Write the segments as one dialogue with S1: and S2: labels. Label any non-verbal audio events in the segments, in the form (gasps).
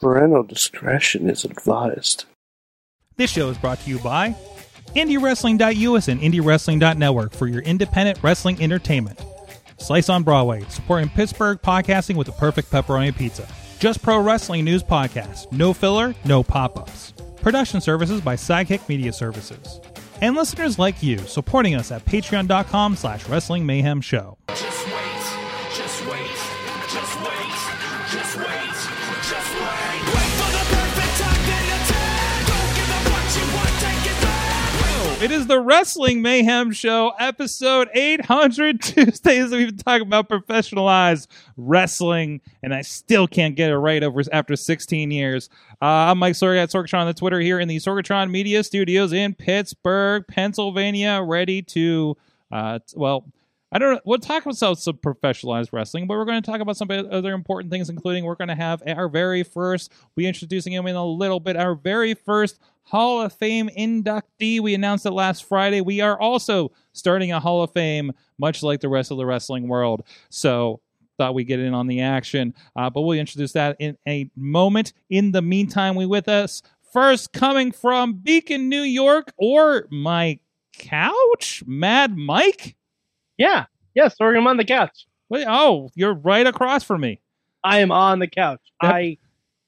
S1: Parental discretion is advised.
S2: This show is brought to you by IndieWrestling.us and IndieWrestling.network for your independent wrestling entertainment. Slice on Broadway, supporting Pittsburgh podcasting with the perfect pepperoni pizza. Just Pro Wrestling News Podcast. No filler, no pop ups. Production services by Sidekick Media Services. And listeners like you supporting us at patreon.com slash wrestling mayhem show.
S3: Just wait, just wait, just wait, just wait, just wait. Wait for the perfect time then attack. Don't give up what you want, take it back.
S2: It is the Wrestling Mayhem Show, episode 800, (laughs) Tuesdays. We've been talking about professionalized wrestling, and I still can't get it right over after 16 years. Uh, I'm Mike Sorg at Sorgatron on the Twitter here in the Sorgatron Media Studios in Pittsburgh, Pennsylvania, ready to, uh, t- well, I don't know. We'll talk about some professionalized wrestling, but we're going to talk about some other important things, including we're going to have our very first, we introducing him in a little bit, our very first Hall of Fame inductee. We announced it last Friday. We are also starting a Hall of Fame, much like the rest of the wrestling world. So thought we'd get in on the action, uh, but we'll introduce that in a moment. In the meantime, we with us first coming from Beacon, New York, or my couch, Mad Mike.
S4: Yeah. Yes, or I'm on the couch.
S2: Wait, oh, you're right across from me.
S4: I am on the couch.
S2: Yep.
S4: I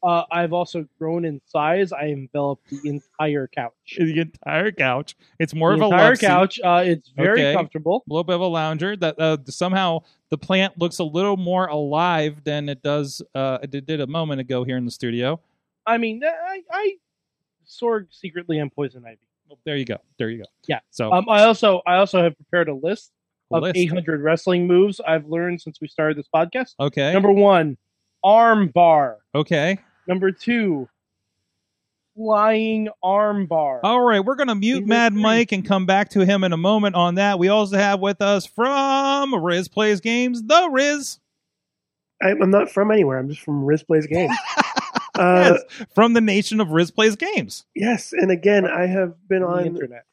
S4: uh, I've also grown in size. I enveloped the entire couch.
S2: (laughs) The entire couch. It's more
S4: the
S2: of a
S4: entire
S2: love seat,
S4: couch. Uh, it's very
S2: Okay.
S4: comfortable.
S2: a little bit of a lounger. That uh, somehow the plant looks a little more alive than it does. Uh, it did a moment ago here in the studio.
S4: I mean, I, I Sorg secretly am poison ivy.
S2: Well, there you go. There you go.
S4: Yeah.
S2: So
S4: Um, I also I also have prepared a list
S2: a
S4: of
S2: list.
S4: 800 wrestling moves I've learned since we started this podcast.
S2: Okay.
S4: Number one, arm bar.
S2: okay.
S4: Number two, flying arm bar.
S2: All right. We're gonna mute
S4: Number
S2: Mad
S4: three.
S2: Mike and come back to him in a moment on that. We also have with us from Riz Plays Games the Riz
S5: I'm, I'm not from anywhere. I'm just from Riz Plays
S2: (laughs)
S5: Games. uh,
S2: from the nation of Riz Plays Games.
S5: yes. and again, I have been
S4: on the
S5: on.
S4: internet.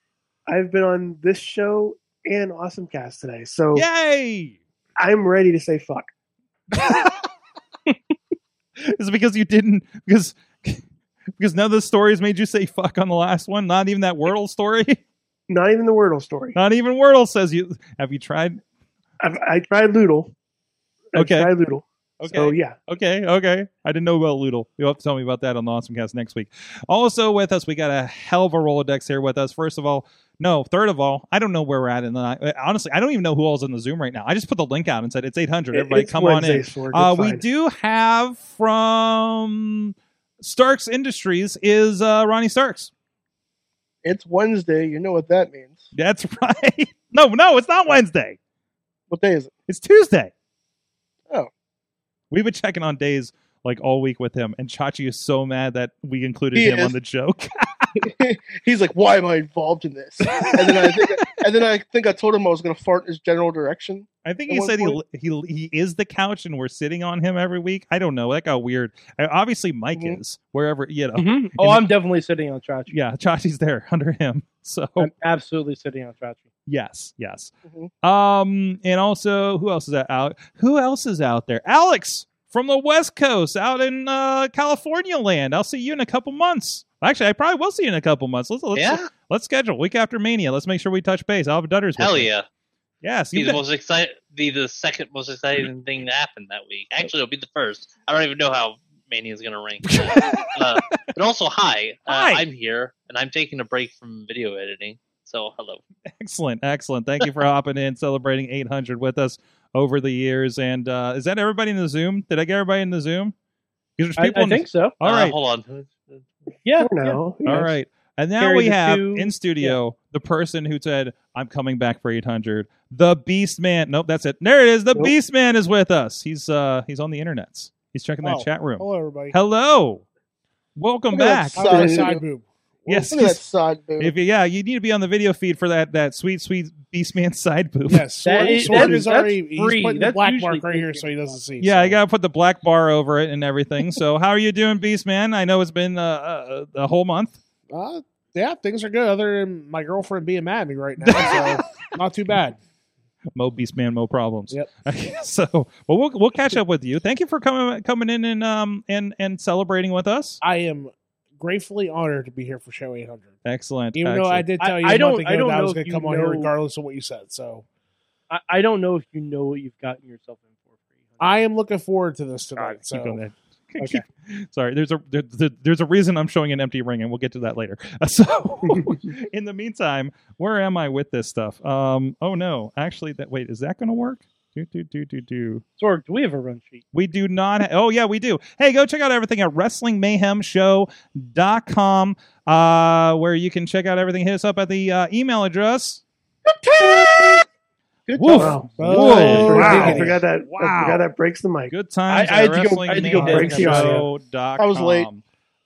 S5: I've been on this show and Awesome Cast today, so
S2: Yay!
S5: I'm ready to say fuck.
S2: (laughs) is it because you didn't because (laughs) because none of the stories made you say fuck on the last one not even that wordle story
S5: (laughs) Not even the Wordle story.
S2: not even wordle says you have you tried
S5: I've, I tried Loodle. I
S2: Okay.
S5: tried Loodle.
S2: okay
S5: So yeah,
S2: okay okay i didn't know about loodle you'll have to tell me about that on the awesome cast next week also with us we got a hell of a rolodex here with us first of all no third of all i don't know where we're at and honestly i don't even know who all's in the zoom right now i just put the link out and said it's 800
S5: It-
S2: everybody
S5: it's
S2: come on in
S5: Wednesday, Sorg.
S2: Uh,
S5: It's
S2: we
S5: fine.
S2: do have from Starks Industries is uh, Ronnie Starks.
S6: It's Wednesday. You know what that means.
S2: That's (laughs) right. No, no, it's not Wednesday.
S6: What day is it?
S2: It's Tuesday.
S6: Oh.
S2: We've been checking on days like all week with him, and Chachi is so mad that we included
S6: He
S2: him on
S6: is.
S2: the joke. (laughs)
S6: He's like, why am I involved in this? And then I think, and then I think I told him I was gonna fart in his general direction.
S2: I think
S6: At
S2: he
S6: one
S2: said he, he he is the couch, and we're sitting on him every week. I don't know. That got weird. Uh, Obviously, Mike
S6: Mhm.
S2: is wherever you know.
S4: Mhm. Oh,
S2: And-
S4: I'm definitely sitting on Chachi.
S2: Yeah, Chachi's there under him. (laughs) So
S4: I'm absolutely sitting on Chachi.
S2: yes, yes.
S6: Mhm.
S4: Mm-hmm.
S2: Um, and also, who else is that out? Who else is out there? Alex from the West Coast, out in uh, California land. I'll see you in a couple months. Actually, I probably will see you in a couple months. Let's let's,
S7: yeah,
S2: let's schedule week after Mania. Let's make sure we touch base. I'll have Dutters. with
S7: hell
S2: me.
S7: yeah!
S2: Yes,
S7: Be
S2: you
S7: the
S2: bet.
S7: most excited, be the second most exciting thing to happen that week. Actually, it'll be the first. I don't even know how Mania is
S2: (laughs)
S7: gonna rank. uh, but also, hi, uh,
S2: Hi.
S7: I'm here and I'm taking a break from video editing. So hello.
S2: (laughs) excellent, excellent. Thank you for hopping in, celebrating 800 with us over the years. And uh, is that everybody in the Zoom? Did I get everybody in the Zoom? 'Cause there's
S4: I,
S2: people
S4: I
S2: in the-
S4: think so.
S2: All
S7: uh,
S2: right.
S7: hold on.
S4: Yeah.
S5: for now.
S2: All
S5: yes.
S2: right. And now
S4: Carry
S2: we
S4: the
S2: have
S4: two.
S2: in studio the person who said, I'm coming back for 800. The Beast Man. Nope, that's it. There it is. The
S5: Nope.
S2: Beast Man is with us. He's uh he's on the internets. He's checking that
S6: Oh,
S2: chat room.
S6: Hello, everybody.
S2: Hello. Welcome
S6: Look at
S2: back.
S6: that side,
S5: Side
S6: boob.
S2: Yes.
S6: Look at that side boob.
S2: If you, yeah, you need to be on the video feed for that that sweet sweet Beast Man (laughs) side boob.
S8: Yes,
S4: That
S8: Sword,
S4: is-
S8: Sword
S4: that's-
S8: is
S6: E
S8: already
S4: that's
S8: he's
S4: free.
S8: putting
S4: That's
S8: the black
S4: usually
S8: mark right here
S4: free.
S8: so he doesn't see.
S2: Yeah,
S8: so.
S2: I gotta put the black bar over it and everything. so how are you doing, Beast Man? I know it's been uh, uh, a whole month.
S8: Uh,
S4: (laughs)
S8: yeah, things are good. Other than my girlfriend being mad at me right now, so not too bad.
S2: Mo Beast Man, Mo Problems. (laughs)
S4: Yep.
S2: so, well, we'll we'll catch up with you. Thank you for coming coming in and um and and celebrating with us.
S8: I am gratefully honored to be here for show 800.
S2: Excellent.
S8: Even though I
S2: excellent.
S8: did
S4: I-
S8: tell you a
S4: I
S8: month
S4: don't-
S8: ago
S4: I don't
S8: that I
S4: know
S8: was
S4: if
S8: going to
S4: you
S8: come on here
S4: know-
S8: regardless of what you said. So
S4: I, I don't know if you know what you've gotten yourself in for.
S8: I am looking forward to this
S2: All
S8: tonight.
S2: right,
S8: so
S2: keep going. (laughs) then. Keep- Sorry, there's a there, there- there's a reason I'm showing an empty ring, and we'll get to that later. (laughs) Uh,
S4: (laughs)
S2: So, in the meantime, where am I with this stuff? Um, oh no, actually, that wait, is that going to work? Do do do do do.
S4: Sorg, do we have a run sheet?
S2: We do not. Ha- oh yeah, we do. Hey, go check out everything at WrestlingMayhemShow.com, uh, where you can check out everything. Hit us up at the uh, email address.
S6: Good
S2: Woof.
S6: job.
S5: Wow.
S8: Whoa,
S2: Whoa,
S5: Oh, wow.
S8: diggity.
S5: I forgot that.
S2: Wow.
S5: I forgot that breaks the mic.
S2: Good times.
S6: I- I
S2: at
S6: had to go- I had to go
S5: break the audio.
S2: WrestlingMayhemShow.com.
S6: I was late.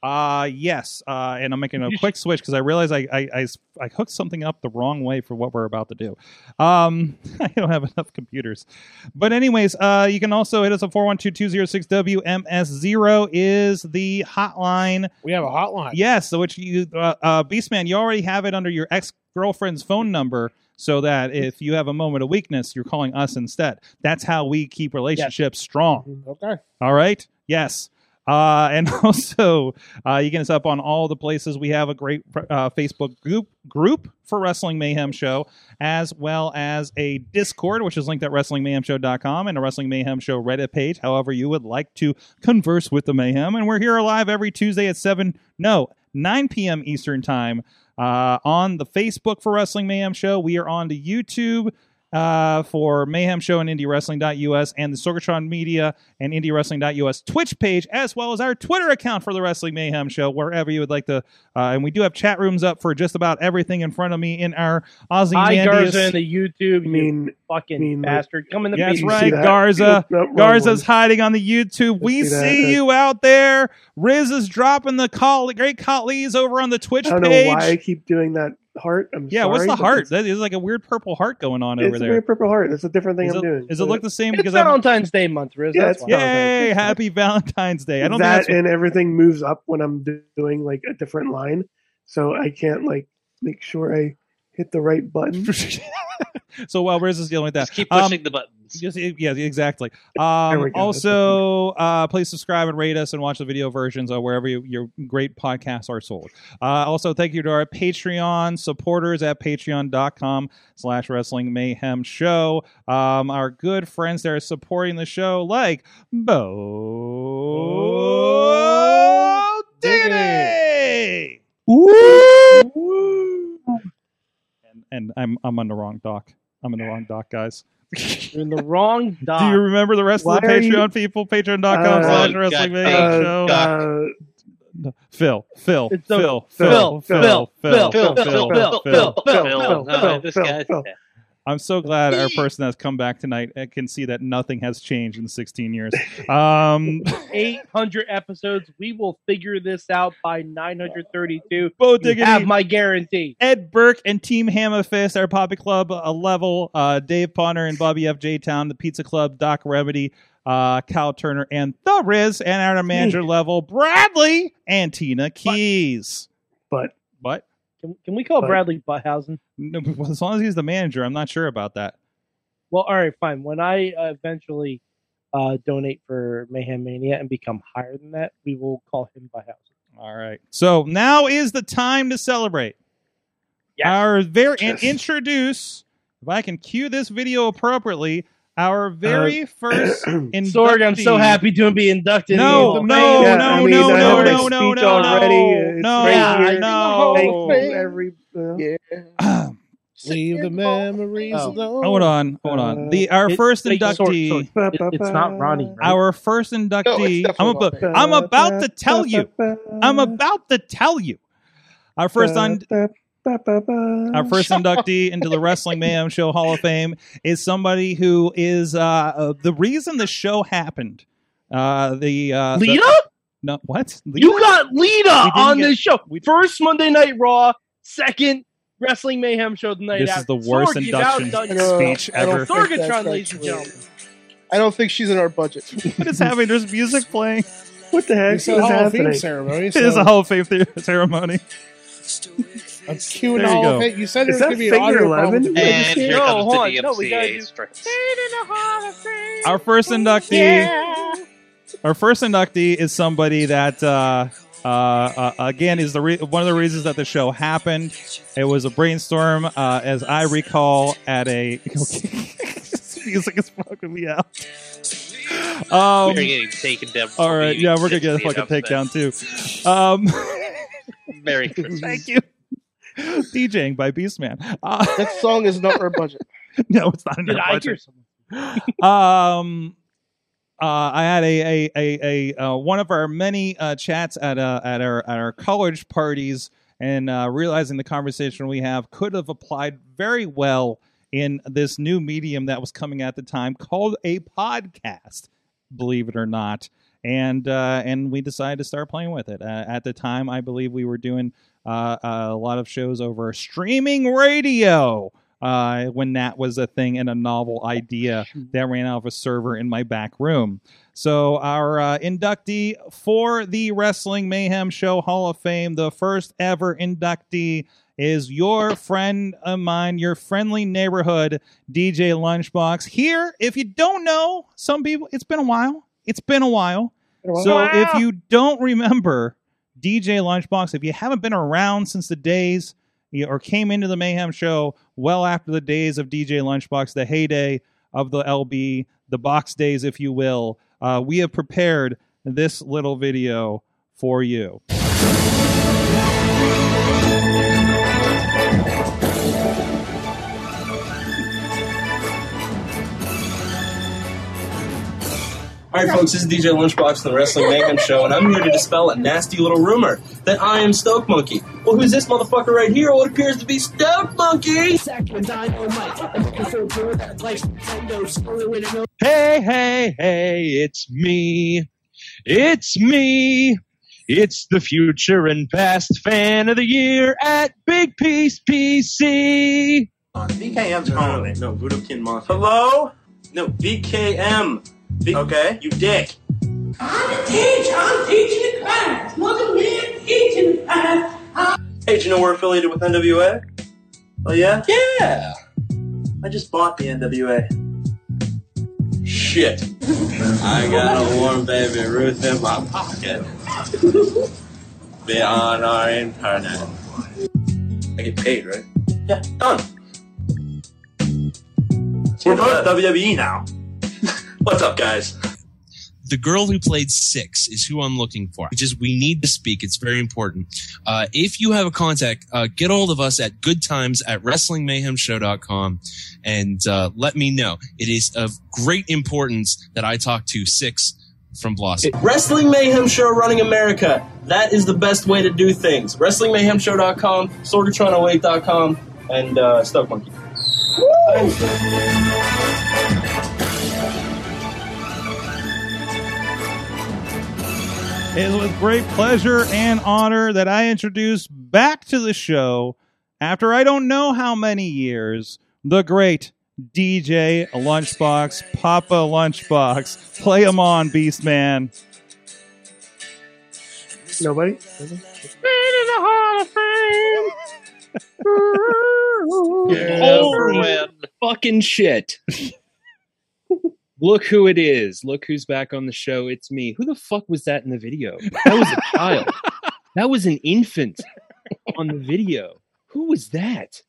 S2: Uh yes, uh, and I'm making a
S6: You
S2: quick switch because I realize I, I I s- I hooked something up the wrong way for what we're about to do. Um, (laughs) I don't have enough computers, but anyways, uh, you can also hit us at four one two two zero six WMS zero is the hotline.
S8: we have a hotline.
S2: Yes, so which you, uh, uh, Beastman, you already have it under your ex girlfriend's phone number, so that if you have a moment of weakness, you're calling us instead. That's how we keep relationships strong.
S6: Mm-hmm.
S8: Okay.
S2: All right. Yes. Uh, and (laughs) also, uh, you can us up on all the places. We have a great uh, Facebook group group for Wrestling Mayhem Show, as well as a Discord, which is linked at WrestlingMayhemShow.com, and a Wrestling Mayhem Show Reddit page. However, you would like to converse with the Mayhem, and we're here live every Tuesday at seven, no, nine p.m. Eastern time uh, on the Facebook for Wrestling Mayhem Show. We are on to YouTube uh, for Mayhem Show and Indie Wrestling.us and the Sorgatron Media and Indie Wrestling.us Twitch page, as well as our Twitter account for the Wrestling Mayhem Show, wherever you would like to. Uh, and we do have chat rooms up for just about everything in front of me in our Aussie
S4: Hi, Garza in the
S5: I
S4: YouTube, you
S5: mean,
S4: fucking
S5: mean, like-
S4: bastard. Come in the
S2: Yeah, that's
S5: you
S4: meeting.
S2: right,
S5: see that?
S2: Garza.
S5: Nope, wrong
S2: Garza's
S5: one.
S2: hiding on the YouTube.
S5: Let's
S2: we
S5: see that.
S2: see you out there. Riz is dropping the call, great Kotlees over on the Twitch
S5: I don't
S2: page.
S5: know why I keep doing that heart. I'm
S2: yeah,
S5: sorry,
S2: what's the
S5: but
S2: heart?
S5: It's,
S2: That is like a weird purple heart going on over
S5: it's a very
S2: there.
S5: purple heart. That's a different thing
S2: Is
S5: I'm
S2: it-
S5: doing.
S2: Does it look the same?
S4: It's
S2: Because I'm
S4: Valentine's Day month, Riz.
S5: Yeah,
S4: that's
S5: it's
S4: why.
S2: Yay! Happy Valentine's Day. I don't
S5: that
S2: think that's
S5: and everything moves up when I'm do- doing like a different line, so I can't like make sure I hit the right
S2: (laughs)
S5: button.
S2: so while Riz is dealing with that,
S7: Just keep
S2: Um,
S7: pushing the buttons.
S2: Yes, y- yes, exactly.
S5: we
S2: Um,
S5: go.
S2: also, uh, please subscribe and rate us and watch the video versions of wherever you, your great podcasts are sold. Uh, also, thank you to our Patreon supporters at patreon.com slash wrestling mayhem show. Um, our good friends there supporting the show like Bo Diggity! And, and I'm, I'm on the wrong dock. I'm in the wrong dock, guys.
S4: You're in the wrong
S2: Do you
S4: doc.
S2: remember the rest
S5: Why
S2: of the
S5: are you-
S2: Patreon people? Patreon.com
S5: Uh,
S2: slash
S7: God,
S2: wrestling
S7: God,
S2: Mayhem
S7: uh,
S2: show.
S7: God.
S5: Uh,
S2: No, Phil, Phil,
S4: It's the-
S2: Phil, Phil,
S4: Phil,
S2: Phil, Phil,
S4: Phil,
S2: Phil,
S7: Phil,
S2: Phil, Phil.
S7: Phil,
S5: Phil,
S7: no,
S5: Phil,
S7: this
S5: Phil,
S7: guy's
S5: Phil.
S2: I'm so glad our person that's come back tonight uh, can see that nothing has changed in 16 years. Um,
S4: 800 episodes. We will figure this out by 932.
S2: Bo
S4: You have
S2: Diggity,
S4: my guarantee.
S2: Ed Burke and Team Hammerfist, our Poppy Club uh, level, uh, Dave Ponner and Bobby FJ Town, the Pizza Club, Doc Remedy, uh, Kyle Turner, and The Riz, and at our manager level, Bradley and Tina Keys.
S5: but
S2: But
S4: Can, can we call
S5: But-
S4: Bradley Butthausen?
S2: No, (laughs) but- well, as long as he's the manager, I'm not sure about that.
S4: Well, all right, fine. When I uh, eventually uh, donate for Mayhem Mania and become higher than that, we will call him Butthausen.
S2: All right. So now is the time to celebrate.
S4: Yes.
S2: Our very and
S5: Yes.
S2: introduce, if I can cue this video appropriately, our very first inductee.
S4: Sorg, I'm so happy to be inducted.
S2: No,
S4: into the
S2: no,
S5: Yeah,
S4: Mayhem.
S2: Oh, no,
S5: I mean,
S2: no,
S5: I
S2: no,
S5: heard
S2: no,
S5: his
S2: no, no,
S5: speech
S2: no,
S5: already. It's
S2: no,
S5: right
S2: yeah,
S5: here.
S2: no.
S5: thank you,
S6: Thank
S5: every. Uh,
S6: Yeah.
S8: Leave the memories
S4: Oh.
S8: alone.
S2: Hold on, hold on. The our
S4: It-
S2: first
S4: wait,
S2: inductee.
S4: Sorg, Sorg, it- it's not Ronnie, right?
S2: Our first inductee.
S6: definitely
S2: I'm,
S6: not
S2: about, I'm about to tell you. I'm about to tell you. Our first un- Our
S5: (laughs)
S2: first inductee into the Wrestling Mayhem Show Hall of Fame is somebody who is uh, uh, the reason the show happened. Uh, the uh, the-
S4: Lita?
S2: no, what? Lita?
S4: You got Lita on
S2: get-
S4: this show.
S2: we-
S4: First Monday Night Raw, second Wrestling Mayhem show the night
S2: this
S4: after.
S2: is the worst
S4: Sorg, you've
S2: induction
S4: outdone
S6: No, no,
S4: yourself.
S6: no.
S2: speech
S6: I don't
S2: ever.
S6: think that's
S4: Sorgatron, ladies and
S6: actually-
S4: gentlemen.
S6: I don't think she's in our budget.
S2: (laughs) What is happening? There's music playing.
S5: What the heck
S8: It's
S5: is
S8: a Hall of
S2: (laughs)
S8: Fame
S5: happening?
S8: ceremony.
S2: It is
S8: so-
S2: a Hall of Fame the- ceremony.
S8: I'm cueing
S2: There you
S8: all of
S2: go.
S8: it. You said there
S5: Is
S8: was going
S5: that
S8: to be an audio
S5: finger
S8: problem.
S5: eleven?
S7: And here
S4: No,
S7: comes
S4: hold on.
S7: the
S4: No, we gotta
S7: DMCA
S4: do-
S7: strikes.
S2: Our first inductee. Our first inductee is somebody that, uh, uh, uh, again, is the re- one of the reasons that the show happened. It was a brainstorm, uh, as I recall, at a. (laughs) Okay. This Music is fucking me out. Um,
S7: We're getting taken down.
S2: all right, yeah, we're gonna get a
S7: It's
S2: fucking
S7: the
S2: takedown too. Um, (laughs)
S7: announcement. Merry Christmas.
S2: thank you. DJing by Beastman. Uh,
S6: That song is not
S2: (laughs)
S6: our budget.
S2: no, it's not in your
S4: Did I
S2: budget.
S4: hear someone?
S2: um uh, I had a a, a, a uh, one of our many uh, chats at uh, at our at our college parties, and uh, realizing the conversation we have could have applied very well in this new medium that was coming at the time called a podcast, believe it or not, and uh, and we decided to start playing with it. Uh, at the time, I believe we were doing uh, a lot of shows over streaming radio uh, when that was a thing and a novel idea that ran out of a server in my back room. So, our uh, inductee for the Wrestling Mayhem Show Hall of Fame, the first ever inductee, is your friend of mine, your friendly neighborhood DJ Lunchbox. Here, if you don't know, some people, it's been a while. It's been a while. So, if you don't remember DJ Lunchbox, if you haven't been around since the days you- or came into the Mayhem show well after the days of DJ Lunchbox, the heyday of the LB, the box days, if you will. Uh, we have prepared this little video for you.
S9: All right, folks, this is DJ Lunchbox, the Wrestling Mayhem Show, and I'm here to dispel a nasty little rumor that I am Stoke Monkey. Well, who's this motherfucker right here? Well, it appears to be Stoke Monkey!
S10: Hey, hey, hey, it's me. It's me. It's the future and past fan of the year at Big Piece PC.
S9: BKM's calling me. No, Budokin Monkey. Hello? No, BKM. okay. You dick. Hey, do you know we're affiliated with NWA? Oh, yeah? Yeah! I just bought the NWA. Shit. I got a warm baby Ruth in my (laughs) pocket. Beyond our internet. I get paid, right? Yeah,
S7: (laughs)
S9: done. We're both WWE now. (laughs) What's up, guys? The girl who played six is who I'm looking for. Which is we need to speak. It's very important. Uh, if you have a contact, uh, get hold of us at goodtimes at wrestlingmayhemshow.com and uh, let me know. It is of great importance that I talk to six from Blossom. Wrestling Mayhem Show running America. That is the best way to do things. WrestlingMayhemShow.com, SorgatronAwake.com, and uh, Stuff Monkey.
S2: It is with great pleasure and honor that I introduce back to the show after I don't know how many years the great DJ Lunchbox, Papa Lunchbox. Play him on, Beastman.
S5: Nobody. (laughs) Oh,
S7: Over with.
S10: Fucking shit. (laughs) Look who it is. Look who's back on the show. It's me. Who the fuck was that in the video? That was a child. that was an infant on the video. Who was that?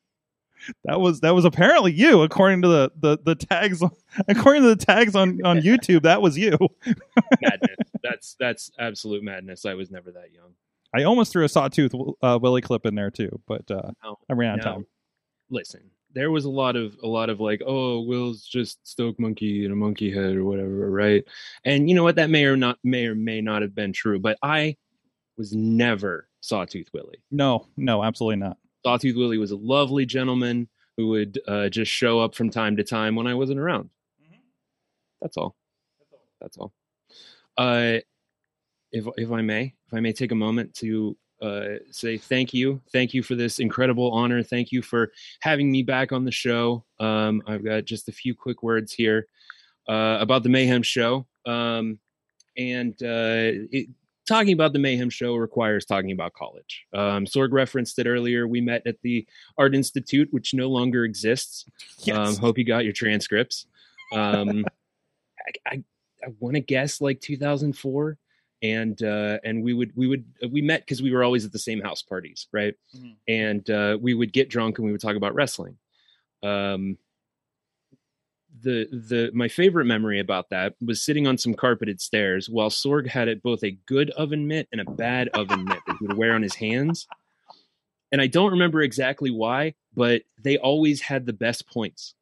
S2: That was that was apparently you, according to the the, the tags. On, according to the tags on on YouTube, that was you. (laughs)
S10: Madness. That's that's absolute madness. I was never that young.
S2: I almost threw a sawtooth uh, Willie clip in there too, but uh,
S10: No,
S2: I ran out of
S10: Oh, no.
S2: time.
S10: Listen, there was a lot of a lot of like, oh, Will's just Stoke Monkey and a monkey head or whatever, right? And you know what? That may or not may or may not have been true, but I was never Sawtooth Willie.
S2: No, no, absolutely not.
S10: Sawtooth Willie was a lovely gentleman who would uh, just show up from time to time when I wasn't around. That's all. That's all. Uh, if if I may, if I may take a moment to uh, say thank you, thank you for this incredible honor. Thank you for having me back on the show. Um, I've got just a few quick words here uh, about the Mayhem Show. Um, and uh, it, talking about the Mayhem Show requires talking about college. Um, Sorg referenced it earlier. We met at the Art Institute, which no longer exists. Um, hope you got your transcripts. Um, I, I, I want to guess like 2004, and uh, and we would we would we met because we were always at the same house parties, right? And uh, we would get drunk and we would talk about wrestling. Um, the the my favorite memory about that was sitting on some carpeted stairs while Sorg had it both a good oven mitt and a bad oven mitt that he would wear on his hands. And I don't remember exactly why, but they always had the best points.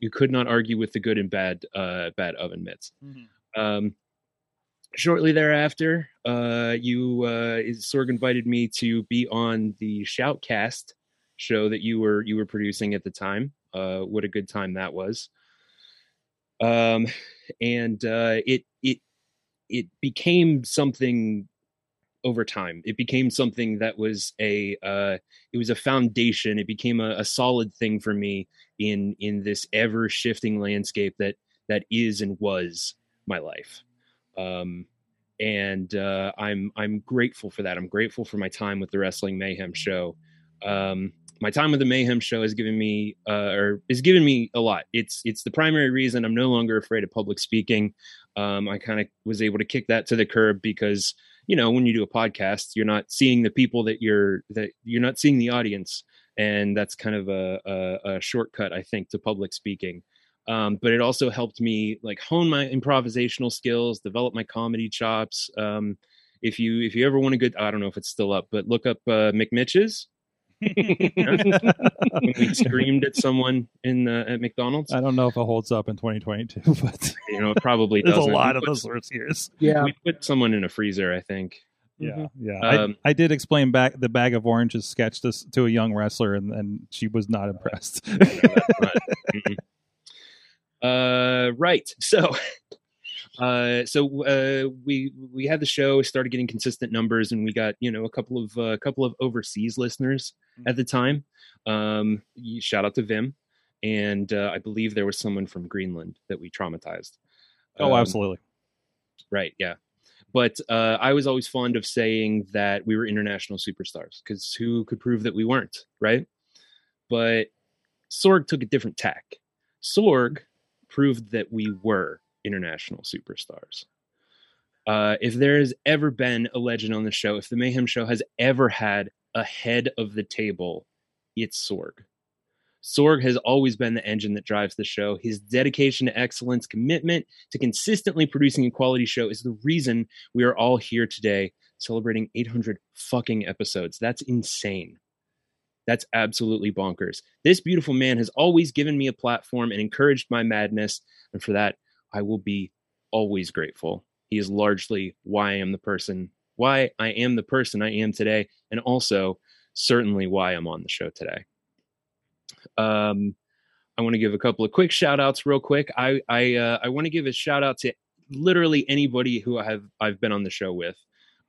S10: You could not argue with the good and bad uh, bad oven mitts. Um, shortly thereafter, uh, you uh, is- Sorg invited me to be on the Shoutcast show that you were you were producing at the time. Uh, what a good time that was. Um, and uh, it it it became something over time. It became something that was a uh, it was a foundation. It became a, a solid thing for me in in this ever shifting landscape that that is and was my life. Um, and uh, I'm I'm grateful for that. I'm grateful for my time with the Wrestling Mayhem show. Um, my time with the Mayhem show has given me uh, or has given me a lot. It's it's the primary reason I'm no longer afraid of public speaking. Um, I kind of was able to kick that to the curb because you know when you do a podcast, you're not seeing the people that you're that you're not seeing the audience, and that's kind of a, a, a shortcut I think to public speaking um, but it also helped me like hone my improvisational skills, develop my comedy chops. Um, if you if you ever want a good, I don't know if it's still up, but look up
S2: (laughs)
S10: uh, McMitch's. (laughs) when we screamed at someone in uh, at McDonald's.
S2: I don't know if it holds up in 2022, (laughs) but
S10: You know, it probably
S2: (laughs) There's a
S10: doesn't.
S2: lot
S10: We
S2: of
S10: put-
S2: those worst years.
S10: Yeah, we put someone in a freezer. I think.
S2: Yeah, yeah.
S10: Um,
S2: I, I did explain back the bag of oranges sketch this to a young wrestler, and, and she was not
S10: (laughs)
S2: impressed.
S10: uh, right. (laughs) So, uh, so uh, we we had the show, started getting consistent numbers, and we got you know a couple of a couple of overseas listeners
S2: Mm-hmm.
S10: at the time. Um, you- shout out to Vim, and uh, I believe there was someone from Greenland that we traumatized.
S2: oh,
S10: Um,
S2: absolutely.
S10: Right. Yeah. But uh, I was always fond of saying that we were international superstars because who could prove that we weren't, right? But Sorg took a different tack. Sorg proved that we were international superstars. Uh, if there has ever been a legend on the show, if the Mayhem Show has ever had a head of the table, it's Sorg. Sorg has always been the engine that drives the show. His dedication to excellence, commitment to consistently producing a quality show is the reason we are all here today celebrating 800 fucking episodes. That's insane. That's absolutely bonkers. This beautiful man has always given me a platform and encouraged my madness. And for that, I will be always grateful. He is largely why I am the person, why I am the person I am today, and also certainly why I'm on the show today. Um, I want to give a couple of quick shout outs real quick. I I uh, I want to give a shout out to literally anybody who I have I've been on the show with.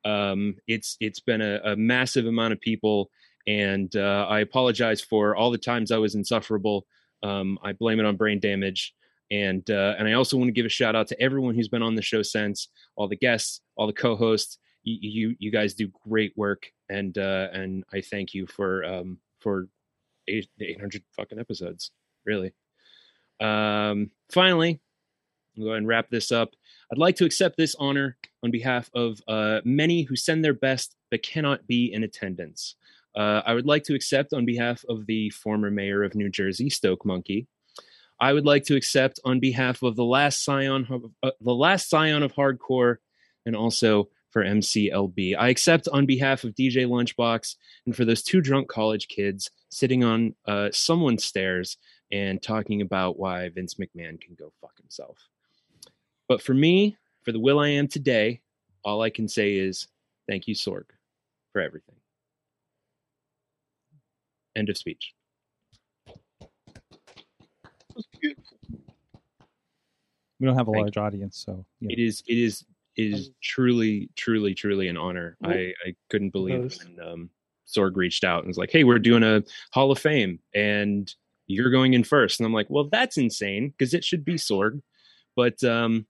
S10: Um, it's it's been a, a massive amount of people, and uh, I apologize for all the times I was insufferable. Um, I blame it on brain damage, and uh, and I also want to give a shout out to everyone who's been on the show since, all the guests, all the co-hosts. You you, you guys do great work, and uh, and I thank you for um, for eight, 800 fucking episodes, really. Um, finally, we'll go ahead and wrap this up. I'd like to accept this honor on behalf of uh, many who send their best but cannot be in attendance. Uh, I would like to accept on behalf of the former mayor of New Jersey, Stoke Monkey. I would like to accept on behalf of the last scion, of- uh, the last scion of hardcore, and also for MCLB. I accept on behalf of DJ Lunchbox and for those two drunk college kids sitting on uh, someone's stairs and talking about why Vince McMahon can go fuck himself. But for me, for the will I am today, all I can say is thank you, Sorg, for everything. End of speech.
S2: (laughs) We don't have a
S10: Thank
S2: large audience, so you know.
S10: It is. It is. It is truly, truly, truly an honor. I, I couldn't believe
S2: Those-
S10: when um, Sorg reached out and was like, "Hey, we're doing a Hall of Fame, and you're going in first. And I'm like, "Well, that's insane because it should be Sorg." But um,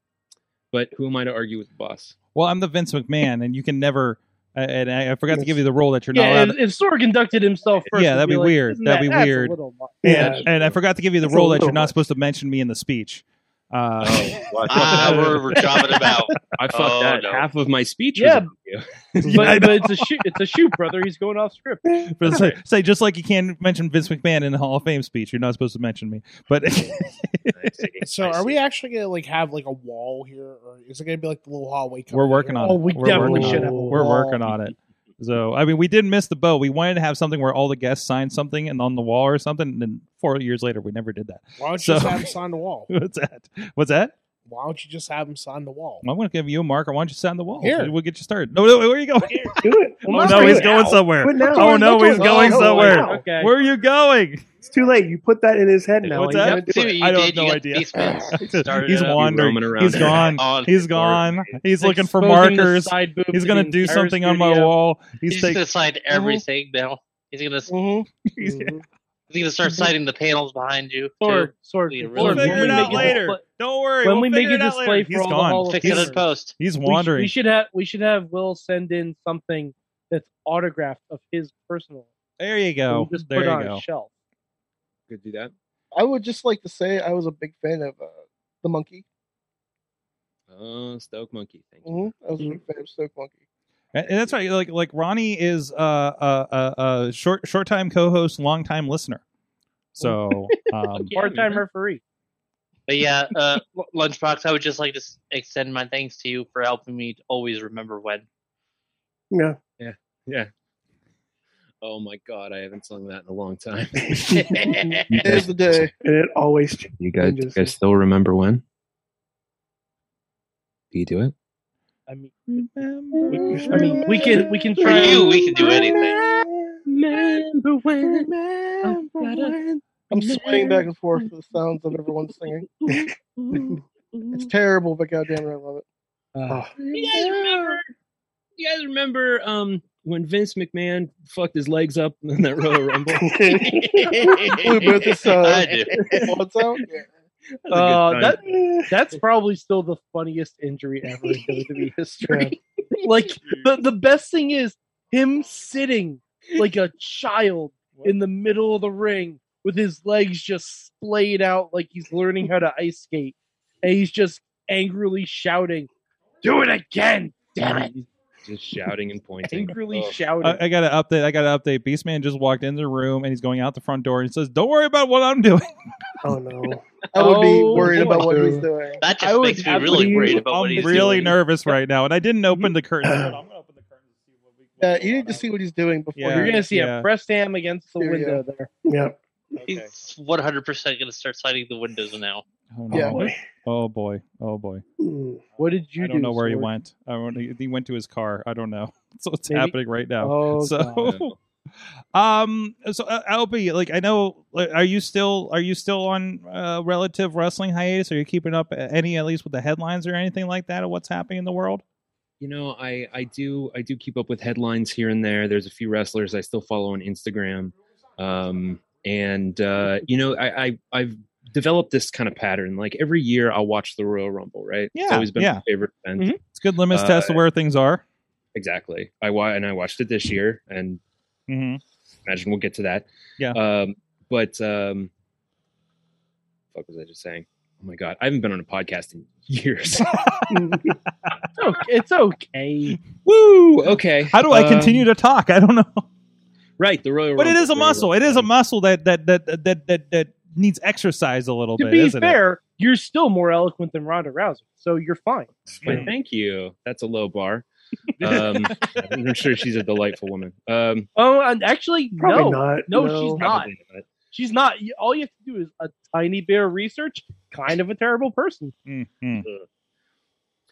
S10: but who am I to argue with the boss?
S2: well, I'm the Vince McMahon, and you can never. uh, And I, I forgot to give you the role that you're not
S4: yeah,
S2: allowed.
S4: if,
S2: to-
S4: if Sora conducted himself first,
S2: yeah,
S4: we'd
S2: that'd be
S4: like,
S2: weird.
S4: isn't
S2: That'd be
S4: that- that's a
S2: weird.
S4: little much.
S2: Yeah, and I forgot to give you the
S4: That's a
S2: role that
S4: little
S2: you're not
S4: much.
S2: supposed to mention me in the speech. Uh, (laughs)
S7: Ah, we're, we're chopping about.
S10: Oh, (laughs) I fucked
S7: Oh,
S10: that.
S7: no.
S10: Half of my speech.
S7: Yeah.
S10: Was about you.
S2: I
S10: (laughs)
S4: But, but
S2: know.
S4: it's a shoot. It's a shoot, brother. He's going off
S2: (laughs)
S4: script.
S2: But it's like- say just like you can't mention Vince McMahon in the Hall of Fame speech, you're not supposed to mention me. But
S8: So are we actually gonna like have like a wall here, or is it gonna be like the little hallway?
S2: (laughs)
S8: coming
S2: we're working
S8: here? Oh,
S4: Oh,
S2: on it. We're working on it. We're working on it. So I mean, we did miss the boat. We wanted to have something where all the guests signed something and on the wall or something. And then four years later, we never did that.
S8: Why don't
S2: So-
S8: you just have
S2: (laughs)
S8: him sign the wall?
S2: What's that? What's that?
S8: Why don't you just have him sign the wall?
S2: (laughs) I'm going to give you a marker. Why don't you sign the wall?
S8: Here.
S2: We'll get you started. No, no, where are you going?
S5: Do it.
S2: (laughs) oh, no, he's going somewhere. Oh, no, he's going somewhere. Where are you going?
S5: It's too late. You put that in his head now.
S2: What's
S5: He's
S2: that?
S5: gonna do it.
S2: I don't have no idea. (laughs) he's
S7: it up.
S2: wandering.
S10: Roaming around
S2: He's
S10: there.
S2: gone.
S7: (laughs) On
S2: He's
S7: his
S2: gone. He's looking for
S4: Exposing the
S2: markers.
S4: side boob
S2: He's
S4: to
S2: going
S4: the
S2: to do
S4: entire
S2: something on my
S4: studio.
S2: wall. Uh-huh.
S7: He's,
S2: He's
S7: just gonna
S2: taking.
S7: sign everything now. He's gonna
S4: Mm-hmm.
S2: (laughs) he's- Mm-hmm.
S7: he's gonna start citing the panels behind you.
S4: Sorg, Sorg,
S7: Really, really
S2: We'll
S4: Sorg,
S2: figure
S4: when
S2: it
S4: we
S2: out
S4: make a-
S2: later. Don't worry.
S4: When
S2: we'll
S4: we make
S2: figure
S4: a
S2: it out
S4: display
S2: later.
S4: for
S2: He's
S4: all the Hall
S2: gone.
S4: of
S7: Fix it
S2: He's-
S7: in post.
S2: He's
S4: We sh- We,
S2: wandering.
S4: should have we should have Will send in something that's autographed of his personal.
S2: There you
S4: that
S2: go.
S4: we just
S2: There
S4: put on
S2: you go.
S4: a shelf.
S10: Could do that.
S6: I would just like to say I was a big fan of uh, the monkey.
S10: Oh, Stoke Monkey. Thank you.
S6: hmm I was a big fan of Stoke Monkey.
S2: And and that's right. Like like Ronnie is a uh, uh, uh, uh, short short time co host, long time listener.
S4: (laughs)
S2: So
S7: (laughs)
S2: um,
S10: Yeah,
S4: Part time
S10: man.
S4: referee.
S7: But
S4: (laughs)
S7: yeah, uh, Lu- lunchbox. I would just like to s- extend my thanks to you for helping me to always remember when.
S5: Yeah.
S10: Oh my god, I haven't sung that in a long
S6: (laughs)
S10: time. (laughs)
S6: There's the day.
S5: And it always changes.
S10: You guys, you guys still remember when? Do you do it?
S4: I mean,
S2: remember,
S4: I mean, we can we can
S7: For
S4: try.
S7: you, we can do anything.
S6: Remember when? I'm swaying back and forth with the sounds of everyone
S2: (laughs)
S6: singing. It's terrible, but goddamn it, I love it. Ah.
S4: Uh,
S10: You guys remember? You guys remember um when Vince McMahon fucked his legs up in that Royal
S2: (laughs)
S10: Rumble?
S6: We both just, uh,
S7: I do.
S6: (laughs) What's out? Yeah.
S4: uh, that
S10: (laughs)
S4: that's probably still the funniest injury ever in
S10: (laughs)
S4: WWE history. like the the best thing is him sitting like a child in the middle of the ring with his legs just splayed out like he's learning how to ice skate, and he's just angrily shouting, "Do it again!" Damn it! He's
S10: Just shouting and pointing.
S4: angrily
S10: Oh.
S4: shouting.
S2: I, I got to update. I got to update. Beastman just walked in the room and he's going out the front door and he says, "Don't worry about what I'm doing.
S5: (laughs) Oh no.
S6: I would be
S4: Oh,
S6: worried about what
S5: boy.
S6: he's doing.
S7: That
S4: I
S7: just
S4: would
S7: makes me really
S4: absolutely-
S7: worried about
S2: I'm
S7: what he's
S2: really
S7: doing.
S2: nervous right now." And I didn't open the curtain.
S6: Yeah, you need to see what he's doing before
S2: Yeah.
S6: you're
S4: You're
S6: gonna.
S4: gonna see
S2: yeah.
S4: a press ham against the
S6: There you
S4: window there.
S5: Yeah.
S7: He's one hundred percent gonna start citing the windows now.
S2: Oh,
S6: Yeah.
S2: no. oh boy! Oh boy!
S5: Mm.
S4: Hmm. What did you
S2: I don't
S4: do,
S2: know where he
S4: Sorg?
S2: went. I don't, know- he went to his car. I don't know. (laughs) So it's
S4: Maybe-
S2: happening right now.
S4: Oh, God.
S2: (laughs) so (laughs) um so uh, LB like I know like, are you still are you still on uh, relative wrestling hiatus are you keeping up uh, any at least with the headlines or anything like that of what's happening in the world
S10: You know, I I do I do keep up with headlines here and there. There's a few wrestlers I still follow on Instagram, um, and uh, you know, I, I I've developed this kind of pattern. Like every year, I'll watch the Royal Rumble. Right?
S2: Yeah,
S10: it's always been
S2: yeah.
S10: my favorite event.
S2: Mhm. it's good limits
S10: Uh,
S2: test of where things are
S10: Exactly. I wa- and I watched it this year, and
S2: mm-hmm.
S10: imagine we'll get to that.
S2: Yeah.
S10: Um, but um, fuck was I just saying? Oh my god, I haven't been on a podcast in (laughs)
S4: (laughs)
S10: years.
S4: It's okay. It's okay.
S10: Woo. Okay.
S2: how do I continue to talk I don't know
S10: Right. The Royal.
S2: but it
S10: Rumble,
S2: is a
S10: Royal
S2: muscle it
S10: Rumble.
S2: is a muscle that that that that that that, that needs exercise a little
S4: to
S2: bit
S4: be
S2: isn't it?
S4: fair, you're still more eloquent than Ronda Rousey, so you're fine.
S10: Well,
S4: Mm.
S10: thank you. That's a low
S4: (laughs)
S10: bar. Um, I'm sure she's a delightful woman. Um,
S4: Oh, and actually,
S5: Probably
S4: no,
S5: not.
S4: no, she's not.
S10: probably not.
S4: She's not. You- All you have to do is a tiny bit of research. Kind of a terrible person. Uh,
S2: Mm, mm.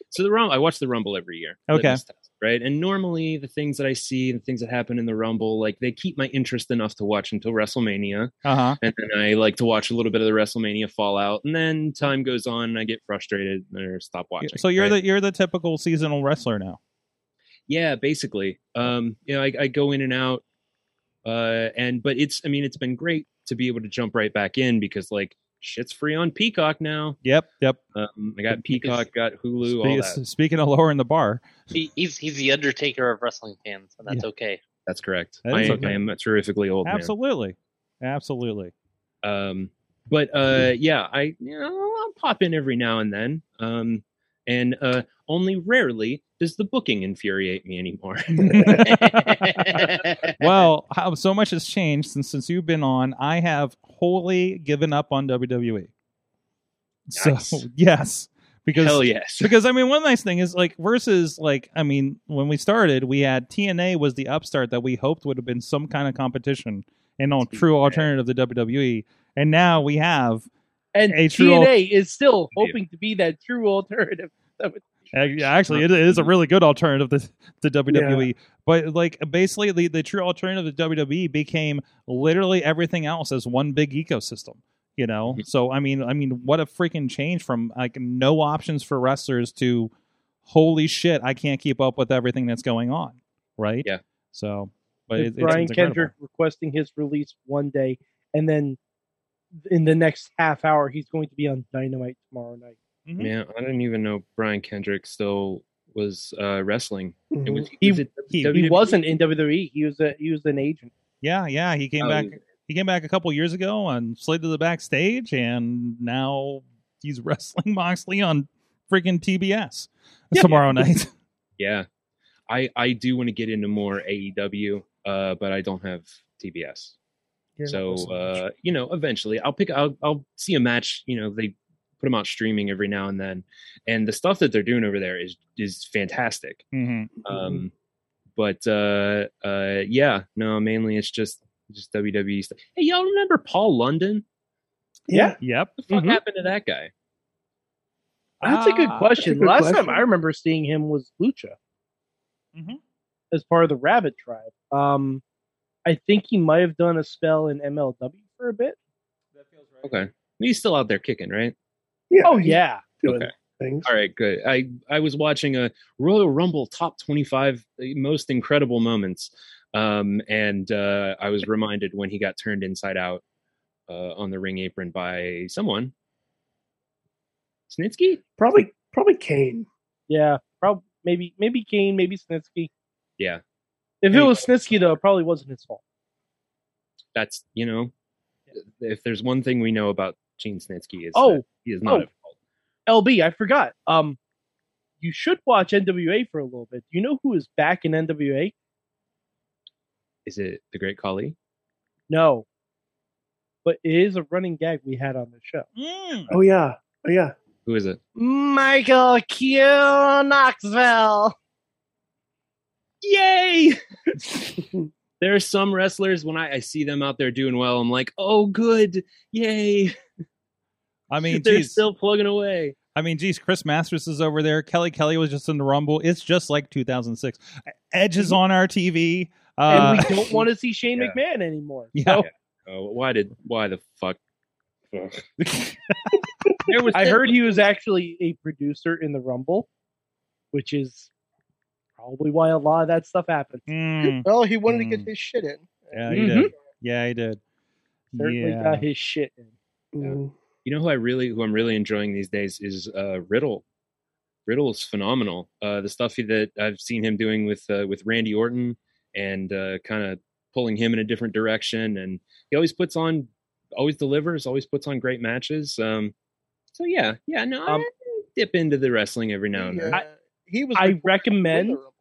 S10: So the Rumble, I watch the Rumble every year. for
S2: Okay.
S10: this test, right, and normally the things that I see, the things that happen in the Rumble, like they keep my interest enough to watch until WrestleMania,
S2: uh-huh
S10: (laughs) and then I like to watch a little bit of the WrestleMania fallout, and then time goes on, and I get frustrated or stop watching.
S2: so you're
S10: right?
S2: the you're the typical seasonal wrestler now
S10: yeah basically um you know I, I go in and out uh and but it's i mean it's been great to be able to jump right back in because like shit's free on Peacock now.
S2: Yep, yep.
S10: Um, I got Peacock, got Hulu, all
S2: Spe-
S10: that.
S2: Speaking of lowering the
S10: (laughs)
S2: bar,
S7: He, he's he's the Undertaker of wrestling fans, and that's okay.
S10: That's correct.
S2: That
S10: I,
S2: is
S10: am-
S2: okay.
S10: I am a terrifically old man.
S2: absolutely, absolutely.
S10: Um, but uh, yeah, I you know, I'll pop in every now and then. Um, and uh, only rarely does the booking infuriate me
S2: (laughs)
S10: anymore. Mm-hmm.
S2: well, how, so much has changed since since you've been on. I have wholly given up on E. WWE. So
S10: Nice.
S2: yes, because
S10: Hell
S11: (laughs)
S10: yes.
S2: because I mean one nice thing is like versus like I mean when we started we had TNA was the upstart that we hoped would have been some kind of competition and on true alternative to WWE, and now we have
S4: and
S2: a true al-
S4: TNA is still hoping to be that true alternative. (laughs) That would-
S2: Ac- yeah, Actually, it it
S4: Uh,
S2: is a really good alternative to, to WWE. But like basically, the, the true alternative to WWE became literally everything else as one big ecosystem. You know,
S4: Mm-hmm.
S2: so I mean, I mean, what a freaking change from like no options for wrestlers to holy shit, I can't keep up with everything that's going on. Right?
S10: Yeah.
S2: So, but
S4: If
S2: it, it's,
S4: Brian
S2: it's incredible.
S4: Kendrick requesting his release one day, and then in the next half hour, he's going to be on Dynamite tomorrow night.
S2: Mm-hmm.
S10: Man, I didn't even know Brian Kendrick still was uh, wrestling. It
S2: Mm-hmm.
S10: was,
S4: He,
S10: was it
S4: he, he
S2: E.
S10: WWE?
S4: wasn't in WWE. He was a, he was an agent.
S2: Yeah, yeah, he came
S10: Oh,
S2: back.
S10: yeah.
S2: He came back a couple years ago and slid to the backstage, and now he's (laughs) wrestling Moxley on freaking TBS tomorrow night. (laughs)
S10: Yeah, I I do want to get into more AEW, uh, but I don't have TBS.
S8: You're not
S10: so
S8: listening
S10: uh, you know, eventually I'll pick. I'll I'll see a match. You know, they put them out streaming every now and then, and the stuff that they're doing over there is is fantastic.
S2: Mm-hmm.
S10: Um, but uh, uh, yeah, no, mainly it's just just WWE stuff. Hey, y'all remember Paul London?
S5: Yeah.
S2: Yep.
S10: What the fuck happened to that guy?
S4: That's a good
S2: Ah,
S4: question.
S5: that's a good
S4: Last
S5: question.
S4: time I remember seeing him was Lucha
S2: Mhm.
S4: as part of the Rabbit Tribe. Um, I think he might have done a spell in MLW for a bit.
S10: Okay, he's still out there kicking, right?
S5: Yeah,
S4: Oh
S5: he's
S4: yeah,
S5: doing
S10: Okay.
S5: things.
S10: All right, good. I I was watching a Royal Rumble top 25 most incredible moments. Um and uh I was reminded when he got turned inside out uh on the ring apron by someone. Snitsky?
S5: Probably, probably Kane.
S4: yeah. Probably maybe maybe Kane, maybe Snitsky.
S10: Yeah.
S4: If it was Snitsky though, it probably wasn't his fault.
S10: That's, you know, if there's one thing we know about Gene Snitsky is
S4: Oh,
S10: that he is not
S4: oh.
S10: at fault.
S4: LB, I forgot. Um, you should watch NWA for a little bit. You know who is back in NWA?
S10: Is it the great Kali?
S4: No, but it is a running gag we had on the show.
S2: Mm.
S5: Oh yeah, oh yeah.
S10: Who is it?
S4: Michael Q Knoxville.
S10: Yay! there are some wrestlers when I, I see them out there doing well, I'm like, oh good, yay.
S2: I mean,
S10: (laughs) They're
S2: geez,
S10: still plugging away.
S2: I mean, geez, Chris Masters is over there. Kelly Kelly was just in the Rumble. It's just like 2006. Edge is on our TV. Uh,
S4: and
S2: (laughs)
S4: we don't want to see Shane
S10: yeah.
S4: McMahon anymore.
S2: yeah.
S10: (laughs) Oh, why did why the
S2: (laughs)
S10: fuck? Ugh.
S4: There was- I heard he was actually a producer in the Rumble, which is probably why a lot of that stuff happened.
S2: Mm.
S6: (laughs) Well, he wanted to
S2: Mm.
S6: get his shit in.
S2: Yeah, he
S10: Mm-hmm.
S4: Mhm.
S2: did. Yeah, he did.
S4: Certainly
S2: yeah.
S4: got his shit in.
S5: Mm.
S10: You know who I really who I'm really enjoying these days is uh, Riddle. Riddle is phenomenal. Uh, the stuff he- that I've seen him doing with uh, with Randy Orton and uh, kind of pulling him in a different direction, and he always puts on, always delivers, always puts on great matches. Um, so yeah, yeah, no, I
S4: Um,
S10: dip into the wrestling every now and
S6: He,
S10: then.
S6: uh, he was.
S4: I
S6: recorded in
S4: recommend-
S6: the Rumble.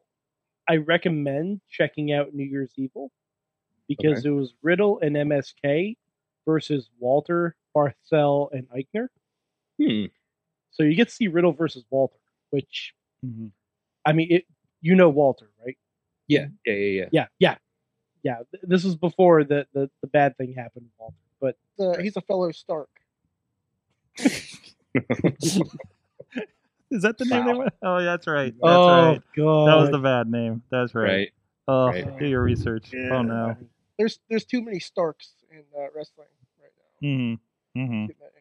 S4: I recommend checking out New Year's Evil because it was Riddle and MSK versus Walter, Barthel, and Eichner.
S10: Hmm.
S4: So you get to see Riddle versus Walter, which
S2: Mhm.
S4: I mean, it you know Walter, right?
S10: Yeah, yeah, yeah, yeah.
S4: Yeah, yeah, yeah. Th- This was before the the, the bad thing happened, with Walter. But
S6: Uh, he's
S2: (laughs)
S6: a fellow Stark.
S2: Is that the name they went? Oh, yeah, that's right. That's
S6: Uh,
S4: oh
S2: right.
S4: god,
S2: That was the bad name. That's right.
S10: Right.
S2: Oh,
S10: Right.
S2: do your research. Oh no.
S6: There's there's too many Starks in uh,
S2: (laughs)
S6: wrestling right now.
S2: Mm-hmm. Mm-hmm.
S6: Too many.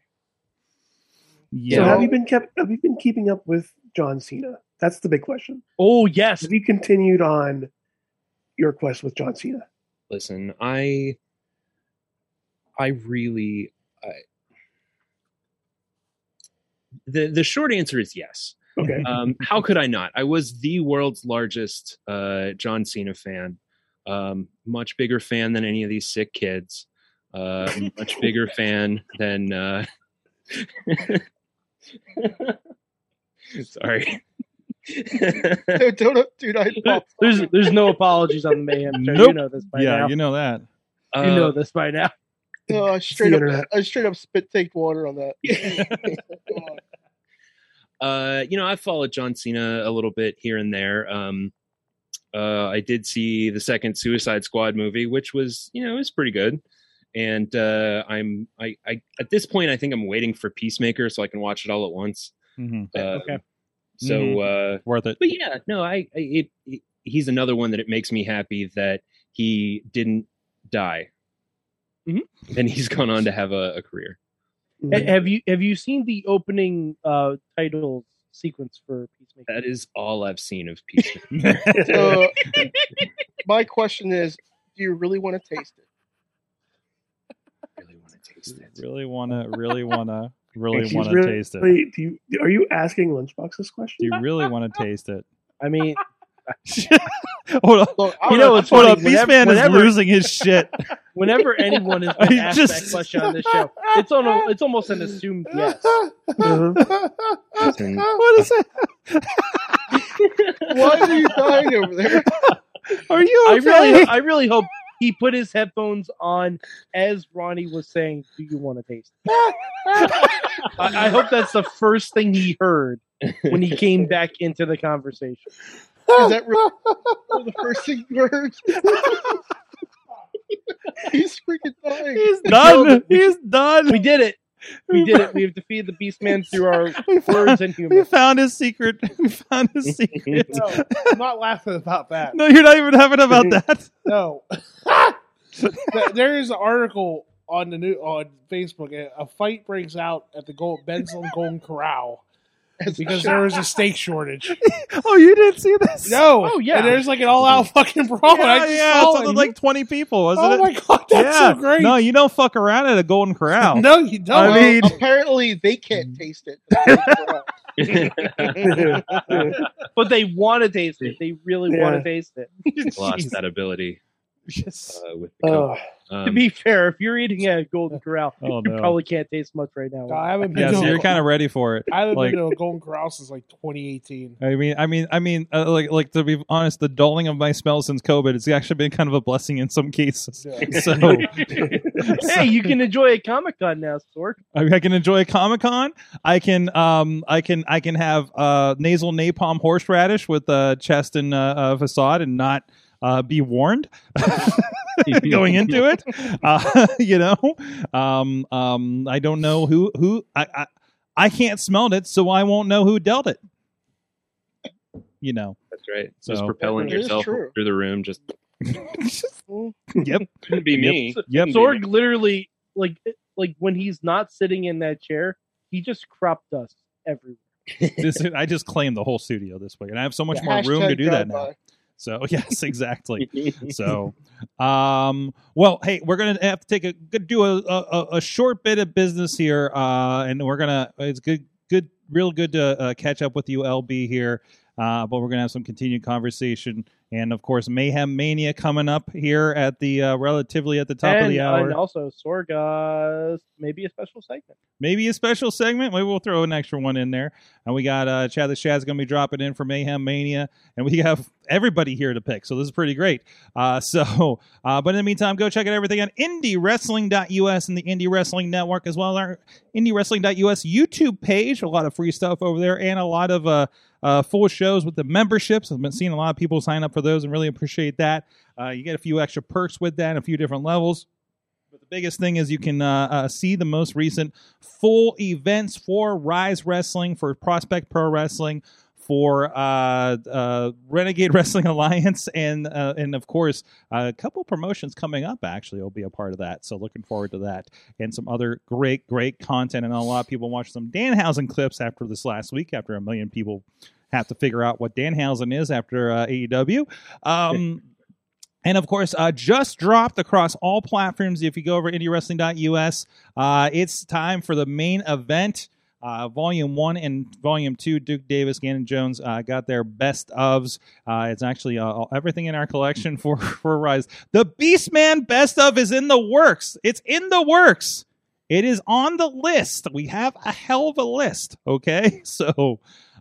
S2: Yeah.
S5: So
S6: Yeah.
S5: have you been kept? Have you been keeping up with John Cena? That's the big question.
S4: Oh yes,
S5: Have you continued on your quest with John Cena?
S10: Listen, I, I really, I, the the short answer is yes.
S5: Okay.
S10: Um, how could I not? I was the world's largest uh, John Cena fan. Um, much bigger fan than any of these sick kids. Uh, much bigger fan than. Uh, (laughs) sorry.
S6: dude, don't, dude, I
S4: there's there's no apologies on the
S2: (laughs)
S4: mayhem show. You
S2: Nope.
S4: know this by
S2: yeah,
S4: now.
S2: you uh, know that.
S4: You know this by now.
S6: no, Uh, I straight
S4: the
S6: up,
S4: internet.
S6: I straight up spit take water on
S2: (laughs)
S6: that.
S10: uh, you know, I followed John Cena a little bit here and there. Um, uh, I did see the second Suicide Squad movie, which was, you know, it was pretty good. And uh, I'm, I, I, at this point, I think I'm waiting for Peacemaker so I can watch it all at once.
S4: (laughs)
S2: Mm-hmm.
S10: Uh,
S4: Okay.
S10: So uh,
S2: Worth it.
S10: but yeah, no, I, I it, it- he's another one that it makes me happy that he didn't die, and he's gone on to have a, a career.
S6: Mm-hmm.
S4: Ha-
S2: Mm-hmm.
S4: Have you have you seen the opening uh title sequence for Peacemaker?
S10: That is all I've seen
S2: (laughs)
S10: of Peacemaker.
S6: So, Uh, my question is, do you really want to taste it?
S2: (laughs) Really wanna, really wanna, really
S5: She's
S2: wanna
S5: really-
S2: taste it.
S5: really- do you, are you asking Lunchbox this
S2: Do
S5: question?
S2: you really want to taste it?
S4: I mean,
S2: (laughs) hold on.
S6: Look, I don't
S4: You know, it's
S2: hold on.
S4: funny,
S2: Beast
S4: whenever-
S2: Man
S4: whenever-
S2: is losing his
S8: (laughs)
S2: shit. (laughs)
S4: Whenever anyone is
S2: I
S4: asked that
S2: just-
S4: question on this show, it's on a, it's almost
S6: (laughs)
S4: an assumed yes.
S8: Uh-huh.
S2: (laughs)
S10: Listen,
S2: what is that?
S6: Why are you dying over there?
S2: (laughs) Are you
S4: I
S2: okay?
S4: really I really hope he put his headphones on as Ronnie was saying, "Do you want to
S2: (laughs)
S4: taste?" It? I, I hope that's the first thing he heard when he came back into the conversation.
S6: Is that really the first thing you heard? He's freaking dying.
S2: He's
S4: killed
S2: done.
S4: it. We-
S2: He's done.
S4: We did it. We did it. We have defeated the Beastman through our words and
S2: (laughs) We
S4: humor.
S2: found his secret. (laughs) We found his secret.
S8: No, I'm not laughing about
S2: (laughs)
S8: that.
S2: No, you're not even having about that. (laughs)
S8: No. (laughs) Th- there is an article on the new on Facebook. A, a fight breaks out at the Gold Benson Golden Corral because there is a steak
S2: (laughs)
S8: shortage.
S2: Oh, you didn't see this?
S8: No.
S4: Oh, yeah.
S8: And there's like an
S2: (laughs)
S8: all out fucking brawl. and I
S2: yeah,
S8: just
S2: yeah,
S8: saw
S2: it's
S8: it.
S2: something like 20 people, wasn't
S8: oh
S2: it?
S8: my god, that's
S2: yeah.
S8: so great.
S2: No, you don't fuck around at a Golden Corral.
S8: (laughs) No, you don't.
S2: I
S6: Well,
S2: (laughs) mean-
S6: apparently they can't (laughs) taste it.
S2: (laughs)
S4: (laughs) But they want to taste it. They really want
S5: Yeah.
S4: to (laughs) taste it.
S10: lost that ability
S2: Yes.
S10: uh, with the
S5: oh,
S10: COVID. Um,
S4: To be fair, if you're eating
S2: (laughs)
S4: at Golden Corral,
S2: Oh,
S4: you
S2: no.
S4: probably can't taste much right now.
S8: No, I haven't been
S2: Yeah,
S8: to
S2: so
S8: a-
S2: you're kind of ready for it.
S8: I haven't
S2: like-
S8: been to a Golden Corral since like 2018.
S2: I mean, I mean, I mean, uh, like, like to be honest, the dulling of my smell since COVID has actually been kind of a blessing in some cases.
S8: Yeah.
S2: (laughs) So, (laughs)
S8: (laughs)
S4: hey, you can enjoy a Comic Con now, Sork.
S2: I, mean, I can enjoy a Comic Con. I can, um, I can, I can have uh, nasal napalm horseradish with uh, chest and uh, uh, facade, and not uh, be warned going into it. Uh, (laughs) you know, um, um, I don't know who who I, I I can't smell it, so I won't know who dealt it. You know.
S10: That's right.
S2: So-
S10: just propelling
S6: It is
S10: yourself
S6: true.
S10: through the room. Just
S2: yep.
S10: couldn't be me.
S2: Yep.
S4: Sorg literally, like, like when he's not sitting in that chair, he just crop dust everywhere.
S2: this I just claimed the whole studio this week, and I have so much
S6: Yeah,
S2: more room to
S6: hashtag
S2: do that
S6: drive-by.
S2: now. So (laughs) yes, exactly.
S6: (laughs)
S2: so, um, well, hey, we're gonna have to take a good do a, a a short bit of business here, uh, and we're gonna it's good good real good to uh, catch up with you, LB here. Uh, but we're gonna have some continued conversation, and of course, Mayhem Mania coming up here at the uh, relatively at the top
S4: and,
S2: of the hour.
S4: and also, Sorg, uh, maybe a special segment.
S2: maybe a special segment. Maybe we'll throw an extra one in there. And we got uh, Chad the Shad's going to be dropping in for Mayhem Mania, and we have everybody here to pick. So this is pretty great. Uh, (laughs) so, uh, but in the meantime, go check out everything on IndieWrestling.us and the Indie Wrestling Network, as well as our IndieWrestling.us YouTube page. A lot of free stuff over there, and a lot of uh, uh, full shows with the memberships. I've been seeing a lot of people sign up for those, and really appreciate that. Uh, you get a few extra perks with that, and a few different levels. But the biggest thing is you can uh, uh, see the most recent full events for Rise Wrestling, for Prospect Pro Wrestling, for uh, uh, Renegade (laughs) Wrestling Alliance, and uh, and of course a couple promotions coming up. Actually, will be a part of that. So looking forward to that and some other great great content. And a lot of people watched some Danhausen clips after this last week. After a million people have to figure out what Danhausen is after uh, AEW. Um, And of course, uh, just dropped across all platforms. If you go over indiewrestling.us, uh, it's time for the main event. Uh, volume one and volume two, Duke Davis, Gannon Jones uh, got their best ofs. Uh, it's actually uh, everything in our collection (laughs) for for Rise. The Beastman best of is in the works. It's in the works. It is on the list. We have a hell of a list. Okay, (laughs) so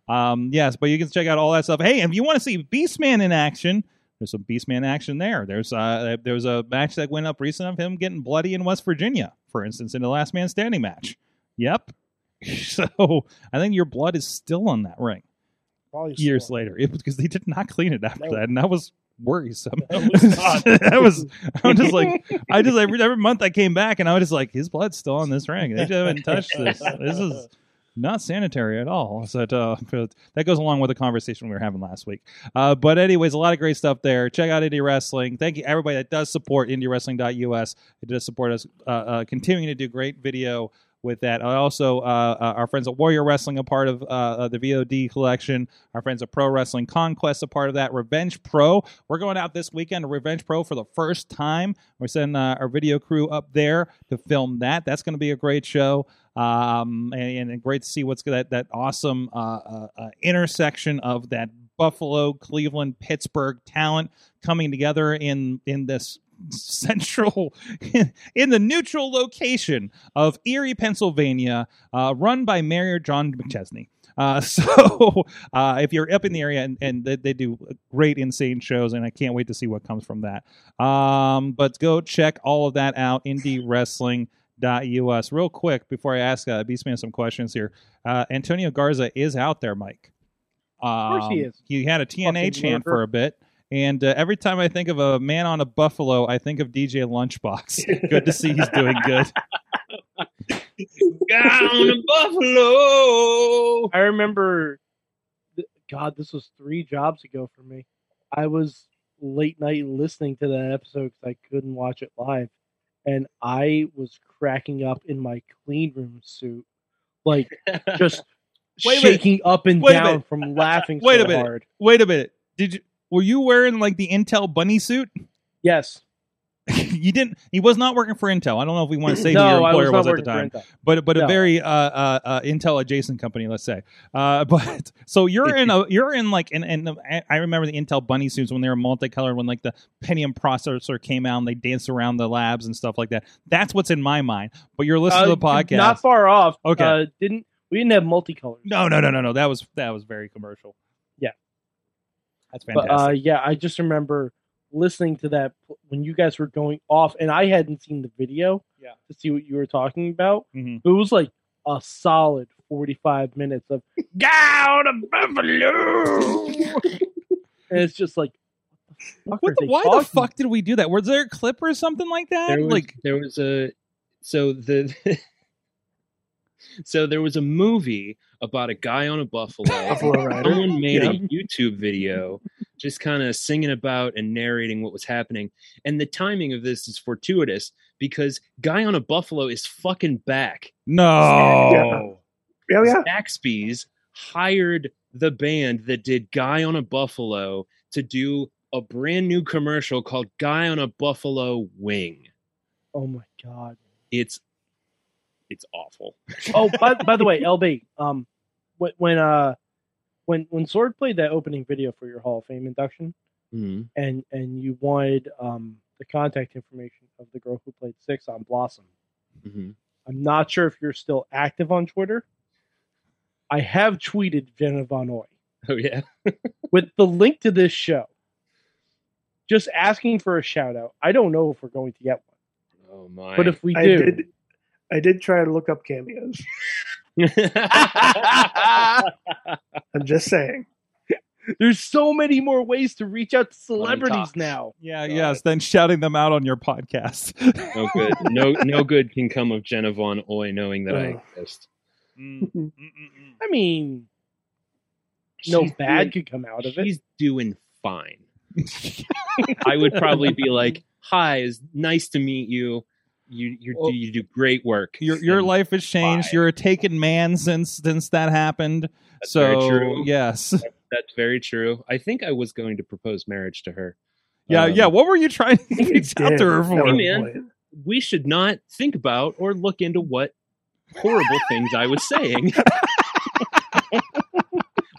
S2: um, yes, but you can check out all that stuff. Hey, if you want to see Beastman in action, there's some Beastman action there. There's uh, there was a match that went up recent of him getting bloody in West Virginia, for instance, in the Last Man Standing match. Yep. (laughs) So I think your blood is still on that ring
S8: Probably
S2: years later it, because they did not clean it after
S8: No.
S2: that, and that was worrisome.
S8: That
S2: (laughs)
S8: was not.
S2: that was I'm just
S8: (laughs)
S2: like I just every, every month I came back and I was just like his blood's still on this ring. They haven't touched this. This is not sanitary at all. So uh, but that goes along with the conversation we were having last week. Uh, but anyways, a lot of great stuff there. Check out Indie Wrestling. Thank you everybody that does support IndieWrestling.us. It does support us uh, uh, continuing to do great video with that. I also uh, uh, our friends at Warrior Wrestling a part of uh, uh, the VOD collection. Our friends at Pro Wrestling Conquest a part of that. Revenge Pro. We're going out this weekend to Revenge Pro for the first time. We're sending uh, our video crew up there to film that. That's going to be a great show. Um, and, and great to see what's that that awesome uh, uh, uh, intersection of that Buffalo, Cleveland, Pittsburgh talent coming together in in this (laughs) central in the neutral location of Erie, Pennsylvania, uh, run by Mayor John McChesney. Uh, (laughs) so uh, if you're up in the area and, and they, they do great insane shows and i can't wait to see what comes from that um, but go check all of that out indie wrestling.us real quick before i ask uh, beastman some questions here uh, antonio garza is out there mike
S4: course he
S2: Um,
S4: is.
S2: he had a tna
S4: Fucking
S2: chant
S4: lurker.
S2: for a bit and uh, every time I think of a man on a buffalo, I think of DJ Lunchbox. good to see he's doing good.
S7: Down in Buffalo.
S4: I remember, th- God, this was three jobs ago for me. I was late night listening to that episode because I couldn't watch it live, and I was cracking up in my clean room suit,
S2: (laughs)
S4: like just
S2: Wait a minute.
S4: shaking up and
S2: Wait a
S4: down
S2: minute.
S4: from laughing
S2: Wait
S4: so
S2: a minute.
S4: hard.
S2: Wait a minute. Did you were you wearing like the Intel bunny suit?
S4: Yes.
S2: (laughs) you didn't. He was not working for Intel. I don't know if we want to say
S4: No,
S2: who your
S4: I
S2: employer
S4: was
S2: was,
S4: not
S2: at the
S4: working for
S2: time,
S4: Intel.
S2: but but a
S4: No.
S2: very uh, uh, uh, Intel adjacent company, let's say. Uh, (laughs) but so you're in
S4: (laughs)
S2: a you're in like and and I remember the Intel bunny suits when they were multicolored when like the Pentium processor came out and they danced around the labs and stuff like that. That's what's in my mind. But you're listening to
S4: Uh,
S2: the podcast.
S4: Not far off.
S2: Okay.
S4: Uh, didn't we didn't have multicolors?
S2: no, no, no, no, no. That was that was very commercial.
S4: Yeah.
S2: that's
S4: But,
S2: fantastic.
S4: uh, yeah, I just remember listening to that p- when you guys were going off, and I hadn't seen the video
S2: Yeah.
S4: to see what you were talking about.
S2: Mhm.
S4: It was like a solid forty-five minutes of
S3: Down in Buffalo.
S4: and it's just like, what the fuck?
S2: What
S4: are
S2: the,
S4: they
S2: why the
S4: talking
S2: fuck did we do that? Was there a clip or something like that?
S10: There was,
S2: like
S10: there was a so the (laughs) so there was a movie about a guy on a buffalo.
S5: (laughs) Buffalo Rider.
S10: Someone made a
S5: Yeah.
S10: YouTube video just kind of singing about and narrating what was happening. And the timing of this is fortuitous because guy on a buffalo is fucking back.
S2: no.
S5: Oh yeah.
S10: Zaxby's hired the band that did Guy on a Buffalo to do a brand new commercial called Guy on a Buffalo Wing.
S4: Oh my god.
S10: It's it's awful.
S4: oh, by, by the way, LB, um, when when uh, when when Sword played that opening video for your Hall of Fame induction,
S2: Hmm.
S4: and and you wanted um the contact information of the girl who played six on Blossom.
S2: Mm-hmm.
S10: Mhm.
S4: I'm not sure if you're still active on Twitter. I have tweeted Jenna Von Oy
S10: (laughs) Oh yeah.
S4: with the link to this show, just asking for a shout out. I don't know if we're going to get one,
S10: Oh my.
S4: but if we
S5: I
S4: do,
S5: did. I did try to look
S2: (laughs)
S5: up cameos. I'm just saying.
S4: there's so many more ways to reach out to
S10: me
S4: celebrities
S10: talk.
S4: now.
S2: Yeah, yes, then shouting them out on your podcast.
S10: no good.
S2: (laughs)
S10: No no good can come of Jenna Von Oy knowing that I
S5: Oh.
S10: exist.
S4: I mean, no
S10: She's
S4: bad
S10: doing-
S4: could come out of it.
S10: She's doing
S2: (laughs)
S10: fine. I would probably be like, "Hi, is nice to meet you. You you
S2: Well-
S10: do you do great work.
S2: your your
S10: And
S2: life has changed.
S10: Bye.
S2: You're a taken man since since that happened.
S10: That's
S2: so
S10: very true.
S2: yes,
S10: That's very true. I think I was going to propose marriage to her.
S2: (laughs) yeah,
S10: Um,
S2: yeah. What were you trying
S8: (laughs)
S2: to
S5: You
S2: reach out to
S5: did
S2: her
S5: at
S2: for?
S5: one
S10: man.
S5: point.
S10: We should not think about or look into what horrible things I was saying. (laughs)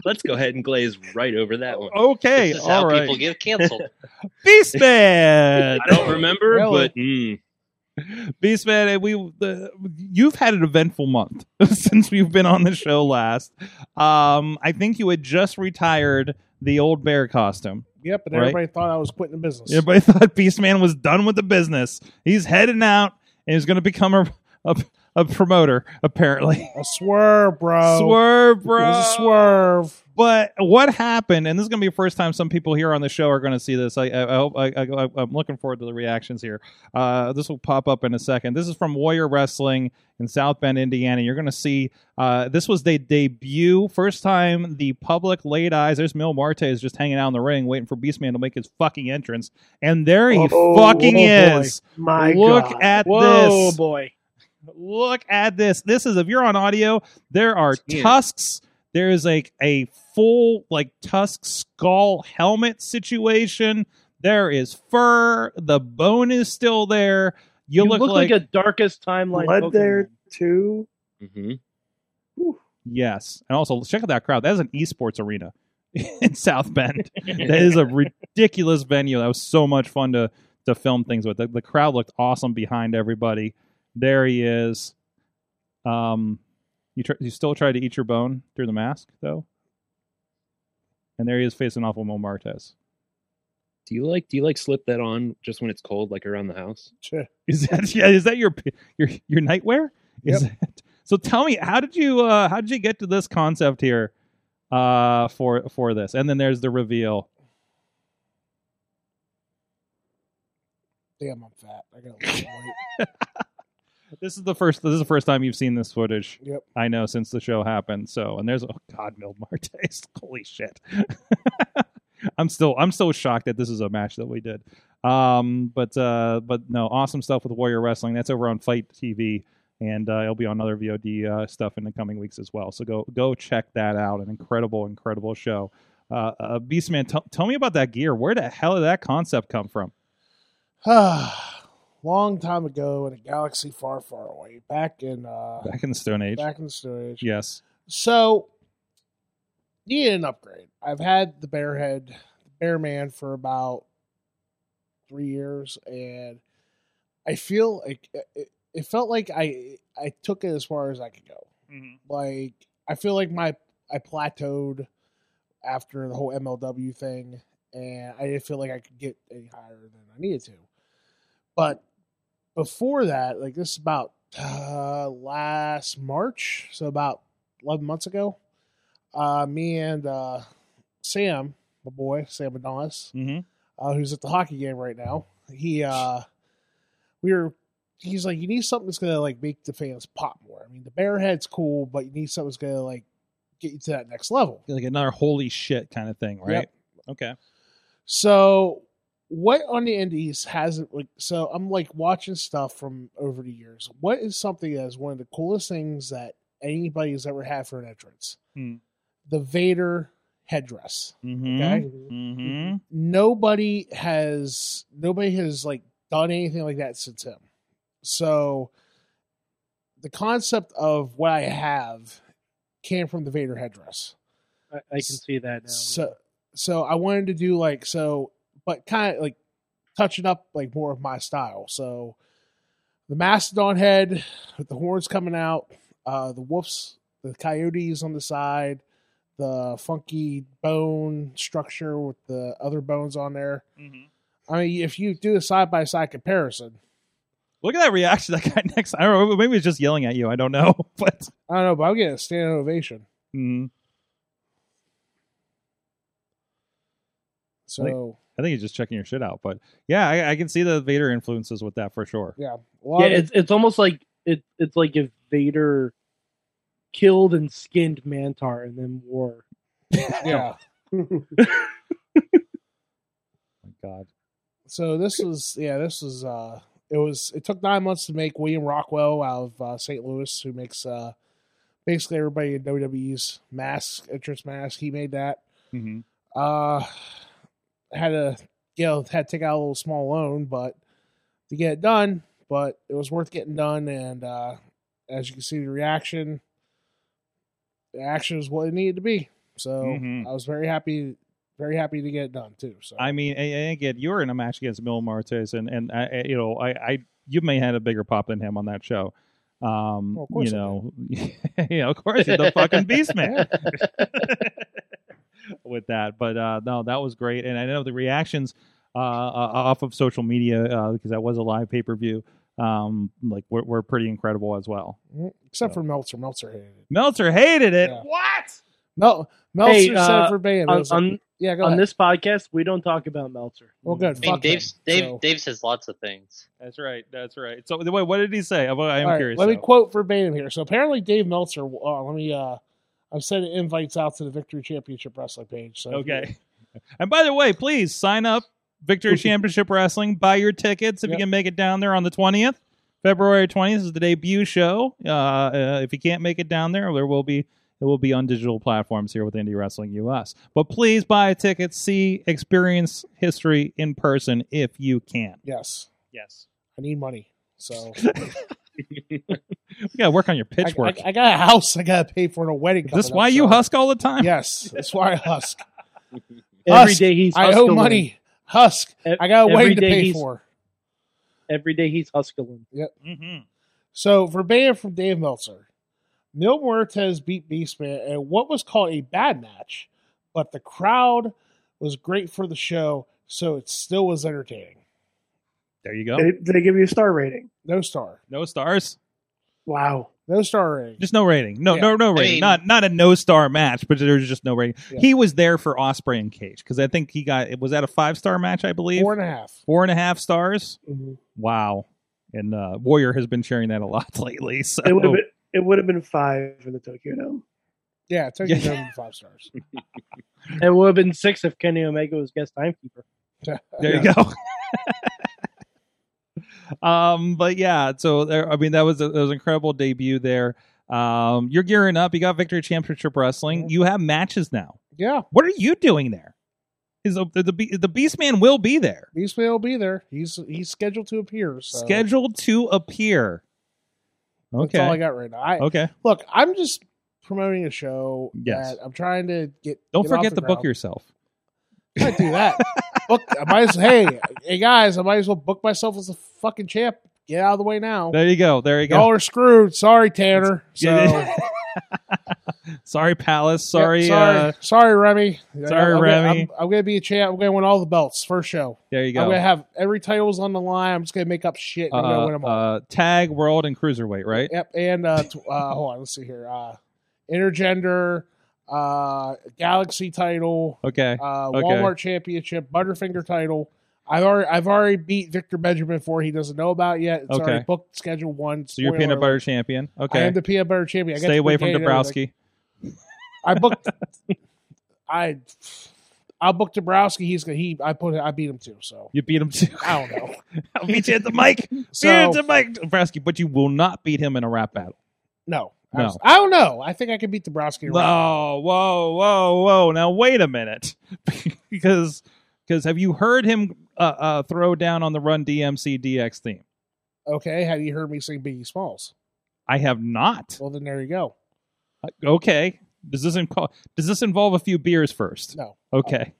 S10: Let's go ahead and glaze right over that one.
S2: Okay, This is how all right. people (laughs)
S7: get canceled.
S2: Beastman.
S10: I don't remember,
S2: (laughs) Really?
S10: but mm,
S2: hmm. (laughs) Beastman, and we the, you've had an eventful month (laughs) since we've been on the show last. Um, I think you had just retired the old bear costume.
S8: Yep, and
S2: Right.
S8: everybody thought I was quitting the business.
S2: Everybody (laughs) thought Beastman was done with the business. He's heading out and he's going to become a, a a promoter apparently.
S8: A swerve, bro.
S2: Swerve, bro.
S8: It was a swerve.
S2: But what happened? And this is going to be the first time some people here on the show are going to see this. I, I, I hope I, I, I'm looking forward to the reactions here. Uh, this will pop up in a second. This is from Warrior Wrestling in South Bend, Indiana. You're going to see uh, this was the debut, first time the public laid eyes. There's Mil Marte is just hanging out in the ring waiting for Beastman to make his fucking entrance, and there he
S5: Oh,
S2: fucking
S5: oh, boy.
S2: is.
S5: My
S2: look
S5: God.
S2: at
S5: Whoa,
S2: this.
S4: boy.
S2: Look at this. This is if you're on audio, there are tusks. There is like a full like tusk skull helmet situation. There is fur. The bone is still there. You,
S4: You look like a darkest timeline
S5: Blood
S4: Pokemon.
S5: there too.
S2: Yes. And also check out that crowd. That is an esports arena (laughs) in South Bend. that is a ridiculous venue. That was so much fun to to film things with. The, the crowd looked awesome behind everybody. There he is. Um you tr- you still tried to eat your bone through the mask though? And there he is facing off with Mo Martez.
S10: do you like do you like slip that on just when it's cold, like around the house?
S8: Sure.
S2: (laughs) Is that yeah, is that your your your nightwear? Is that, so tell me how did you uh how did you get to this concept here uh for for this? And then there's the reveal.
S8: Damn, I'm fat. I got to lose weight.
S2: This is the first this is the first time you've seen this footage.
S8: Yep.
S2: I know since the show happened. So and there's oh god, Mil Martes. (laughs) Holy shit. I'm still I'm still shocked that this is a match that we did. Um but uh but no, awesome stuff with Warrior Wrestling. That's over on Fight TV and uh, it'll be on other VOD uh, stuff in the coming weeks as well. So go go check that out. An incredible incredible show. Uh, uh Beastman, t- tell me about that gear. Where the hell did that concept come from?
S8: (sighs) Long time ago in a galaxy far, far away, back in uh,
S2: Back in the Stone Age.
S8: back in the Stone Age.
S2: Yes.
S8: So, need an upgrade. I've had the bear head, the bear man for about three years, and I feel like it, it felt like I I took it as far as I could go. Like I feel like my I plateaued after the whole MLW thing, and I didn't feel like I could get any higher than I needed to. But before that, like this is about uh, last March, so about 11 months ago, uh, me and uh, Sam, my boy, Sam Adonis,
S2: Mhm.
S8: uh, who's at the hockey game right now, he, uh, we were, he's like, you need something that's going to like make the fans pop more. I mean, the bear head's cool, but you need something that's going to like get you to that next level.
S2: Like another holy shit kind of thing, right? Okay.
S8: So what on the indies hasn't like so I'm like watching stuff from over the years. What is something that is one of the coolest things that anybody has ever had for an entrance?
S2: Hmm.
S8: The Vader headdress.
S2: Mm-hmm.
S8: Okay.
S2: Mm-hmm.
S8: Nobody has nobody has like done anything like that since him. So the concept of what I have came from the Vader headdress.
S4: I, I can see that now.
S8: So, so I wanted to do like so, but kind of like touching up like more of my style. So, the mastodon head with the horns coming out, uh, the wolves, the coyotes on the side, the funky bone structure with the other bones on there. I mean, if you do a side by side comparison,
S2: Look at that reaction that guy (laughs) next. I don't know. Maybe he's just yelling at you. I don't know. (laughs) But
S8: I don't know, but I'll get a standing ovation.
S2: Mhm.
S8: So.
S2: I think he's just checking your shit out. But yeah, I, I can see the Vader influences with that for sure.
S8: Yeah.
S4: yeah, it's it's almost like it, it's like if Vader killed and skinned Mantar and then wore. (laughs)
S5: (laughs)
S8: yeah.
S2: God.
S8: So this was yeah, this was uh it was it took nine months to make William Rockwell out of uh, St. Louis, who makes uh basically everybody in WWE's mask entrance mask. He made that.
S2: Mhm.
S8: Uh had to you know had to take out a little small loan, but to get it done. But it was worth getting done, and uh as you can see, the reaction, the action is what it needed to be. So
S2: Mhm.
S8: I was very happy, very happy to get it done too. So
S2: I mean, and, and again, you were in a match against Mil Martes, and and I, I- you know, I, I you may have had a bigger pop than him on that show. Um,
S8: Well, of course
S2: you
S8: I
S2: know, (laughs) yeah, of course, you're the fucking beast
S8: (laughs)
S2: man. (laughs) With that, but uh, no, that was great, and I know the reactions uh, uh, off of social media uh, because that was a live pay per view. Um, like were, were pretty incredible as well.
S8: Mhm. except for Meltzer, Meltzer hated it.
S2: Meltzer hated it.
S8: Yeah.
S3: What?
S8: Mel Meltzer
S4: Hey,
S8: said
S4: uh,
S8: verbatim. it
S4: on,
S8: was like-
S4: on-
S8: yeah, go
S4: on
S8: ahead.
S4: this podcast, we don't talk about Meltzer.
S8: well, good.
S7: I mean,
S8: fuck
S7: Dave's,
S8: him.
S7: Dave,
S8: So-
S7: Dave says lots of things.
S2: That's right. That's right. So wait, what did he say? I'm, I'm
S8: All right,
S2: curious.
S8: Let me
S2: though.
S8: quote verbatim here. So apparently, Dave Meltzer. Uh, let me. uh I'm sending invites out to the Victory Championship Wrestling page. So if you-
S2: Okay. (laughs) And by the way, please sign up Victory Championship Wrestling. Buy your tickets if
S8: Yep.
S2: you can make it down there on the 20th. February 20th is the debut show. Uh, uh, if you can't make it down there, there will be it will be on digital platforms here with Indie Wrestling US. But please buy a ticket, see, experience history in person if you can.
S8: Yes,
S2: Yes.
S8: I need money.
S2: (laughs)
S8: So
S2: You got to work on your
S8: I,
S2: pitch work.
S8: I, I got a house. I got to pay for in a wedding.
S2: is this
S8: coming up,
S2: why you
S8: so-
S2: husk all the time?
S8: Yes, that's why
S2: (laughs)
S8: I husk.
S4: Every
S8: Husk,
S4: day he's
S8: I owe
S4: hustling.
S8: money. Husk.
S4: E-
S8: I got a
S4: every
S8: wedding to
S4: day
S8: pay
S4: he's-
S8: for.
S4: Every day he's hustling.
S2: Mm-hmm.
S8: So verbatim from Dave Meltzer, Mil Muertes beat Beastman in what was called a bad match, but the crowd was great for the show, so it still was entertaining.
S2: There you go.
S5: Did, did they give you a star rating?
S8: No star.
S2: No stars.
S5: Wow.
S8: No star rating.
S2: Just no rating. No,
S8: Yeah.
S2: no, no rating.
S7: mean-
S2: not not a no star match, but there's just no rating.
S8: Yeah.
S2: He was there for Osprey and Cage because I think he got it was that a five star match, I believe.
S8: Four and a half.
S2: Four and a half stars.
S5: Mhm.
S2: Wow. And uh, Warrior has been sharing that a lot (laughs) lately. So
S5: It would have been it would have been five for the Tokyo Dome.
S8: Yeah, it took
S2: Yeah.
S8: you down to five stars.
S2: (laughs)
S4: It would have been six if Kenny Omega was guest
S8: (laughs)
S4: timekeeper.
S2: there you go. um, but yeah, so there. I mean, that was a, that was an incredible debut there. Um, you're gearing up. You got Victory Championship Wrestling. You have matches now.
S8: Mm-hmm. Yeah,
S2: What are you doing there? Is the the, Be- the Beastman will be there.
S8: Beastman will be there. He's he's scheduled to appear. So
S2: scheduled to appear.
S8: That's all I
S2: Okay.
S8: got right now. I,
S2: Okay.
S8: Look, I'm just promoting a show.
S2: Yes.
S8: that I'm trying to get.
S2: Don't
S8: get off
S2: forget
S8: the
S2: to book
S8: ground.
S2: yourself.
S8: I do that. book. I might as hey, hey guys, I might as well book myself as a fucking champ. Get out of the way now.
S2: There you go. There you
S8: Y'all
S2: go.
S8: are screwed. Sorry, Tanner.
S2: (laughs)
S8: So,
S2: Yeah. (laughs) sorry, Palace. Sorry.
S8: Yeah, sorry,
S2: Uh,
S8: sorry, Remy.
S2: sorry,
S8: I'm, gonna-
S2: Remy.
S8: I'm, I'm gonna be a champ. I'm gonna win all the belts. First show.
S2: there you
S8: I'm gonna
S2: go.
S8: have every title's on the line. I'm just gonna make up shit and I'm gonna
S2: Uh,
S8: win them all.
S2: uh, tag, world, and cruiserweight. Right.
S8: (laughs) Yep, and uh, tw- uh, hold on, let's see here. Uh, intergender, uh, galaxy title,
S2: Okay.
S8: uh,
S2: Okay.
S8: Walmart championship, Butterfinger title. I've already I've already beat Victor Benjamin for he doesn't know about yet. It's
S2: Okay.
S8: already booked, schedule one.
S2: So you're
S8: Spoiler
S2: peanut butter
S8: alert.
S2: champion.
S8: I
S2: Okay.
S8: am the peanut butter champion. I got
S2: Stay
S8: the
S2: away from
S8: brigade and everything.
S2: Dabrowski. (laughs)
S8: I booked. I I booked Dabrowski. He's gonna he I put I beat him too. So
S2: You beat him too.
S8: I don't know.
S2: (laughs) I'll beat you at the
S8: (laughs)
S2: mic. beat you
S8: So
S2: at the mic, Dabrowski. But you will not beat him in a rap battle.
S8: no,
S2: No.
S8: Abs- I don't know. I think I could beat Dabrowski. in a round.
S2: Whoa, whoa, whoa, whoa! Oh, Now wait a minute, (laughs) because because have you heard him uh, uh, throw down on the Run DMC DX theme?
S8: Okay, have you heard me sing Biggie Smalls?
S2: I have not.
S8: Well, then there you go.
S2: Uh, Okay, does this involve does this involve a few beers first?
S8: No,
S2: Okay,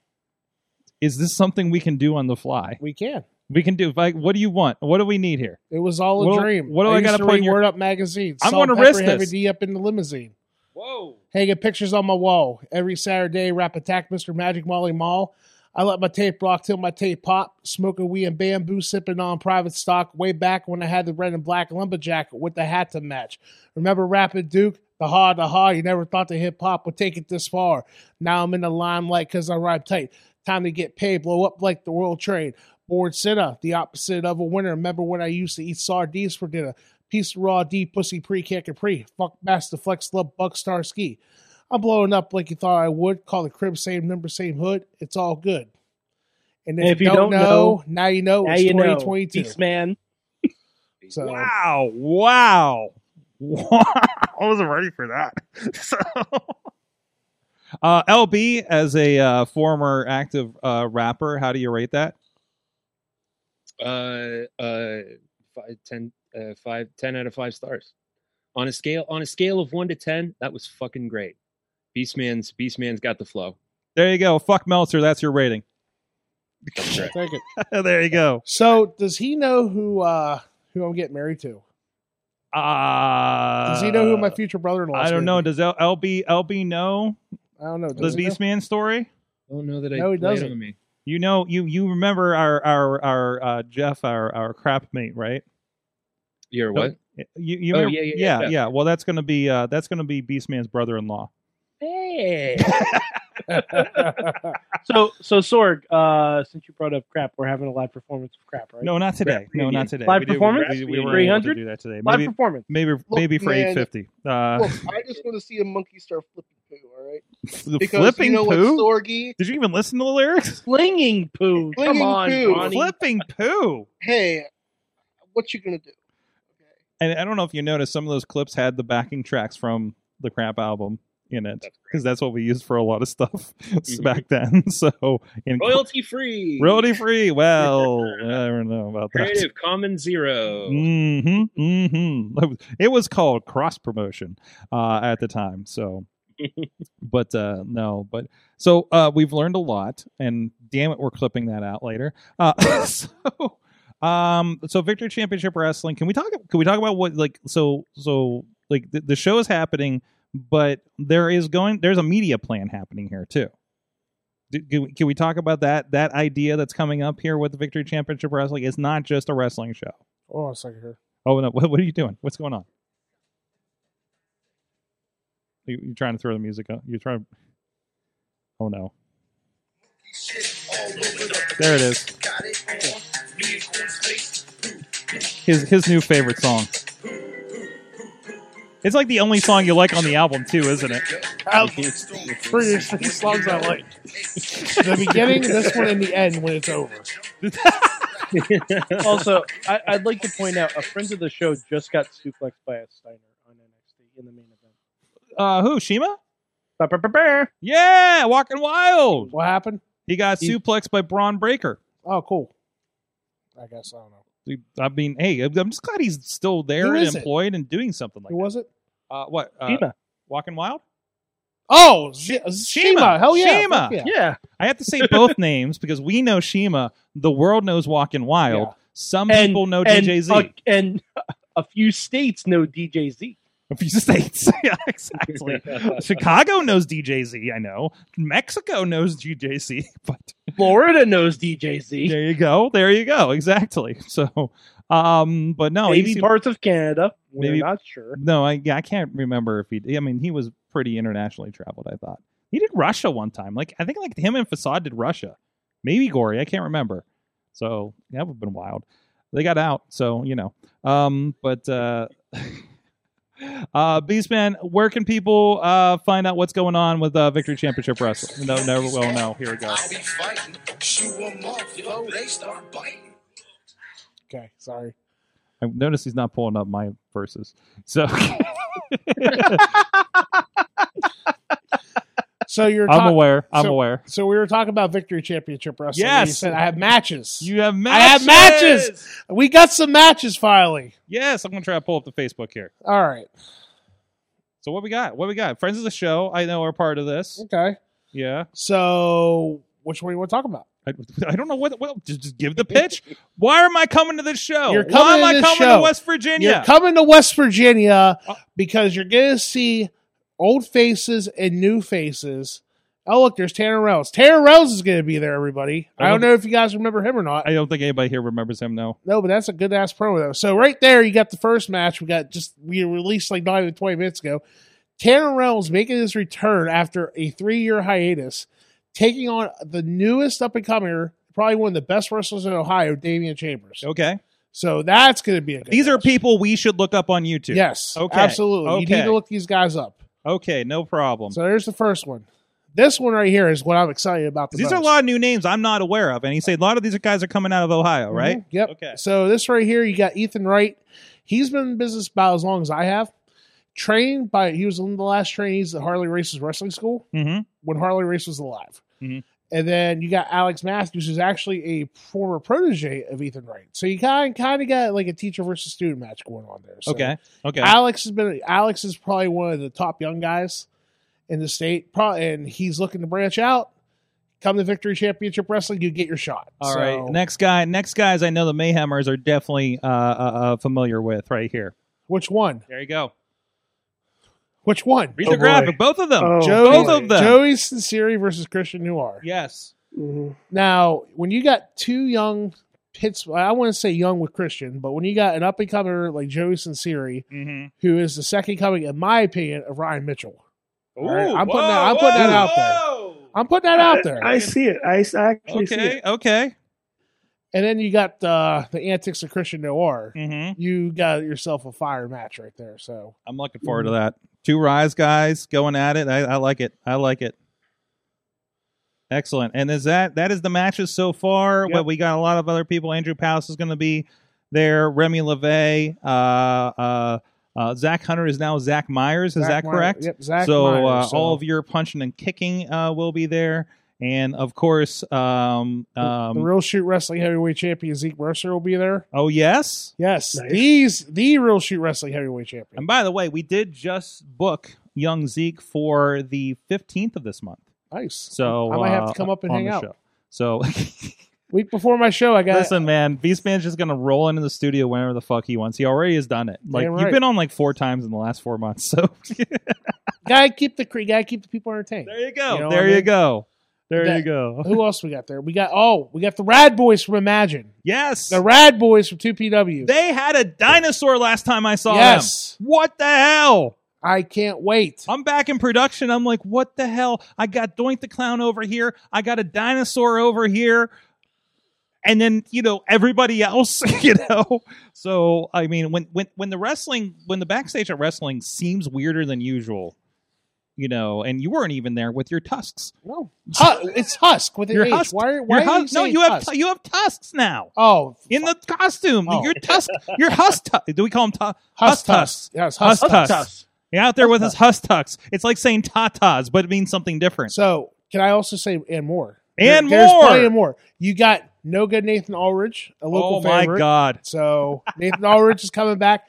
S2: is this something we can do on the fly?
S8: we can.
S2: We can do. if I- What do you want? What do we need here?
S8: It was all a
S2: What do-
S8: dream.
S2: what do I
S8: used
S2: gotta
S8: to
S2: put in
S8: read
S2: your-
S8: Word Up magazine?
S2: I'm
S8: Salt
S2: gonna
S8: Pepper
S2: risk
S8: Heavy
S2: this.
S8: D up in the limousine.
S2: Whoa!
S8: Hanging pictures on my wall every Saturday. Rap attack, Mr. Magic Molly Mall. I let my tape rock till my tape pop. Smoking weed and bamboo, sipping on private stock. Way back when I had the red and black lumberjack with the hat to match. Remember Rapid Duke? The ha, the ha. You never thought the hip hop would take it this far. Now I'm in the limelight because I rhyme tight. Time to get paid, blow up like the World Trade. Bored sinner, the opposite of a winner. Remember when I used to eat sardines for dinner? Piece of raw D pussy pre kick and pre. Fuck master flex love buck star ski. I'm blowing up like you thought I would. Call the crib same number, same hood. It's all good. And if, you, don't, know, now you know
S4: now
S8: it's
S4: you know,
S8: 2022. (laughs)
S4: Beast man.
S8: So
S2: Wow! Wow! (laughs) Wow! I wasn't ready for that. (laughs) So, uh, LB as a uh, former active uh, rapper, how do you rate that?
S10: Uh, uh, five, ten, uh, five, ten out of five stars. on a scale on a scale of one to ten, that was fucking great. Beastman's Beastman's got the flow.
S2: There you go. Fuck Meltzer. That's your rating.
S10: That's
S8: Take it.
S2: (laughs) there you go.
S8: So does he know who uh who I'm getting married to?
S2: Uh,
S8: Does he know who my future brother-in-law? is
S2: I don't
S8: gonna
S2: know.
S8: be?
S2: Does L- LB LB know
S8: I don't know.
S2: the
S8: Oh, Does he know?
S2: Beastman story?
S10: Oh no, that
S8: I No, he played doesn't. on
S10: me.
S2: You know, you you remember our our our uh, Jeff, our our crap mate, right?
S10: You're what?
S2: You, you
S10: Oh,
S2: remember-
S10: yeah, yeah, yeah,
S2: yeah,
S10: Jeff.
S2: Well, that's gonna be uh, that's gonna be Beastman's brother-in-law.
S10: Hey.
S4: So, so Sorg, uh, since you brought up crap, we're having a live performance of crap, right?
S2: No, not today.
S10: Crap
S2: No,
S10: preview.
S2: not today.
S4: Live
S2: We did- we-
S4: performance?
S2: We, we
S4: Crap
S2: were able to
S4: 300?
S2: do that today.
S4: Live
S2: Maybe
S4: performance.
S2: maybe maybe for
S6: man.
S2: eight fifty. Uh,
S6: Look, I just want to see a monkey start flipping poo. All right,
S2: the
S6: because
S2: flipping
S6: you know
S2: poo.
S6: what, Sorgi?
S2: Did you even listen to the lyrics?
S4: Flinging poo. Come
S6: Flinging
S4: on,
S6: poo.
S4: Ronnie.
S2: Flipping poo.
S6: Hey, what you gonna do?
S2: And I don't know if you noticed, some of those clips had the backing tracks from the crap album in it because that's what we used for a lot of stuff (laughs) back then. (laughs) So in
S10: Royalty free.
S2: royalty free.
S10: (laughs)
S2: Well, I don't know about that.
S10: Creative Commons Zero.
S2: Mm-hmm, mm-hmm. It was called cross promotion uh, at the time.
S10: (laughs)
S2: So, but uh, no, but so uh, we've learned a lot, and damn it, we're clipping that out later. Uh, (laughs) so, um, so Victor Championship Wrestling. Can we talk? Can we talk about what like so so like the, the show is happening, but there is going there's a media plan happening here too. Do, can, we, can we talk about that that idea that's coming up here with the Victory Championship Wrestling? It's not just a wrestling show.
S8: Hold on a second here.
S2: Oh no! (laughs) What, what are you doing? What's going on? You, you're trying to throw the music up. You're trying. Oh no! There it is. His his new favorite song. It's like the only song you like on the album too, isn't it?
S8: Three, three songs I like. the beginning, this one, and the end when
S2: (laughs)
S8: it's over.
S4: (laughs) also, I, I'd like to point out a friend of the show just got suplexed by a Steiner on NXT in the main event.
S2: Uh, who Shima?
S4: Ba-ba-ba-ba.
S2: Yeah, Walking Wild.
S8: What happened?
S2: He got
S4: He-
S2: suplexed by Braun Breaker.
S8: Oh, cool. I guess I don't know.
S2: I mean, hey, I'm just glad he's still there
S8: Who
S2: and
S8: is it?
S2: employed and doing something like
S8: Who was it?
S2: that. Uh, what? Uh,
S4: Shima.
S2: Walking Wild?
S8: Oh, Shima. Shima. Hell yeah.
S2: Shima.
S8: fuck yeah.
S4: uh, Yeah.
S2: I have to say both (laughs) names because we know Shima. The world knows Walking Wild.
S8: Yeah.
S2: Some
S4: And-
S2: people know
S4: and
S2: DJZ.
S4: A, and (laughs) a few states know DJ Z.
S2: a few states. (laughs) yeah,
S4: (laughs)
S2: exactly. Chicago knows DJZ, I know. Mexico knows DJZ, (laughs) but
S4: Florida knows DJ Z.
S2: there you go. There you go. Exactly. So, um, but no,
S4: Maybe
S2: he's-
S4: Oh, parts of Canada. We're
S2: Maybe-
S4: not sure.
S2: No, I yeah, I can't remember if he. I mean, he was pretty internationally traveled. I thought he did Russia one time. Like I think like him and Facade did Russia, maybe Gory. I can't remember. So that would have been wild. They got out, so you know. Um, but uh, (laughs) uh, Beastman, where can people uh find out what's going on with uh, Victory Championship Wrestling? No, no, well, no. Here we go.
S3: I'll be fighting. Shoo 'em off, yo, they start biting.
S8: Okay, sorry.
S2: I noticed he's not pulling up my verses. So (laughs)
S8: So you're
S2: I'm
S8: talking.
S2: aware. I'm
S8: so-
S2: aware.
S8: So we were talking about Victory Championship Wrestling. and You
S2: Yes.
S8: said I have matches.
S2: You have
S8: I have
S2: matches.
S8: matches. We got some matches finally.
S2: Yes, I'm gonna try to pull up the Facebook here.
S8: All right.
S2: So what we got? What we got? Friends of the show, I know are part of this.
S8: Okay.
S2: Yeah,
S8: So which one do you want to talk about?
S2: I, (laughs) I don't know what. Well, just, just give the
S8: (laughs)
S2: pitch. Why am I coming to this show?
S8: You're
S2: Why
S8: coming
S2: am
S8: to
S2: I
S8: this
S2: coming
S8: show.
S2: to West
S8: You're
S2: Virginia?
S8: coming to West Virginia
S2: Oh.
S8: because you're going to see old faces and new faces. Oh, look, there's Tanner Rose. Tanner Rose is going to be there, everybody. I don't know if you guys remember him or not.
S2: I don't think anybody here remembers him. No.
S8: No, but that's a good ass promo though. So right there, you got the first match. We got just we released like not even twenty minutes ago. Tanner Reynolds making his return after a three year hiatus, taking on the newest up and comer, probably one of the best wrestlers in Ohio, Damian Chambers.
S2: Okay.
S8: So that's going to be a. Good
S2: These are
S8: match.
S2: people we should look up on YouTube.
S8: Yes.
S2: Okay.
S8: Absolutely. You need
S2: Okay.
S8: to look these guys up.
S2: Okay. No problem.
S8: So there's the first one. This one right here is what I'm excited about. The
S2: these
S8: most.
S2: are a lot of new names I'm not aware of, and he said a lot of these guys are coming out of Ohio, right?
S8: Mhm. Yep.
S2: Okay.
S8: So this right here, you got Ethan Wright. He's been in business about as long as I have. Trained by he was one of the last trainees at Harley Race's wrestling school
S2: Mm-hmm.
S8: when Harley Race was alive.
S2: Mhm.
S8: And then you got Alex Matthews, who's actually a former protege of Ethan Wright. So you kind kind of got like a teacher versus student match going on there. So
S2: Okay. Okay.
S8: Alex has been Alex is probably one of the top young guys in the state, pro- and he's looking to branch out. Come to Victory Championship Wrestling, you get your shot.
S2: All
S8: So,
S2: right, next guy. Next guys I know the Mayhemers are definitely uh, uh, uh, familiar with right here.
S8: Which one?
S2: There you go.
S8: Which one?
S2: Read the graphic. Both of them.
S8: Joey,
S2: Both of them.
S8: Joey Sincere versus Christian Noir.
S2: Yes.
S8: Mm-hmm. Now, when you got two young Pitts, I want to say young with Christian, but when you got an up and comer like Joey Sincere,
S2: Mhm.
S8: who is the second coming, in my opinion, of Ryan Mitchell. All right,
S2: Ooh,
S8: I'm putting
S2: whoa,
S8: that. I'm putting that
S2: whoa,
S8: out there. I'm putting that out there.
S5: I, I see it. I, s- I actually see
S2: Okay.
S5: it.
S2: Okay.
S8: And then you got uh, the antics of Christian Noir.
S2: Mm-hmm.
S8: You got yourself a fire match right there. So
S2: I'm looking forward to that. Two rise guys going at it. I, I like it. I like it. Excellent. And is that that is the matches so far? What we got a lot of other people. Andrew Palace is going to be there. Remy LeVay. Uh, uh, uh, Zach Hunter is now Zach Myers. Is
S8: Zach
S2: that
S8: Myers.
S2: correct?
S8: Yep, Zach
S2: so,
S8: Myers,
S2: uh,
S8: so-
S2: all of your punching and kicking uh, will be there, and of course, um, um,
S8: the Real Shoot Wrestling Heavyweight Champion Zeke Mercer will be there.
S2: oh yes,
S8: Yes, these the Real Shoot Wrestling Heavyweight Champion.
S2: And by the way, we did just book Young Zeke for the 15th of this month.
S8: Nice.
S2: So
S8: I might have
S2: uh,
S8: to come up and
S2: on
S8: hang
S2: the
S8: out.
S2: show. So (laughs)
S8: Week before my show, I got
S2: listen, man, Beastman's just gonna roll into the studio whenever the fuck he wants. He already has done it. Like
S8: Damn
S2: you've
S8: right.
S2: been on like four times in the last four months. (laughs) So
S8: gotta keep the cre- gotta keep the people entertained.
S2: there you go.
S8: You know what
S2: there
S8: I
S2: you
S8: mean?
S2: go. There
S8: That-
S2: you go. (laughs)
S8: Who else we got there? We got oh, we got the Rad Boys from Imagine.
S2: Yes,
S8: the Rad Boys from Two PW.
S2: They had a dinosaur last time I saw
S8: Yes.
S2: them. What the hell?
S8: I can't wait.
S2: I'm back in production. I'm like, what the hell? I got Doink the Clown over here. I got a dinosaur over here. And then, you know, everybody else, (laughs) you know. So I mean, when when when the wrestling when the backstage at wrestling seems weirder than usual, you know, and you weren't even there with your tusks.
S8: No. Hu- it's Husk with an
S2: Your
S8: H.
S2: husk.
S8: Why?
S2: Your
S8: Why are you
S2: husk- no,
S8: saying
S2: you have
S8: Husk?
S2: tu- you have tusks now.
S8: Oh,
S2: in the costume,
S8: Oh.
S2: your tusk, your husk. Tu- do we call them tu-
S8: Husk
S2: husk
S8: tusks.
S2: tusks?
S8: Yes, husk
S2: husk
S8: tusks.
S2: tusks. You're out there with his husk tucks. It's like saying tatas, but it means something different.
S8: So can I also say and more?
S2: And
S8: There- there's
S2: more.
S8: plenty of more. You got no good Nathan Ulrich, a local
S2: Oh, my
S8: favorite.
S2: God.
S8: So (laughs) Nathan Ulrich is coming back.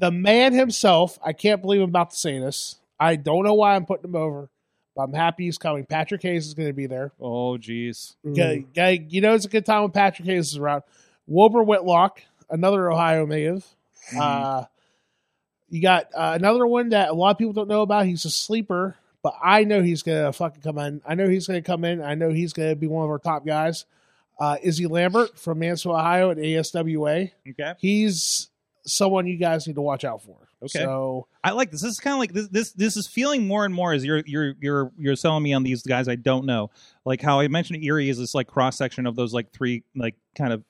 S8: The man himself. I can't believe I'm about to say this. I don't know why I'm putting him over, but I'm happy he's coming. Patrick Hayes is going to be there.
S2: Oh, jeez.
S8: Guy- guy- you know it's a good time when Patrick Hayes is around. Wilbur Whitlock, another Ohio native.
S2: Mm-hmm.
S8: Uh, you got uh, another one that a lot of people don't know about. He's a sleeper, but I know he's gonna fucking come in. I know he's gonna come in. I know he's gonna be one of our top guys. Uh, Izzy Lambert from Mansfield, Ohio, at ASWA.
S2: Okay.
S8: He's someone you guys need to watch out for.
S2: Okay.
S8: So
S2: I like this. This is kind of like this. This this is feeling more and more as you're you're you're you're selling me on these guys I don't know. Like how I mentioned, Erie is this like cross section of those like three like kind of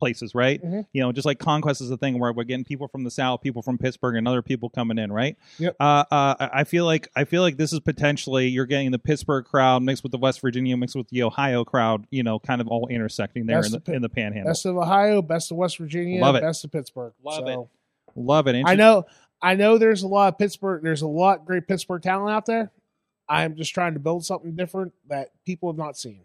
S2: places, right?
S8: Mhm.
S2: You know, just like Conquest is the thing where we're getting people from the south, people from Pittsburgh, and other people coming in, right?
S8: Yep.
S2: Uh, uh, I I feel like I feel like this is potentially you're getting the Pittsburgh crowd mixed with the West Virginia, mixed with the Ohio crowd. You know, kind of all intersecting there
S8: That's
S2: in the,
S8: the pi-
S2: in the Panhandle.
S8: best of Ohio, best of West Virginia,
S2: Love it.
S8: best of Pittsburgh.
S2: Love
S8: So-
S2: Love it.
S8: I
S2: Inter-
S8: know, I know. There's a lot of Pittsburgh. There's a lot of great Pittsburgh talent out there. I'm just trying to build something different that people have not seen.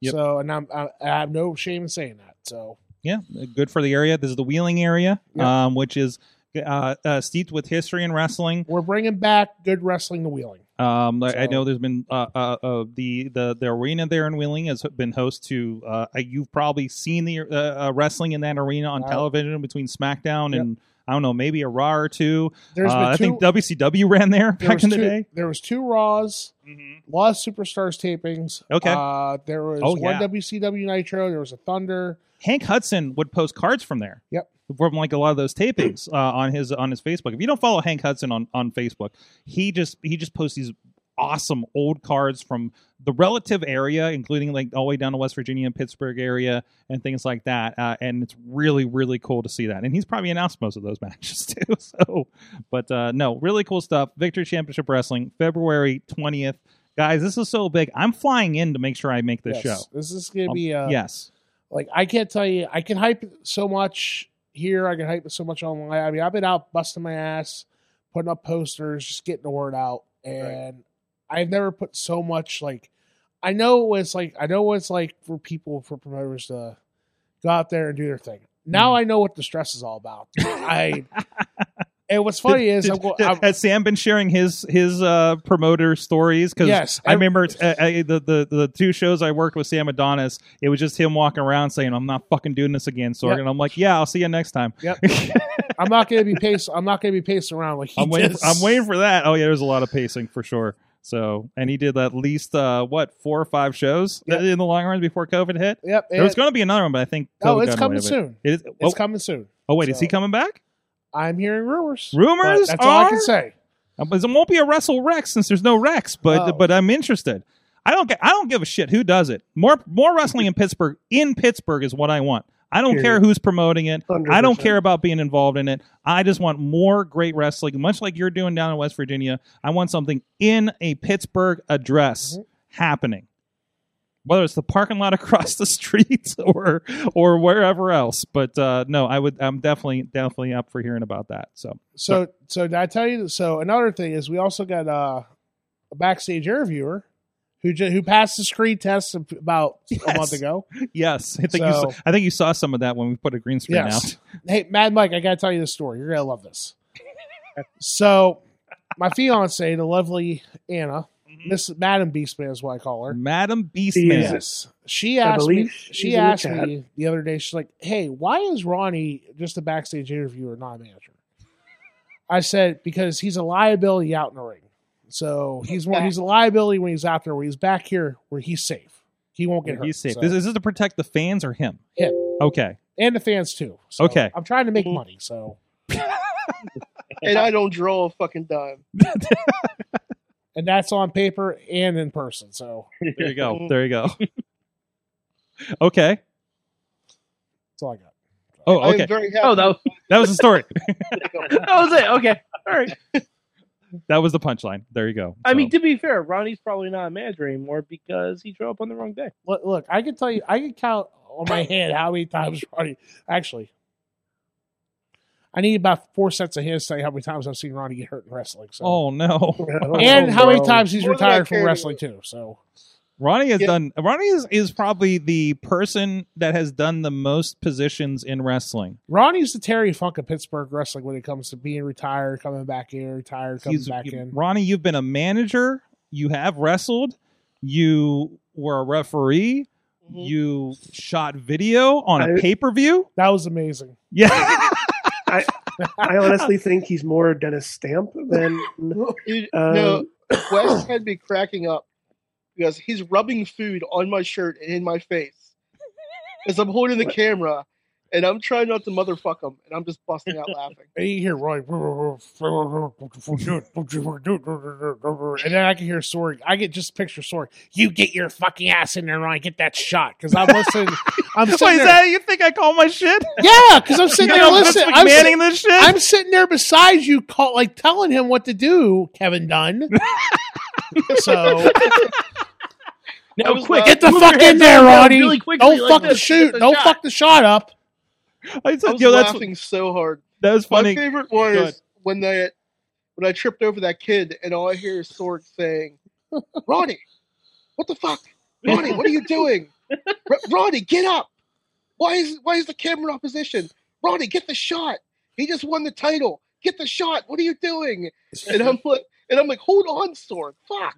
S2: Yep.
S8: So, and I'm, I, I have no shame in saying that. So,
S2: yeah, good for the area. This is the Wheeling area,
S8: Yeah.
S2: um, which is uh, uh, steeped with history and wrestling.
S8: we're bringing back good wrestling to Wheeling.
S2: Um, like, I know there's been uh, uh, uh, the the the arena there in Wheeling has been host to. Uh, uh, you've probably seen the uh, uh, wrestling in that arena on
S8: Uh,
S2: television between SmackDown and I don't know maybe a Raw or two.
S8: There's
S2: Uh,
S8: been
S2: I
S8: two-
S2: think WCW ran there (laughs)
S8: There
S2: back
S8: was
S2: in the
S8: two,
S2: day.
S8: there was two Raws, a lot of Superstars tapings.
S2: Okay.
S8: Uh, there was
S2: Oh,
S8: one
S2: yeah.
S8: WCW Nitro. There was a Thunder.
S2: Hank Hudson would post cards from there.
S8: Yep.
S2: From like a lot of those tapings uh, on his on his Facebook. If you don't follow Hank Hudson on on Facebook, he just he just posts these awesome old cards from the relative area, including like all the way down to West Virginia and Pittsburgh area and things like that. Uh, and it's really really cool to see that. And he's probably announced most of those (laughs) matches too. So, but uh, no, really cool stuff. Victory Championship Wrestling, February twentieth. Guys, this is so big. I'm flying in to make sure I make this
S8: Yes.
S2: show.
S8: This is gonna
S2: Um,
S8: be uh,
S2: yes.
S8: Like I can't tell you, I can hype it so much here. I can hype it so much online. I mean, I've been out busting my ass, putting up posters, just getting the word out, and I've never put so much like I know what it's like. I know what it's like for people for promoters to go out there and do their thing. Now
S2: Mm-hmm.
S8: I know what the stress is all about. I
S2: (laughs)
S8: and what's funny
S2: Did-
S8: is
S2: did-
S8: I'm, go-
S2: did-
S8: I'm,
S2: has Sam been sharing his his uh, promoter stories? Because
S8: Yes,
S2: I
S8: I-
S2: remember uh, uh, the, the the two shows I worked with Sam Adonis. It was just him walking around saying, "I'm not fucking doing this again, Sorg."
S8: Yep.
S2: And I'm like, "Yeah, I'll see you next time."
S8: Yep. I'm not going to be pacing. I'm not going to be pacing around like he
S2: I'm waiting.
S8: does.
S2: I'm waiting for that. Oh yeah, there's a lot of pacing for sure. So, and he did at least uh, what four or five shows
S8: Yep.
S2: in the long run before COVID hit.
S8: Yep,
S2: There was
S8: and-
S2: going to be another one, but I think
S8: Oh,
S2: COVID got in
S8: it's
S2: the
S8: coming
S2: way of it.
S8: soon.
S2: It is, oh,
S8: It's coming soon.
S2: Oh wait, is he coming back?
S8: I'm hearing rumors.
S2: Rumors.
S8: But That's all I can
S2: are-
S8: say.
S2: Uh, but It won't be a Russell Rex since there's no Rex, but
S8: Oh.
S2: but I'm interested. I don't get. I don't give a shit who does it. More more wrestling in Pittsburgh in Pittsburgh is what I want. I don't care
S8: Period.
S2: who's promoting it. I don't
S8: 100%.
S2: care about being involved in it. I just want more great wrestling, much like you're doing down in West Virginia. I want something in a Pittsburgh address
S8: Mm-hmm.
S2: happening, whether it's the parking lot (laughs) across the street or or wherever else. But uh, no, I would. I'm definitely definitely up for hearing about that. So
S8: So, so did I tell you? So another thing is we also got uh, a backstage interviewer who ju- who passed the screen test ab- about a
S2: Yes.
S8: month ago.
S2: Yes, (laughs) I think you saw,
S8: So-
S2: I think you saw some of that when we put a green screen
S8: Yes.
S2: out.
S8: (laughs) Hey, Mad Mike, I gotta tell you this story. You're gonna love this. so, my fiance, the lovely Anna, Miss Madam Beastman is what I call her.
S2: Mm-hmm. Madam Beastman.
S8: Yes. She
S2: I
S8: asked me.
S2: believe she's in
S8: She
S2: the
S8: asked
S2: chat.
S8: me the other day. She's like, "Hey, why is Ronnie just a backstage interviewer, not a manager?" I said, "Because he's a liability out in the ring. So he's more, he's a liability when he's out there. When he's back here, where he's safe, he won't get hurt.
S2: He's safe.
S8: So-
S2: This, is this to protect the fans or him?
S8: Him.
S2: Okay.
S8: and the fans too. So
S2: Okay.
S8: I'm trying to make
S2: Mm-hmm.
S8: money.
S2: (laughs)
S8: So
S6: and I don't draw a fucking dime.
S8: and that's on paper and in person. So
S2: There you
S8: (laughs)
S2: go. There you go. (laughs) okay.
S8: That's all I got.
S2: Oh,
S8: I'm
S2: okay.
S8: very happy. Oh, that was-
S2: that was the story. (laughs)
S4: (laughs) that was it. Okay, all (laughs) right.
S2: that was the punchline. There you go.
S4: I
S2: So-
S4: mean, to be fair, Ronnie's probably not a manager anymore because he drove up on the wrong day.
S8: Look, look, I can tell you, I can count on
S4: (laughs)
S8: my hand how many times Ronnie. Actually, I need about four sets of hands to tell you how many times I've seen Ronnie get hurt in wrestling.
S2: (laughs)
S8: So,
S2: oh
S8: (laughs)
S2: no.
S8: and how many
S2: no.
S8: times he's
S2: More than I
S8: retired from
S2: care to
S8: wrestling too. So,
S2: Ronnie has
S8: Yeah.
S2: done. Ronnie is, is probably the person that has done the most positions in wrestling.
S8: Ronnie's the Terry Funk of Pittsburgh wrestling when it comes to being retired, coming back in, retired, coming
S2: He's-
S8: back in.
S2: Ronnie, you've been a manager. You have wrestled. You were a referee. You shot video on a
S5: I-
S2: pay per view.
S8: That was amazing.
S2: Yeah.
S5: (laughs) I I honestly think he's more Dennis Stamp
S8: (laughs)
S5: than
S6: Dude,
S5: um,
S6: no, (coughs) Wes had me cracking up because he's rubbing food on my shirt and in my face as I'm holding the camera and I'm trying not to motherfuck him and I'm just busting out laughing.
S8: And you hear Ronnie, and then I can hear Sorg. I get just picture Sorg. You get your fucking ass in there, Ronnie. Get that shot because I'm listening. I'm
S2: Wait,
S8: sitting
S2: (laughs) is
S8: there-
S2: that you think I call my shit?
S8: Yeah, because I'm sitting
S2: You
S8: there
S2: think I'm Vince
S8: listening. I'm,
S2: McMahon-ing
S8: sit-
S2: this shit?
S8: I'm sitting there beside you, call, like telling him what to do, Kevin
S2: (laughs)
S8: Dunn. so
S4: Now,
S8: quick, get the fuck in there, Ronnie. Don't fuck the shoot. Don't fuck the shot up.
S2: I
S6: I
S2: said,
S6: was
S2: yo, that's
S6: laughing so hard.
S2: that was funny.
S6: My favorite one
S2: Go ahead.
S6: is when they when I tripped over that kid and all I hear is Sorg saying, "Ronnie, what the fuck? Ronnie, what are you doing? R- Ronnie, get up! Why is why is the camera in opposition? Ronnie, get the shot! He just won the title. Get the shot! What are you doing?" And I'm like, and I'm like, hold on, Sorg, fuck.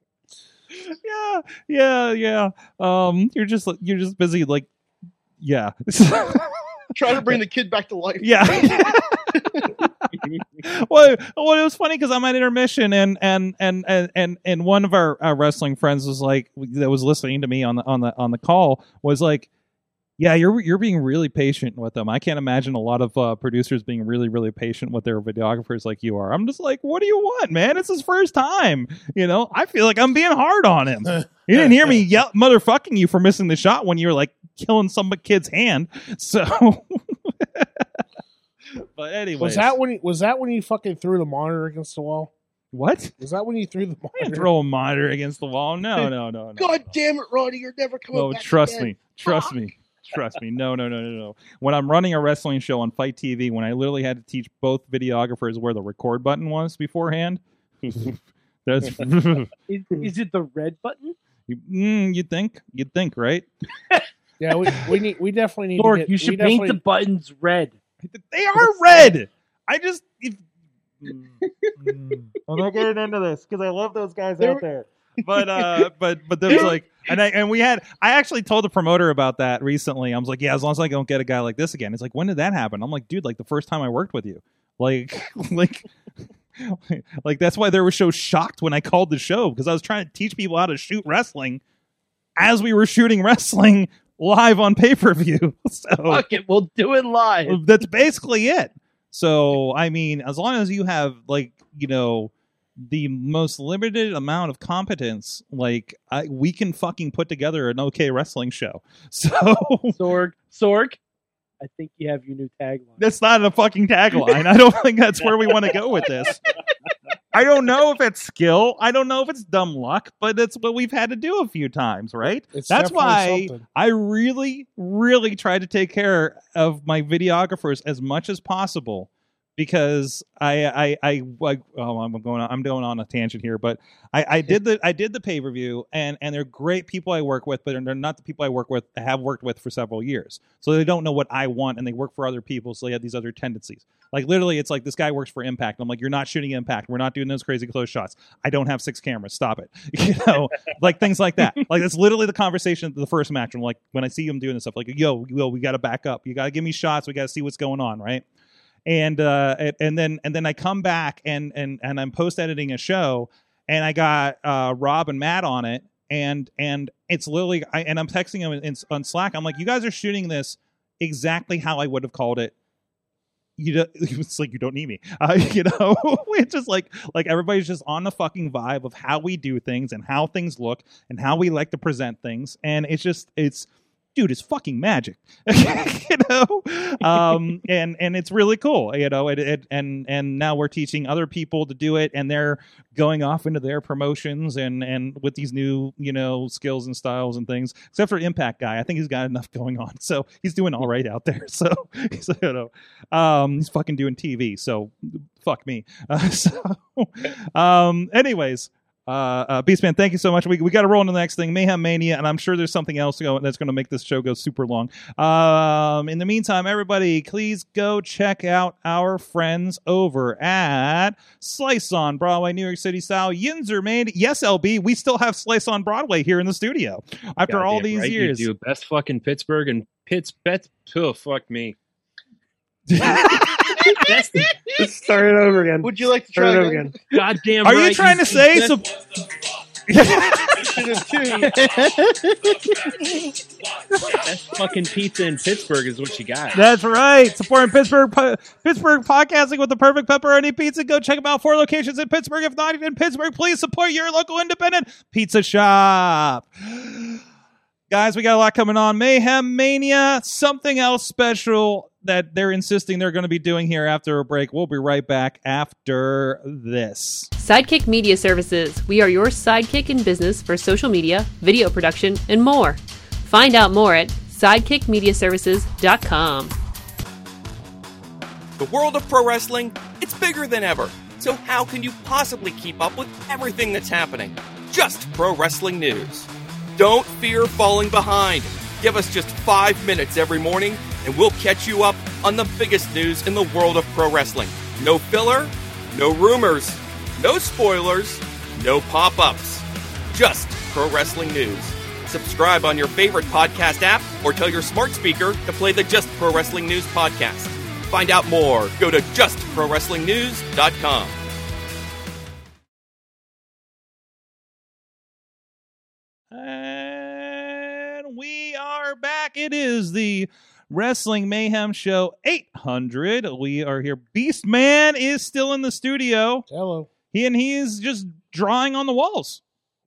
S2: (laughs) yeah, yeah, yeah. Um, you're just you're just busy like, yeah, (laughs)
S6: Trying to bring the kid back to life. (laughs)
S2: yeah. (laughs) well, well, it was funny because I'm at intermission, and and and and and, and one of our, our wrestling friends was like, that was listening to me on the on the on the call was like, yeah, you're you're being really patient with them. I can't imagine a lot of uh, producers being really really patient with their videographers like you are. I'm just like, what do you want, man? It's his first time. You know, I feel like I'm being hard on
S8: (laughs)
S2: him. You didn't hear me yell motherfucking you for missing the shot when you were like killing some kid's hand. (laughs) So, but anyway,
S8: Was that when? He, was that when he fucking threw the monitor against the wall?
S2: What?
S8: Was that when he threw the monitor?
S2: throw a monitor against the wall? No, no, no, no.
S6: God damn it, Ronnie, you're never coming
S2: No,
S6: back.
S2: trust
S6: again.
S2: me. Trust me. Trust me. No, no, no, no, no. When I'm running a wrestling show on Fight TV, when I literally had to teach both videographers where the record button was beforehand, (laughs)
S8: (laughs)
S2: That's (laughs)
S4: Is, is it the red button?
S2: mm, you'd think. You'd think,
S4: (laughs)
S2: right?
S8: Yeah, we, we need we definitely need.
S4: Lord,
S8: to get,
S4: you
S8: we
S4: should paint the
S8: definitely-
S4: buttons red.
S2: They are red. I just if, I'm not getting
S8: (laughs)
S2: into this because I love those guys out there. But
S5: (laughs)
S2: uh, but but there's like, and I and we had. I actually told the promoter about that recently. I was like, yeah, as long as I don't get a guy like this again. It's like, when did that happen? I'm like, dude, like the first time I worked with you, like (laughs) like. Like that's why they were so shocked when I called the show because I was trying to teach people how to shoot wrestling as we were shooting wrestling live on pay per view. (laughs) So
S4: Fuck it, we'll do it live.
S2: well, that's basically it. So I mean, as long as you have like you know the most limited amount of competence, like I, we can fucking put together an okay wrestling show. So
S4: Sorg, Sorg, I think you have your new tagline.
S2: that's not a fucking tagline. I don't think that's where we want to go with
S4: (laughs)
S2: this. I don't know if it's skill. I don't know if it's dumb luck, but that's what we've had to do a few times, right?
S8: It's
S2: that's
S8: definitely
S2: why
S8: something.
S2: I really, really tried to take care of my videographers as much as possible because I, I, I, I oh, I'm going, on, I'm going on a tangent here, but I, I did the, I did the pay per view, and and they're great people I work with, but they're not the people I work with, have worked with for several years, so they don't know what I want, and they work for other people, so they have these other tendencies. Like literally, it's like this guy works for Impact. I'm like, you're not shooting Impact. We're not doing those crazy close shots. I don't have six cameras. Stop it. (laughs) You know, like things like that. Like that's literally the conversation of the first match. I'm like, when I see him doing this stuff, like, yo, yo, we got to back up. You got to give me shots. We got to see what's going on, right? And uh, and- and then and then I come back and and and I'm post editing a show, and I got uh, Rob and Matt on it, and and it's literally, I, and I'm texting him in, on Slack. I'm like, you guys are shooting this exactly how I would have called it you don't, (laughs) it's like you don't need me uh, (laughs) you know it's just like like everybody's just on the fucking vibe of how we do things and how things look and how we like to present things and it's just it's dude it's fucking magic you know um and and it's really cool you know it, it and and now we're teaching other people to do it and they're going off into their promotions and and with these new you know skills and styles and things except for impact guy i think he's got enough going on so he's doing all right out there (laughs) so so you know um he's fucking doing tv so fuck me (laughs) uh, so um anyways uh, uh beastman thank you so much we, we got to roll into the next thing mayhem mania and i'm sure there's something else go- that's going to make this show go super long um in the meantime everybody please go check out our friends over at slice on broadway new york city style yinzer made yes lb we still have slice on broadway here in the studio after all
S10: Goddamn
S2: these
S10: right you
S2: years
S10: do best fucking Pittsburgh and Pitts bet. Oh fuck me.
S5: Just start it over again.
S6: Would you like to try
S5: Start it over
S6: again?
S5: (laughs) again.
S10: Goddamn.
S2: are
S10: right,
S2: you trying to
S10: you
S2: say
S10: best-
S2: so
S10: best fucking pizza in Pittsburgh is what you got?
S2: That's right. Supporting Pittsburgh po- Pittsburgh podcasting with the perfect pepperoni pizza. Go check them out. Four locations in Pittsburgh. If not in Pittsburgh, please support your local independent pizza shop. (gasps) Guys, we got a lot coming on. Mayhem Mania, something else special that they're insisting they're going to be doing here after a break. We'll be right back after this.
S12: Sidekick Media Services. We are your sidekick in business for social media, video production, and more. Find out more at sidekickmediaservices.com.
S13: The world of pro wrestling, it's bigger than ever. So how can you possibly keep up with everything that's happening? Just pro wrestling news. Don't fear falling behind. Give us just 5 minutes every morning and we'll catch you up on the biggest news in the world of pro wrestling. No filler, no rumors, no spoilers, no pop-ups. Just pro wrestling news. Subscribe on your favorite podcast app or tell your smart speaker to play the Just Pro Wrestling News podcast. Find out more. Go to justprowrestlingnews.com.
S2: And we are back. It is the Wrestling Mayhem Show 800. We are here. Beast Man is still in the studio.
S8: Hello.
S2: He and he is just drawing on the walls.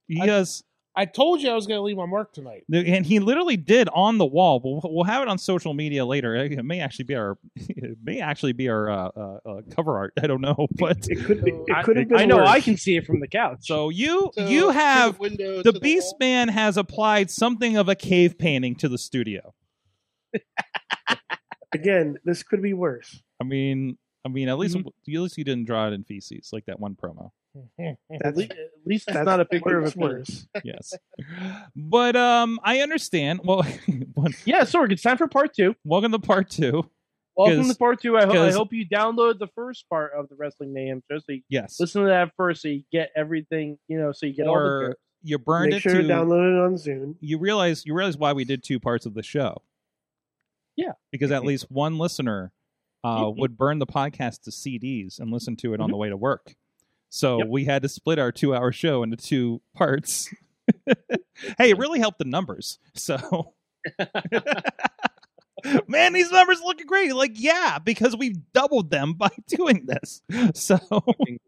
S2: He
S8: I-
S2: does,
S8: I told you I was going to leave my mark tonight.
S2: and he literally did on the wall. We'll, we'll have it on social media later. It may actually be our, (laughs) it may actually be our uh, uh, uh, cover art. I don't know, (laughs) but
S5: It could be.
S4: I-
S5: It could have been.
S4: I know
S5: worse.
S4: I can see it from the couch.
S2: so you
S6: So, to
S2: you have
S6: the, window,
S2: the
S6: to
S2: Beast
S6: wall.
S2: Man has applied something of a cave painting to the
S4: (laughs)
S2: studio.
S5: Again, this could be worse.
S2: I mean, I mean, at least
S4: Mm-hmm.
S2: at least he didn't draw it in feces like that one promo.
S4: at least, at least it's not a picture of a penis.
S2: yes. But um, I understand. Well, (laughs)
S4: yeah, Sorg, it's time for part two.
S2: Welcome to part two.
S4: Welcome to part two. I, ho- I
S2: because-
S4: hope you download the first part of the Wrestling Mayhem show. So you
S2: Yes.
S4: listen to that first, so you get everything. You know, so you get all the
S2: Or
S4: jokes.
S2: you burned
S4: Make
S2: it
S4: sure
S2: to
S4: to download
S5: it on Zoom.
S2: You realize you realize why we did two parts of the show.
S4: Yeah.
S2: because at least one listener uh,
S4: Mm-hmm.
S2: would burn the podcast to CDs and listen to it on the way to work. So we had to split our two-hour show into two parts. (laughs) hey, it really helped the numbers.
S4: (laughs)
S2: So, (laughs) man, these numbers looking great. Like, yeah, because we've doubled them by (laughs) doing this. So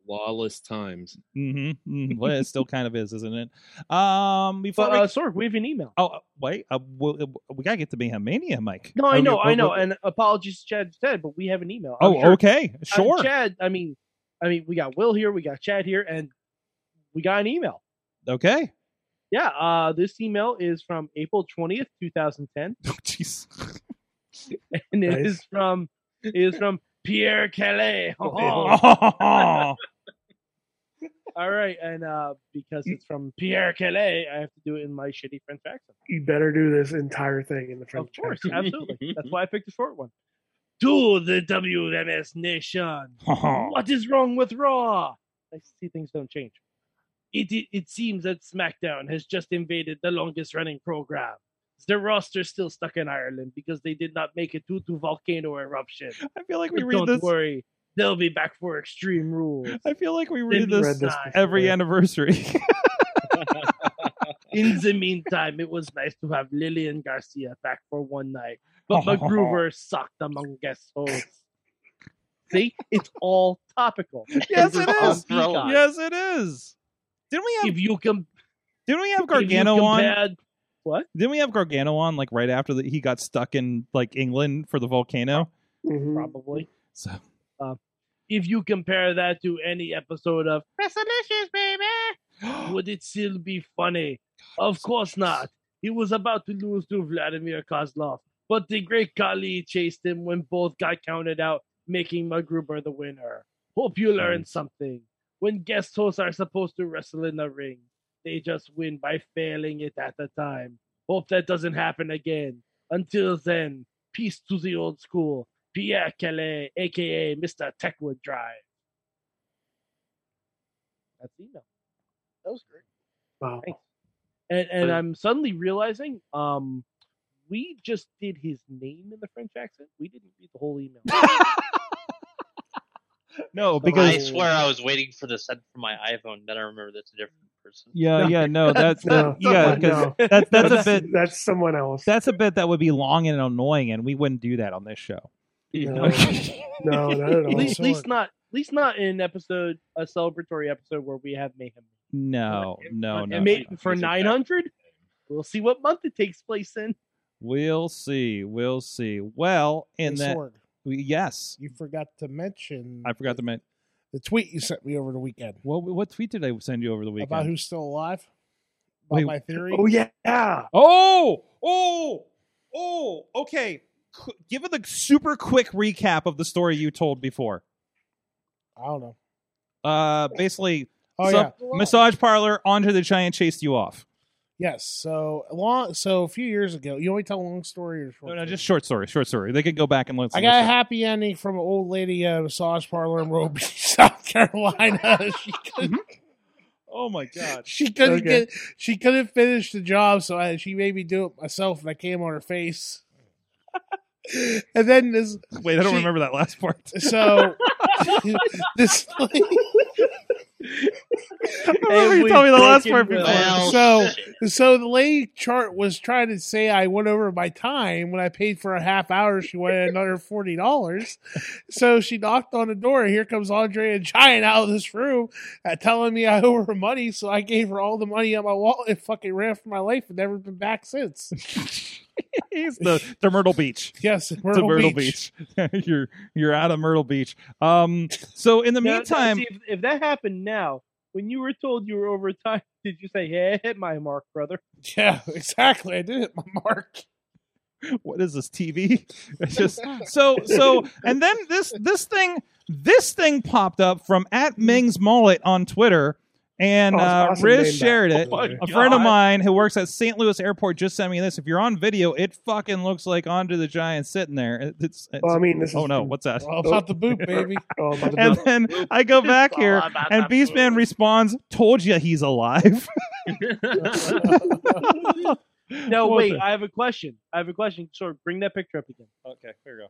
S10: lawless times.
S2: hmm Well, it still kind of is, isn't it? Um, before
S4: Mm-hmm, But,
S2: we...
S4: uh, Sorg, we have an email.
S2: Oh, uh, wait. Uh, we, we gotta get to Mayhem Mania, Mike.
S4: No, I
S2: Or
S4: know,
S2: we-
S4: I
S2: or-
S4: know,
S2: or-
S4: and apologies, to Chad, Ted, but we have an email.
S2: Oh, okay,
S4: Uh,
S2: sure.
S4: Chad, I mean, I mean, we got Will here, we got Chad here, and we got an email.
S2: Okay.
S4: Yeah, uh, this email is from April twentieth, two thousand ten.
S2: (laughs) Oh, jeez.
S4: (laughs) and it is
S2: Nice.
S4: from it is from
S2: (laughs)
S4: Pierre Kelly. (laughs)
S2: All
S4: right, and uh, because it's from Pierre Kelly, I have to do it in my shitty French accent.
S5: You better do this entire thing in the French.
S4: Of course,
S5: accent.
S4: absolutely. That's why I picked a short
S2: (laughs)
S4: one. To the WMS Nation. what is wrong with Raw? I see things don't change. It, it it seems that SmackDown has just invaded the longest running program. Their roster's still stuck in Ireland because they did not make it due to volcano eruption.
S2: I feel like we
S4: But
S2: read
S4: don't
S2: this-
S4: worry, they'll be back for Extreme Rules.
S2: I feel like we read this,
S4: time.
S2: every anniversary. (laughs)
S4: In the meantime, it was nice to have Lillian Garcia back for one night,
S2: (laughs)
S4: but McGruber sucked among guest hosts. See, it's all topical.
S2: yes,
S4: Because
S2: it
S4: it's on
S2: is.
S4: Peacock.
S2: Yes, it is. Didn't we have?
S4: If you com-
S2: didn't we have
S4: if you
S2: Gargano on?
S4: compared- What?
S2: Didn't we have Gargano on like right after that? He got stuck in like England for the volcano.
S4: Probably.
S2: So,
S4: uh, if you compare that to any episode of Resolutions, baby, (gasps) would it still be funny? Of course not. He was about to lose to Vladimir Kozlov, but the great Kali chased him when both got counted out, making Magruber the winner. Hope you learned something. When guest hosts are supposed to wrestle in the ring, they just win by failing it at the time. Hope that doesn't happen again. Until then, peace to the old school. Pierre Calais, aka Mr. Techwood Drive. That's email. That was great.
S5: Wow.
S4: And and I'm suddenly realizing um we just did his name in the French accent. We didn't read the
S8: (laughs)
S4: whole email.
S2: no,
S7: I
S2: because
S7: swear I was waiting for the send from my iPhone. Then I remember that's a different person.
S2: Yeah, yeah, (laughs)
S4: (laughs)
S2: no, that's that, yeah, because that, that's a bit
S5: that's someone else.
S2: That's a bit that would be long and annoying, and we wouldn't do that on this show. (laughs)
S5: No. No, not at all.
S4: At least, at least not at least not in an episode a celebratory episode where we have mayhem.
S2: no,
S7: Oh,
S2: no,
S4: And
S2: no.
S4: ma-
S2: no.
S4: for nine hundred, we'll see what month it takes place in.
S2: We'll see. We'll see. Well, in
S8: Hey,
S2: that,
S8: Sorg.
S2: we- yes,
S8: You forgot to mention
S2: I forgot to mention
S8: the tweet you sent me over the weekend
S2: What what tweet did I send you over the weekend?
S8: about who's still alive. About
S2: Wait,
S8: my theory.
S2: oh, yeah. Oh, oh, oh. Okay, Qu- give it a super quick recap of the story you told before.
S8: I don't know.
S2: Uh, basically,
S8: Oh,
S2: some-
S8: yeah.
S2: massage parlor onto the giant chased you off.
S8: Yes. So long. So a few years ago, you only tell a long story or short.
S2: No, just short story, short story. They could go back and listen.
S8: I
S2: to the
S8: got a
S2: show.
S8: happy ending from an old lady at a massage parlor in Roby, (laughs) South Carolina. (laughs) She couldn't,
S2: Mm-hmm. Oh my god,
S8: she couldn't
S2: Okay.
S8: get, she couldn't finish the job, so I, she made me do it myself, and I came on her face. and then this.
S2: Wait, I don't
S8: she-
S2: remember that last part.
S8: So (laughs) this.
S2: remember you told me the last part before. Well,
S8: So, so the lady chart was trying to say I went over my time when I paid for a half hour. She wanted another forty dollars, so she knocked on the door. Here comes Andre and Giant out of this room, uh, telling me I owe her money. So I gave her all the money on my wallet and fucking ran for my life and never been back since.
S2: (laughs) He's (laughs)
S8: (laughs)
S2: the to Myrtle Beach.
S8: Yes,
S2: to
S8: Myrtle
S2: Myrtle Beach. (laughs) you're you're out of Myrtle Beach. Um. So in the
S4: Now- now,
S2: meantime,
S4: see, if, if that happened now, when you were told you were over time, (laughs) did you say, "Yeah, hit my mark, brother"?
S8: Yeah, (laughs) exactly. I did hit my mark.
S2: (laughs) what is this TV? It's just so so. And then this this thing This thing popped up from at Ming's Mullet on Twitter, and
S3: Oh, it's
S2: uh,
S3: awesome name,
S2: Riz
S3: though.
S2: shared it.
S3: Oh my
S2: a friend of
S3: God.
S2: mine who works at St. Louis Airport just sent me this. If you're on video, it fucking looks like Andre the Giant sitting there. It- It's, it's
S5: Well, I mean, this
S2: oh
S5: is-
S2: no, what's that?
S5: All about the boot, baby. All about the
S2: and
S5: boot.
S2: then I go back
S5: all
S2: here,
S5: about
S2: and
S5: the
S2: Beastman responds, "Told you he's alive." (laughs)
S4: (laughs) No,
S2: Well
S4: wait.
S2: done.
S4: I have a question. I have a question. So bring that picture up again.
S2: Okay, here we go.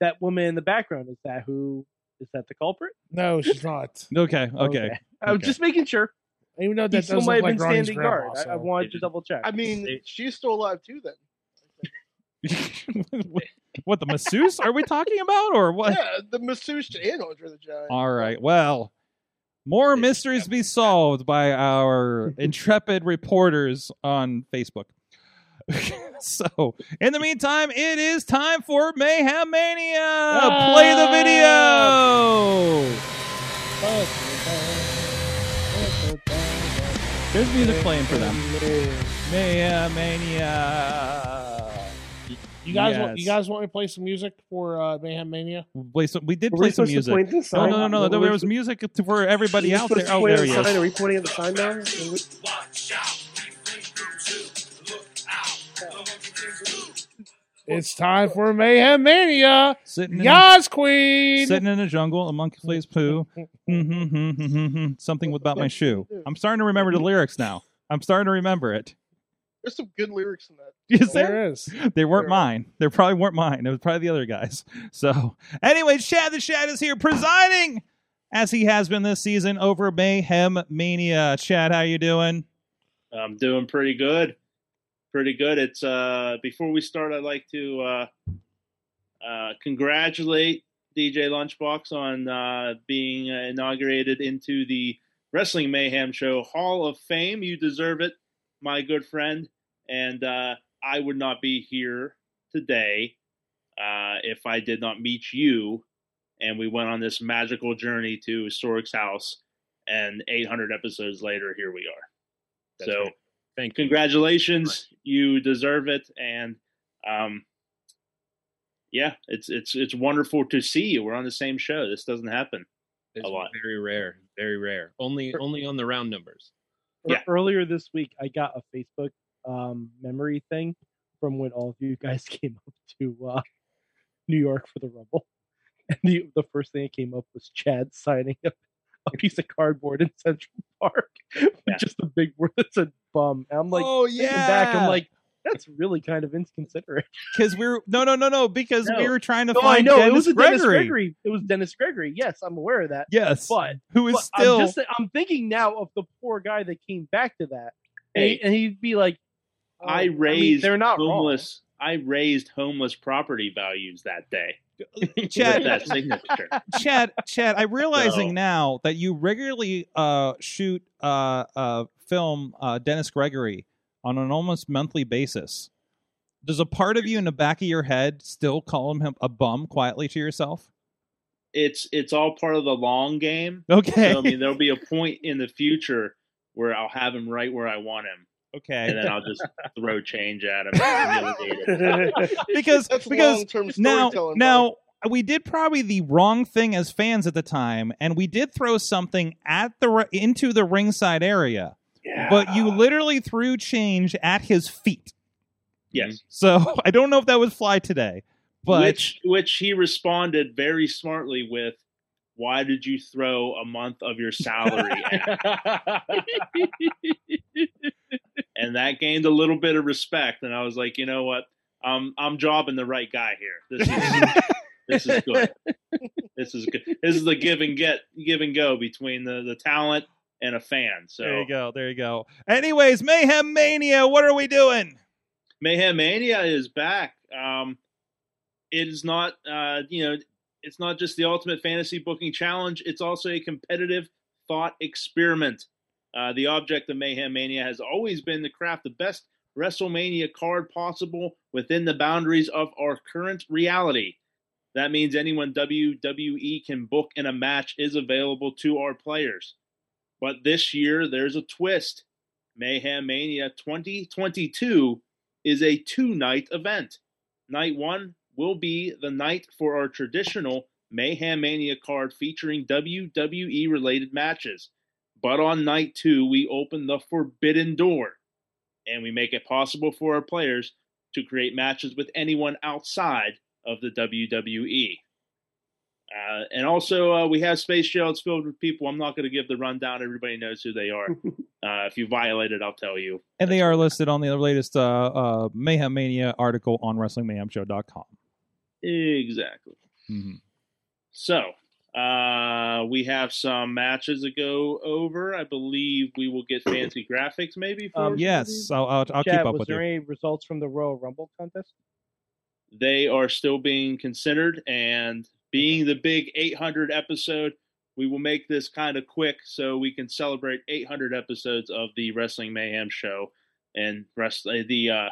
S4: That woman in the background is that who is that the culprit?
S8: No, she's not.
S2: Okay, okay.
S4: I'm
S2: Okay.
S4: just making sure.
S8: Even though
S4: He
S8: that
S4: still
S8: does
S4: might
S8: look like
S4: have been
S8: Ronnie's
S4: standing
S8: grandma,
S4: guard.
S8: so-
S4: I, I wanted to double check.
S6: I mean, she's still alive too. Then
S2: what the masseuse are we talking about, or what?
S6: yeah, the masseuse and Andre the Giant.
S2: All right. Well, more mysteries to be solved by
S8: (laughs)
S2: our intrepid reporters on Facebook. (laughs) so, in the meantime, it is time for Mayhem Mania. Play the video. There's music playing for them. Mayhem Mania.
S8: You guys, want, you guys want me to play some music for uh, Mayhem Mania?
S2: Play some, we did
S8: Were we
S2: play some
S8: supposed to
S2: music.
S8: point this
S2: no,
S8: out?
S2: no, no, no.
S8: Were we
S2: There was
S8: supposed-
S2: music for everybody out there. Oh, there he is.
S5: Are we pointing at the sign now? Are we-
S8: It's time for Mayhem Mania.
S2: Sitting in-
S8: Yas Queen.
S2: Sitting in a jungle, a monkey plays
S8: (laughs)
S2: poo. Mhm, Something about my shoe. I'm starting to remember the lyrics now. I'm starting to remember it. (laughs)
S6: There's some good lyrics in that.
S2: Is there?
S8: There is.
S2: They weren't mine. They probably weren't mine. It was probably the other guys. So, anyway, Shad the Shad is here presiding as he has been this season over Mayhem Mania. Shad, how you doing?
S11: I'm doing pretty good. Pretty good. It's uh before we start I'd like to uh uh congratulate DJ Lunchbox on uh being uh, inaugurated into the Wrestling Mayhem Show Hall of Fame. You deserve it, my good friend, and uh I would not be here today uh if I did not meet you and we went on this magical journey to Sorik's house and 800 episodes later here we are so,
S10: thank
S11: congratulations, you deserve it, and um, yeah, it's it's it's wonderful to see you. We're on the same show. This doesn't happen a lot.
S10: Very rare. Very rare. Only only on the round numbers.
S4: E- Earlier this week, I got a Facebook um, memory thing from when all of you guys (laughs) came up to uh, New York for the Rumble, (laughs) and the the first thing that came up was Chad signing a, (laughs) a piece of cardboard in Central Park (laughs) with just a big word that said "bum." And I'm like,
S2: Oh,
S4: thinking back,
S2: yeah.
S4: I'm like, that's really kind of inconsiderate.
S2: Because we were no, no, no, no. Because
S4: No.
S2: we were trying to
S4: No,
S2: find
S4: I know
S2: Dennis
S4: it was a
S2: Gregory.
S4: Dennis Gregory. It was Dennis Gregory. Yes, I'm aware of that.
S2: Yes,
S4: but
S2: who is
S4: but
S2: still-
S4: I'm, just, I'm thinking now of the poor guy that came back to that, and,
S11: Hey.
S4: he, and he'd be like, oh,
S11: I
S4: mean,
S11: raised
S4: they're not wrong.
S11: homeless. I raised homeless property values that
S2: (laughs)
S11: day. with
S2: Chad-
S11: that signature.
S2: Chad, Chad, I'm realizing
S11: So-
S2: now that you regularly uh, shoot uh, uh, film uh, Dennis Gregory on an almost monthly basis. Does a part of you in the back of your head still call him a bum quietly to
S6: (laughs)
S2: yourself?
S11: It's it's all part of the long game.
S2: Okay.
S11: So, I mean, there'll be a point in the future where I'll have him right where I want him.
S2: Okay.
S11: And then I'll
S2: (laughs)
S11: just throw change at him. and humiliate him.
S2: (laughs) because
S6: That's
S2: because
S6: long-term
S2: now
S6: storytelling,
S2: now we did probably the wrong thing as fans at the time, and we did throw something at the ri- into the ringside area. But you literally threw change at his feet.
S11: Yes.
S2: So (laughs) I don't know if that would fly today, but
S11: which which he responded very smartly with, "Why did you throw a month of your salary?" at
S2: (laughs)
S11: me?" and that gained a little bit of respect, and I was like, you know what, um, I'm jobbing the right guy here. This is this is good. This is good. This is the give and get, give and go between the the talent and a fan. So
S2: there you go, there you go. Anyways, Mayhem Mania, what are we doing?
S11: Mayhem Mania is back. Um, it is not, uh, you know, it's not just the Ultimate Fantasy Booking Challenge. It's also a competitive thought experiment. Uh, the object of Mayhem Mania has always been to craft the best WrestleMania card possible within the boundaries of our current reality. That means anyone WWE can book in a match is available to our players. But this year, there's a twist. Mayhem Mania 2022 is a two night event. Night one will be the night for our traditional Mayhem Mania card featuring WWE related matches. But on night two, we open the forbidden door and we make it possible for our players to create matches with anyone outside of the WWE. Uh, and also, uh, we have space shells filled with people. I'm not going to give the rundown. Everybody knows who they are. Uh, if you violate it, I'll tell you.
S2: And they are listed on the latest uh, uh, Mayhem Mania article on WrestlingMayhemShow.com.
S11: Exactly. So uh, we have some matches to go over. I believe we will get fancy graphics, maybe. For
S4: Um,
S11: some of these.
S2: Yes, I'll, I'll, I'll
S4: Chad,
S2: keep up
S4: was
S2: with
S4: there
S2: you.
S4: any results from the Royal Rumble contest?
S11: they are still being considered, and being the big 800 episode, we will make this kind of quick so we can celebrate 800 episodes of the Wrestling Mayhem show, and rest uh, the. Uh,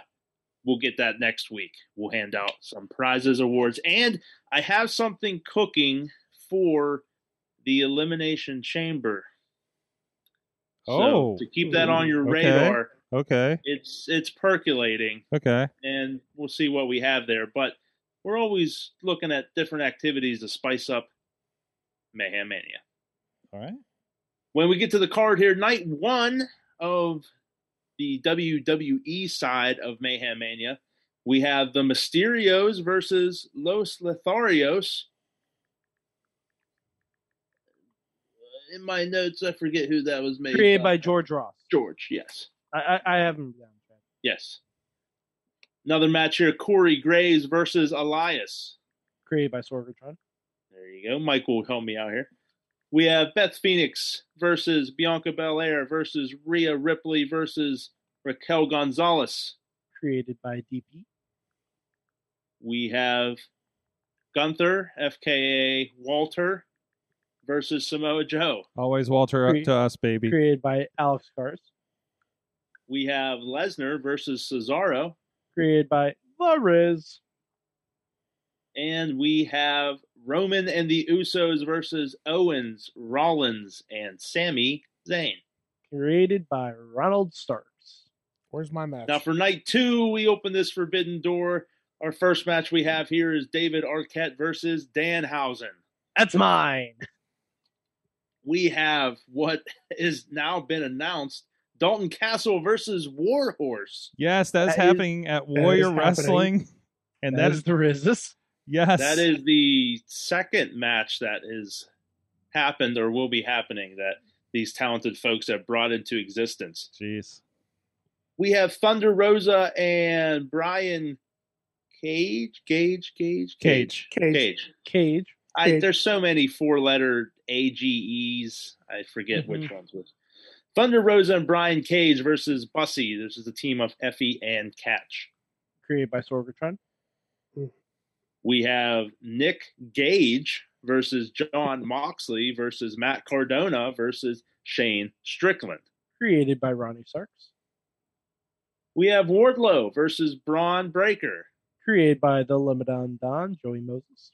S11: we'll get that next week. We'll hand out some prizes, awards, and I have something cooking for the Elimination Chamber.
S2: Oh.
S11: so to keep that on your
S2: Okay.
S11: radar,
S2: Okay.
S11: it's it's percolating,
S2: Okay.
S11: and we'll see what we have there. But we're always looking at different activities to spice up Mayhem Mania.
S2: All right.
S11: When we get to the card here, night one of the WWE side of Mayhem Mania, we have the Mysterios versus Los Lotharios. In my notes, I forget who that was made. uh,
S4: Created by George Ross.
S11: George, yes.
S4: I I, I haven't.
S11: Yes. Another match here: Corey Graves versus Elias.
S4: Created by Sorgatron.
S11: There you go. Mike will help me out here. We have Beth Phoenix versus Bianca Belair versus Rhea Ripley versus Raquel Gonzalez.
S4: Created by DP.
S11: We have Gunther, FKA Walter, versus Samoa Joe.
S2: Always Walter up
S4: Cre-
S2: to us, baby.
S4: Created by Alex Cars.
S11: We have Lesnar versus Cesaro.
S4: Created by The Riz.
S11: And we have Roman and the Usos versus Owens, Rollins, and Sami Zayn.
S4: Created by Ronald Starks.
S8: Where's my match?
S11: Now for night two, we open this forbidden door. Our first match we have here is David Arquette versus Danhausen.
S4: That's mine.
S11: We have what has now been announced: Dalton Castle versus Warhorse.
S2: Yes, that's
S11: That is-
S2: happening at
S11: that
S2: Warrior
S11: is happening.
S2: Wrestling. And that is
S4: the resist.
S2: Yes.
S11: That is the second match that has happened or will be happening that these talented folks have brought into existence.
S2: Jeez.
S11: We have Thunder Rosa and Brian Cage, Gage, Gage,
S2: Cage.
S11: Cage, Cage.
S4: Cage.
S11: I, there's so many four-letter AGEs. I forget
S2: Mm-hmm.
S11: which ones which. Thunder Rosa and Brian Cage versus Bussy. This is the team of Effie and Catch.
S4: Created by Sorgatron.
S11: We have Nick Gage versus John Moxley versus Matt Cardona versus Shane Strickland.
S4: Created by Ronnie Starks.
S11: We have Wardlow versus Braun Breaker.
S4: Created by the Limodon Don, Joey Moses.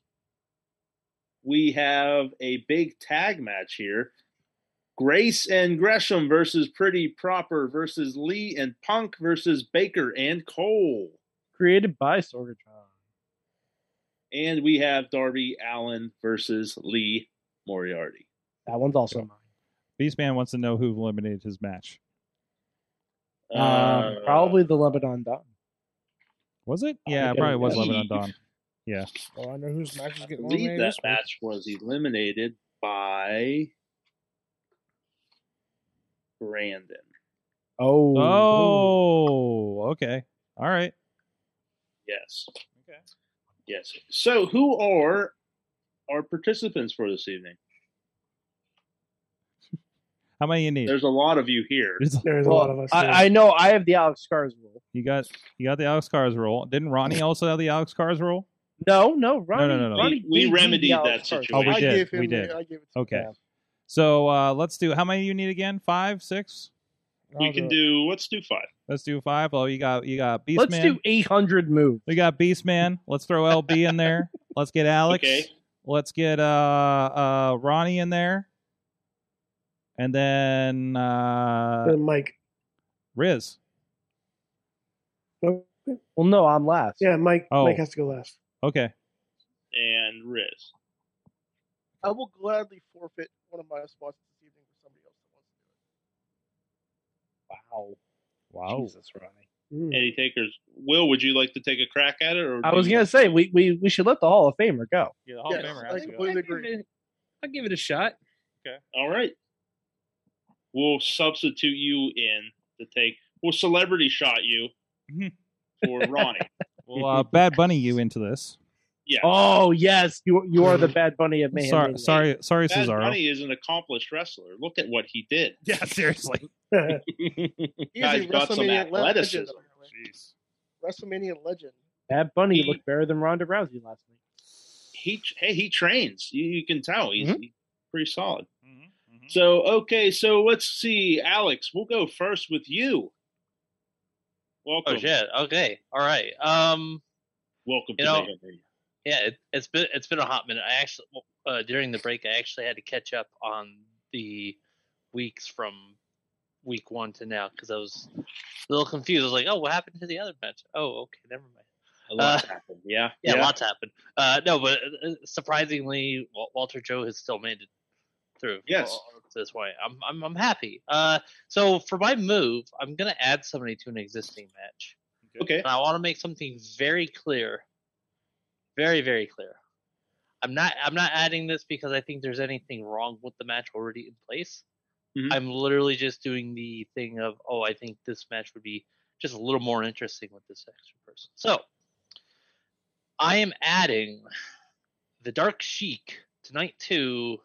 S11: We have a big tag match here. Grace and Gresham versus Pretty Proper versus Lee and Punk versus Baker and Cole.
S4: Created by Sorgatron.
S11: And we have Darby Allen versus Lee Moriarty.
S4: That one's also mine.
S2: Beast Man wants to know who eliminated his match.
S4: Um,
S11: Uh,
S4: probably the Lebanon Don.
S2: Was it?
S4: I
S2: Yeah, it
S4: don't
S2: probably was
S11: know.
S2: Lebanon Dawn. Yeah.
S8: Oh, I know whose match is
S11: I
S8: getting
S11: believe
S8: eliminated.
S11: that
S8: this week.
S11: match was eliminated by Brandon.
S4: Oh.
S2: Oh, okay. All right.
S11: Yes. Okay. Yes. So, who are our participants for this evening?
S2: How many you need?
S11: There's a lot of you here.
S5: There's
S4: Well, I, I know I have the Alex Cars rule.
S2: You got you got the Alex Cars roll. Didn't Ronnie also have the Alex Cars roll?
S4: No, no, Ronnie.
S2: no, no, no.
S4: Ronnie
S11: We- we
S4: gave me the
S11: remedied
S4: Alex
S11: that
S4: Cars.
S11: situation.
S2: Oh, we
S11: I
S2: did.
S11: gave him
S2: we
S11: the-
S2: did.
S11: I gave it to
S2: okay.
S11: him.
S2: So uh, let's do. How many you need again? Five, six.
S11: we can do, let's do five.
S2: Let's do five. Oh, you got you got Beastman.
S4: Let's do 800 moves.
S2: We got Beastman. Let's throw LB in there. Let's get Alex.
S11: Okay.
S2: Let's get uh uh Ronnie in there. And then uh
S5: Then Mike.
S2: Riz.
S5: Well,
S4: no, I'm last.
S5: Yeah, Mike.
S2: Oh.
S5: Mike has to go last.
S2: Okay.
S11: And Riz.
S6: I will gladly forfeit one of my spots this evening for somebody else that wants to do
S4: Wow.
S2: Wow.
S4: Jesus, Ronnie.
S11: Eddie Takers. Will, would you like to take a crack at it? Or
S4: I
S11: do
S4: was
S11: you-
S4: gonna say we, we we should let the Hall of Famer go.
S11: Yeah, the
S2: Hall of Famer has
S11: I
S2: to go.
S11: completely agree. I'll give it a shot. Okay. All right. We'll substitute you in to take. We'll celebrity shot you for Ronnie.
S2: Well, uh, Bad Bunny, you into this?
S11: Yeah.
S4: Oh yes, you you
S2: (laughs)
S4: are the Bad Bunny of Mayhem.
S2: Sorry,
S4: Mania.
S2: sorry, sorry,
S11: Bad
S2: Cesaro.
S11: Bunny is an accomplished wrestler. Look at what he did.
S2: (laughs) Yeah, seriously.
S6: (laughs)
S11: (laughs) Guy's got some
S6: WrestleMania legend.
S11: athleticism. Jeez.
S6: it. WrestMania legend.
S4: Bad Bunny looked better than Ronda Rousey last week.
S11: he hey he trains. You, you can tell he's
S2: Mm-hmm.
S11: he's pretty solid. So okay, so let's see, Alex. We'll go first with you. Welcome.
S7: Oh shit. Okay. All right. Um.
S11: Welcome
S7: You
S11: to
S7: know,
S11: Mayhem Mania.
S7: yeah. It, it's been it's been a hot minute. I actually uh, during the break I actually had to catch up on the weeks from week one to now because I was a little confused. I was like, oh, what happened to the other match? Oh, okay, never mind.
S11: A lot
S7: Uh,
S11: happened. Yeah.
S7: yeah, lots happened. Uh, no, but uh, surprisingly, Wa- Walter Joe has still made it through.
S11: Yes.
S7: all to this point, I'm I'm I'm happy. Uh, so for my move, I'm gonna add somebody to an existing match.
S11: Okay.
S7: And I want to make something very clear, very very clear. I'm not I'm not adding this because I think there's anything wrong with the match already in place.
S11: Mm-hmm.
S7: I'm literally just doing the thing of oh I think this match would be just a little more interesting with this extra person. So I am adding the Dark Sheik to night two,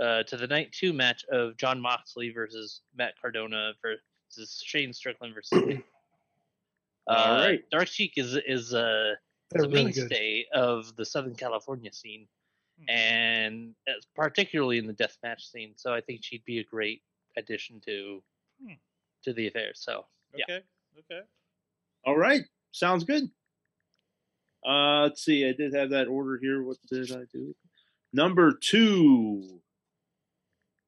S7: uh, to the night two match of John Moxley versus Matt Cardona versus Shane Strickland
S11: (clears throat)
S7: versus. All right,
S11: All right.
S7: Dark Sheik is is uh, is
S11: They're
S7: a
S11: really good.
S7: mainstay of the Southern California scene, and it's particularly in the deathmatch scene. So I think she'd be a great addition to
S11: Hmm.
S7: to the affair. So
S11: Okay. Okay. All right. Sounds good. Uh, let's see. I did have that order here. What did I do? Number two,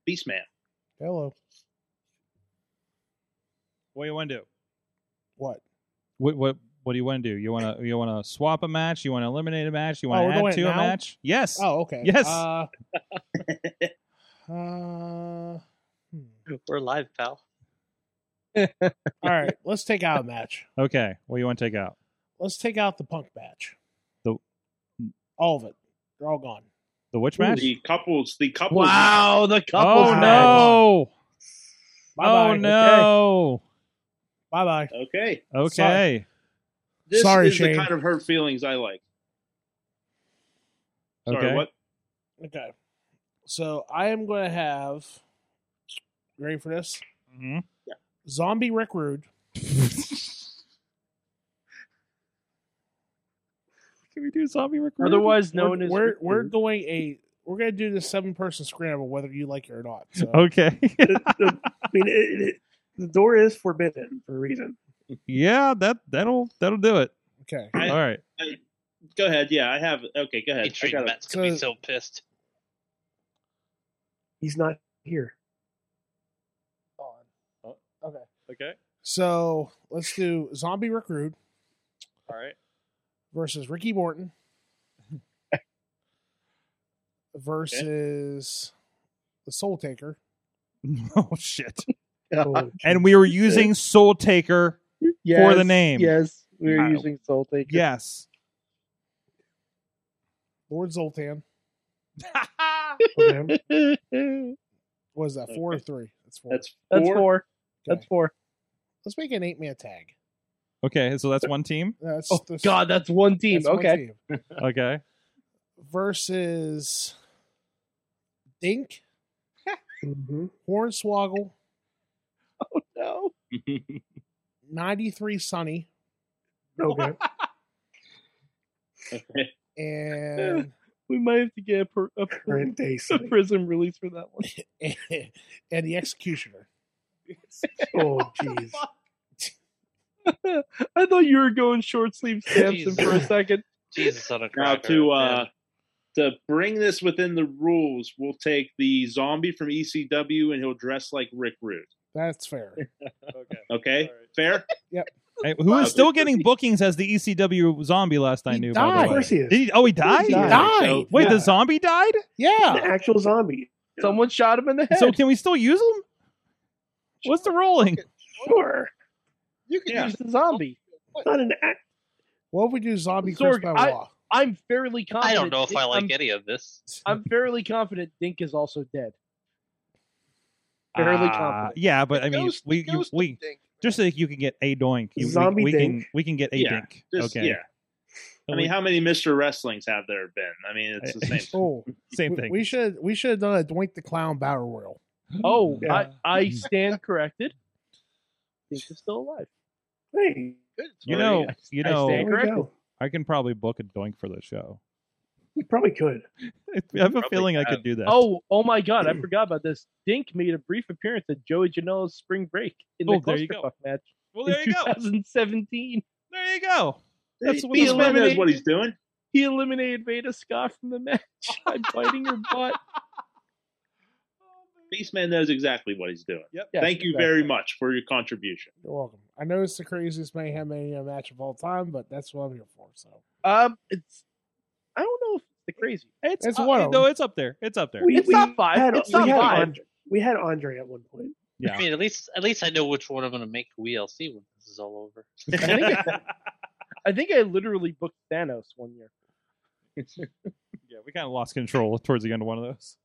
S11: Beastman.
S8: Hello.
S2: What do you want to do?
S8: What?
S2: What what what do you want to do? You want to you want to swap a match? You want to eliminate a match? You want
S8: Oh,
S2: to
S8: we're
S2: add
S8: doing it
S2: to a
S8: now?
S2: match? Yes.
S8: Oh, okay.
S2: Yes. (laughs)
S8: Uh, uh,
S7: we're live,
S2: (laughs)
S7: pal.
S8: all right, let's take out a match.
S2: okay. What do you want to take out?
S8: Let's take out the punk match.
S2: The
S8: All of it. They're all gone.
S2: the which match?
S11: The couples. The couples.
S4: Wow, the couples
S2: Oh
S4: match.
S2: no!
S4: Bye-bye.
S2: Oh no!
S8: Bye bye.
S11: Okay.
S2: Okay.
S11: This
S2: Sorry,
S11: is
S2: Shane.
S11: the kind of hurt feelings I like. Sorry,
S2: Okay.
S11: what?
S8: Okay. So I am going to have. you Ready for this?
S2: Mm-hmm.
S8: Zombie Rick Rude.
S2: Can we do zombie Rick
S8: Rude?
S4: Otherwise known
S8: we're,
S4: as
S8: We're
S4: Rick
S8: we're
S4: Rude.
S8: going a we're going to do the seven person scramble whether you like it or not. So.
S2: Okay. (laughs)
S5: I mean, it, it, the door is forbidden for a reason.
S2: yeah, that that'll that'll do it.
S8: Okay.
S2: All right.
S11: Go ahead. Yeah, I have. Okay, go ahead. I
S7: Intrigue
S11: got
S7: Matt's
S2: Uh,
S7: gonna be so pissed.
S5: He's not here.
S4: Oh,
S8: Okay.
S2: Okay.
S8: So let's do Zombie Rick Rude
S2: All right.
S8: versus Ricky Morton versus the Soul Taker.
S2: (laughs) oh shit.
S4: Oh,
S2: and we were using Soul Taker for the
S4: Yes,
S2: name.
S4: Yes, we were
S2: Uh,
S4: using Soul Taker.
S2: Yes. (laughs)
S8: Lord Zoltan.
S4: (laughs)
S8: What is that? Four or three? That's four.
S11: That's
S4: That's four. That's four.
S8: Let's make an eight man tag.
S2: Okay, so that's one
S4: (laughs)
S2: team.
S8: That's
S4: Oh,
S8: that's-
S4: God, that's one team.
S8: that's one
S4: okay.
S8: team.
S2: Okay.
S8: versus
S4: (laughs)
S8: Dink, Hornswoggle. Oh
S4: no!
S8: Ninety-three Sunny
S5: Okay.
S11: okay.
S8: and
S4: (laughs) We might have to get a, per,
S8: (laughs)
S4: a,
S5: Current day
S4: (laughs) a
S5: setting.
S4: prison release for that one.
S8: and the
S4: (laughs)
S8: Executioner.
S5: Oh
S8: (laughs)
S5: jeez.
S4: I thought you were going
S2: (laughs)
S4: short sleeve Samson for a second.
S7: Jesus on a
S11: Now
S7: cracker.
S11: to uh to bring this within the rules, we'll take the zombie from E ECW and he'll dress like Rick Rude.
S8: That's fair.
S11: Okay, fair.
S8: Yep.
S2: Right, who is still getting bookings as the ECW zombie last I knew. by the
S5: died.
S2: way.
S5: Of course he is.
S2: Did he, oh, he died.
S5: He died. He died.
S2: Wait,
S5: Yeah.
S2: the zombie died.
S8: Yeah,
S5: the actual zombie.
S4: Someone shot him in the head.
S2: So can we still use him? What's the rolling?
S5: Sure.
S6: You can
S4: use the zombie.
S5: Not an act.
S8: What if we do zombie Chris
S4: Sorg, I,
S8: Benoit?
S4: I'm fairly
S7: I
S4: confident.
S7: don't know if I like
S4: am
S7: any of this.
S4: I'm fairly confident Dink is also dead. Fairly
S2: Ah,
S4: confident.
S2: Yeah, but I mean, we you, we just so you can get a doink. You, we-
S11: Zombie
S2: we,
S11: dink.
S2: can we can get a
S11: Yeah,
S2: dink.
S11: just-
S2: okay.
S11: yeah. I mean, how many Mister Wrestlings have there been? I mean, it's
S2: (laughs)
S11: the (laughs) same.
S8: Oh,
S2: same
S8: we, We should we should have done a Dwight the Clown battle royal. Mm-hmm.
S4: Oh, I, I stand corrected. Dink is still alive.
S5: Hey,
S2: You know,
S4: I-
S2: you
S4: I
S2: know,
S4: stand corrected.
S2: I can probably book a doink for the show.
S5: You probably could.
S2: I have a feeling I could do that.
S4: Oh, oh my God! I forgot about this. Dink made a brief appearance at Joey Janela's Spring Break in
S2: Oh,
S4: the
S2: there you go.
S4: clusterfuck match.
S2: Well,
S4: in
S2: there you go.
S4: 2017.
S2: There you go.
S4: That's
S11: He-
S4: what
S11: this man knows what he's doing.
S4: He eliminated Veda Scott from the match by biting her butt.
S11: Beastman knows exactly what he's doing.
S2: Yep.
S8: Yes,
S11: Thank you
S8: exactly.
S11: very much for your contribution.
S8: You're welcome. I know it's the craziest Mayhem Mania match of all time, but that's what I'm here for. So
S4: um, it's I don't know if it's the crazy.
S8: It's,
S2: uh,
S8: one of
S2: No,
S8: them.
S2: it's up there. It's up there.
S5: We,
S4: It's
S5: we
S4: top five.
S5: Had,
S4: It's
S5: we,
S4: top
S5: had
S4: five.
S5: Andre, we had Andre at one point.
S7: I mean, at least at least I know which one I'm going to make the E WLC when this is all
S8: (laughs)
S7: over.
S4: (laughs) I think I literally booked Thanos one
S11: (laughs)
S4: year.
S2: yeah, we kind of lost control towards the end of one of those.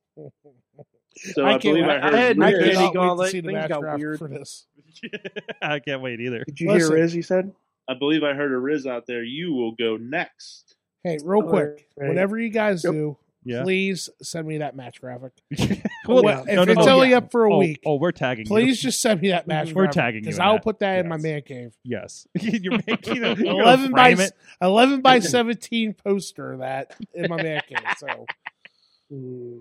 S11: So I I believe I heard-
S4: had
S2: I cannot
S4: Nick Cage
S2: wait to
S4: Gauntlet.
S2: see the
S4: Things
S2: match
S4: got
S2: graph
S4: weird.
S8: for this.
S2: (laughs) I can't wait either.
S5: Did
S11: you hear Listen.
S5: Riz? You said
S11: I believe I heard a Riz out there. You will go next.
S8: Hey, real
S11: Oh,
S8: quick,
S11: right.
S8: whenever you guys do,
S2: Yeah.
S8: please send me that match graphic.
S2: (laughs) Well,
S8: Well,
S2: no,
S8: if
S2: no,
S8: it's
S2: no.
S8: only up for a
S2: Oh,
S8: week,
S2: Oh, we're tagging. you.
S8: please just send me that match.
S2: We're tagging you
S8: because
S2: in
S8: I'll
S2: that.
S8: put that in my man cave.
S2: Yes. (laughs) You're making
S8: (laughs)
S2: a, you're
S8: eleven by
S2: frame
S8: s-
S2: it. (laughs)
S8: eleven by seventeen poster of that in my man cave.
S5: (laughs)
S2: Uh-huh.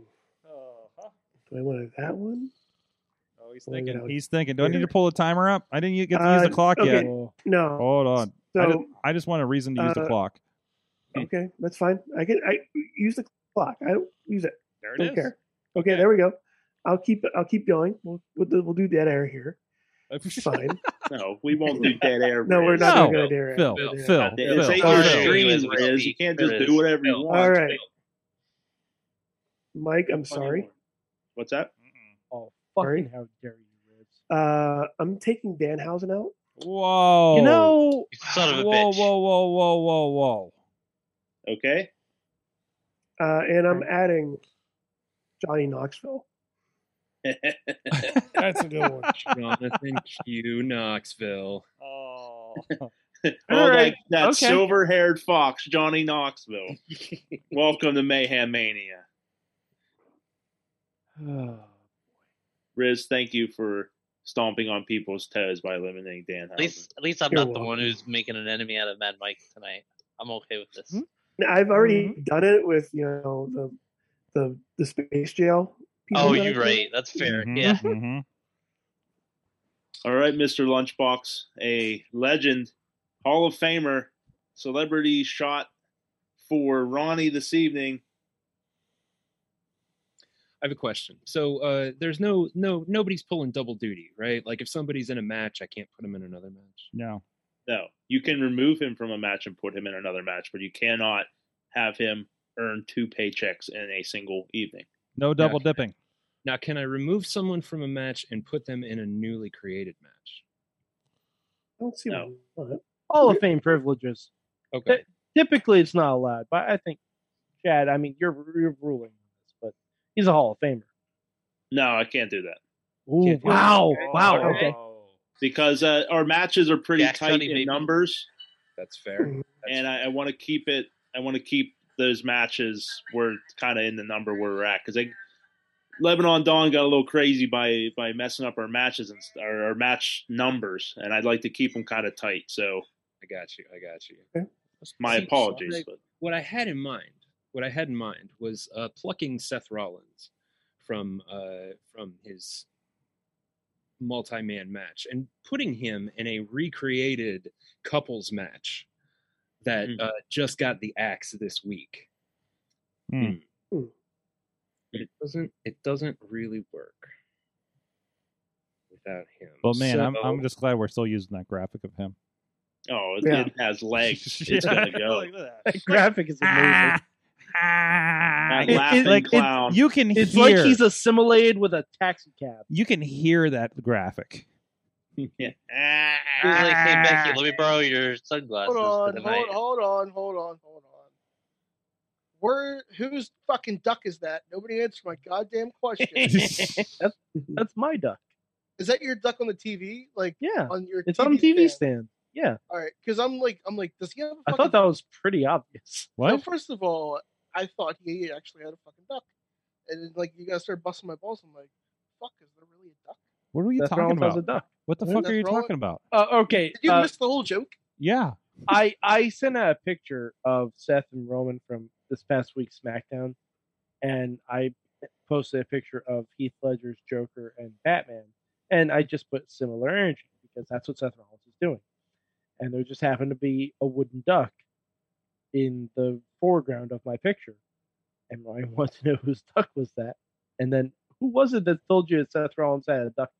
S8: So
S5: Do I want that one?
S2: Oh, he's
S5: thinking.
S2: He's thinking. Do I need to pull the timer up? I didn't get to use
S5: Uh,
S2: the clock yet.
S5: okay. No.
S2: Hold on. I,
S5: So-
S2: just, I just want a reason to use the
S5: Uh,
S2: clock. Hmm.
S5: Okay, that's fine. I can I use the clock. I don't use it.
S2: There it
S5: don't
S2: is.
S5: care. Okay, there we go. I'll keep I'll keep going. We'll we'll, do- we'll do dead
S2: (laughs)
S5: air here. It's fine.
S11: No, we won't
S5: (laughs)
S11: do dead air.
S5: No, we're
S11: Riz.
S5: not gonna No. do dead air.
S2: Phil,
S5: We'll do
S2: Phil,
S11: Not dead-
S2: Phil.
S11: It's
S2: Phil.
S11: ain't your
S2: Phil.
S11: stream, Riz. You can't just
S2: Riz.
S11: do whatever you want.
S5: All right, Mike. I'm sorry.
S11: What's that?
S4: Oh,
S5: Sorry.
S4: fucking how dare you!
S5: Uh, I'm taking Danhausen out.
S2: Whoa.
S5: You know-
S7: You son of a
S2: whoa,
S7: bitch.
S2: Whoa, whoa, whoa, whoa, whoa.
S11: Okay. (laughs)
S5: Uh, and I'm adding Johnny Knoxville.
S8: That's a good one.
S10: Jonathan Q. Knoxville.
S2: Oh.
S11: All right.
S10: right,
S11: That,
S10: okay.
S11: silver haired fox,
S7: (laughs)
S11: Johnny Knoxville. Welcome to Mayhem Mania.
S4: (sighs)
S11: Riz, thank you for stomping on people's toes by eliminating Dan.
S7: (laughs) At least at least I'm
S5: You're
S7: not the one who's making an enemy out of Mad Mike tonight. I'm okay with
S8: Hmm?
S7: this.
S5: And I've already
S2: Mm-hmm.
S5: done it with you know the the the space jail. people
S7: Oh,
S5: that I
S7: you're
S5: did.
S7: right. That's fair.
S2: Mm-hmm,
S5: Mm-hmm.
S7: Yeah. (laughs)
S11: All right, Mr. Lunchbox, a legend, Hall of Famer, celebrity shot for Ronnie this evening.
S10: I have a question. So uh, there's no no nobody's pulling double duty, right? Like if somebody's in a match, I can't put them in another match.
S2: No.
S11: No, you can remove him from a match and put him in another match, but you cannot have him earn two paychecks in a single evening.
S2: No double dipping.
S10: Now, can I remove someone from a match and put them in a newly created match?
S5: I don't see
S11: no.
S4: Hall of Fame privileges.
S10: Okay.
S4: typically, it's not allowed, but I think Chad. I mean, you're you're ruling this, but he's a Hall of Famer.
S11: No, I can't do that.
S4: Ooh,
S11: Can't do that.
S4: wow,
S11: Okay.
S4: wow, (laughs)
S11: Okay.
S4: okay.
S11: Because uh, our matches are pretty
S10: Oh. Jack
S11: tight
S10: Tunney,
S11: in
S10: baby.
S11: numbers,
S10: That's fair.
S11: and I, I want to keep it. I want to keep those matches where kind of in the number where we're at because Lebanon Dawn got a little crazy by by messing up our matches and st- our, our match numbers, and I'd like to keep them kind of tight. So
S10: I got you. I got you.
S11: my
S10: See,
S11: apologies,
S10: like,
S11: but
S10: What I had in mind, what I had in mind was uh, plucking Seth Rollins from uh, from his multi-man match and putting him in a recreated couples match that uh, just got the axe this week.
S2: mm-hmm.
S10: It doesn't. It doesn't really work without him.
S2: Well, man, I'm,
S10: So-
S2: I'm just glad we're still using that graphic of him.
S11: Oh, it,
S4: Yeah.
S11: it
S10: (laughs)
S11: has legs. It's gonna go.
S4: That graphic is amazing.
S11: Ah, That
S2: Ah,
S4: It- it-
S11: laughing
S4: like, it-
S11: clown.
S2: You can
S4: it's
S2: hear.
S4: like he's assimilated with a taxi cab.
S2: you can hear that graphic.
S11: ah.
S7: He was like, hey, Becky, let me borrow your sunglasses
S6: Hold
S7: for
S6: on,
S7: the
S6: hold,
S7: night.
S6: hold on, hold on, hold on. Where whose fucking duck is that? Nobody answered my goddamn question.
S4: (laughs) that's, that's my duck.
S6: is that your duck on the TV? Like
S4: yeah,
S6: on your
S4: It's
S6: TV
S4: on TV stand.
S6: stand?
S4: Yeah,
S6: All right, because I'm like, I'm like, does he have a
S4: I
S6: fucking?
S4: thought that was pretty obvious.
S6: No, first of all, I thought he actually had a fucking duck, and then, like you guys start busting my balls. I'm like, fuck, is there really a duck?
S2: What are you
S4: That's
S2: talking
S4: wrong if I was
S2: about?
S4: a duck.
S2: What the
S4: Yeah,
S2: fuck
S4: that's
S2: are you
S4: wrong.
S2: talking about?
S4: Uh, okay,
S6: Did you
S4: uh,
S6: miss the whole joke?
S2: Yeah.
S4: I I sent out a picture of Seth and Roman from this past week's SmackDown, and I posted a picture of Heath Ledger's Joker and Batman, and I just put similar energy because that's what Seth Rollins is doing, and there just happened to be a wooden duck in the foreground of my picture, and I (laughs) want to know whose duck was that, and then who was it that told you that Seth Rollins had a duck?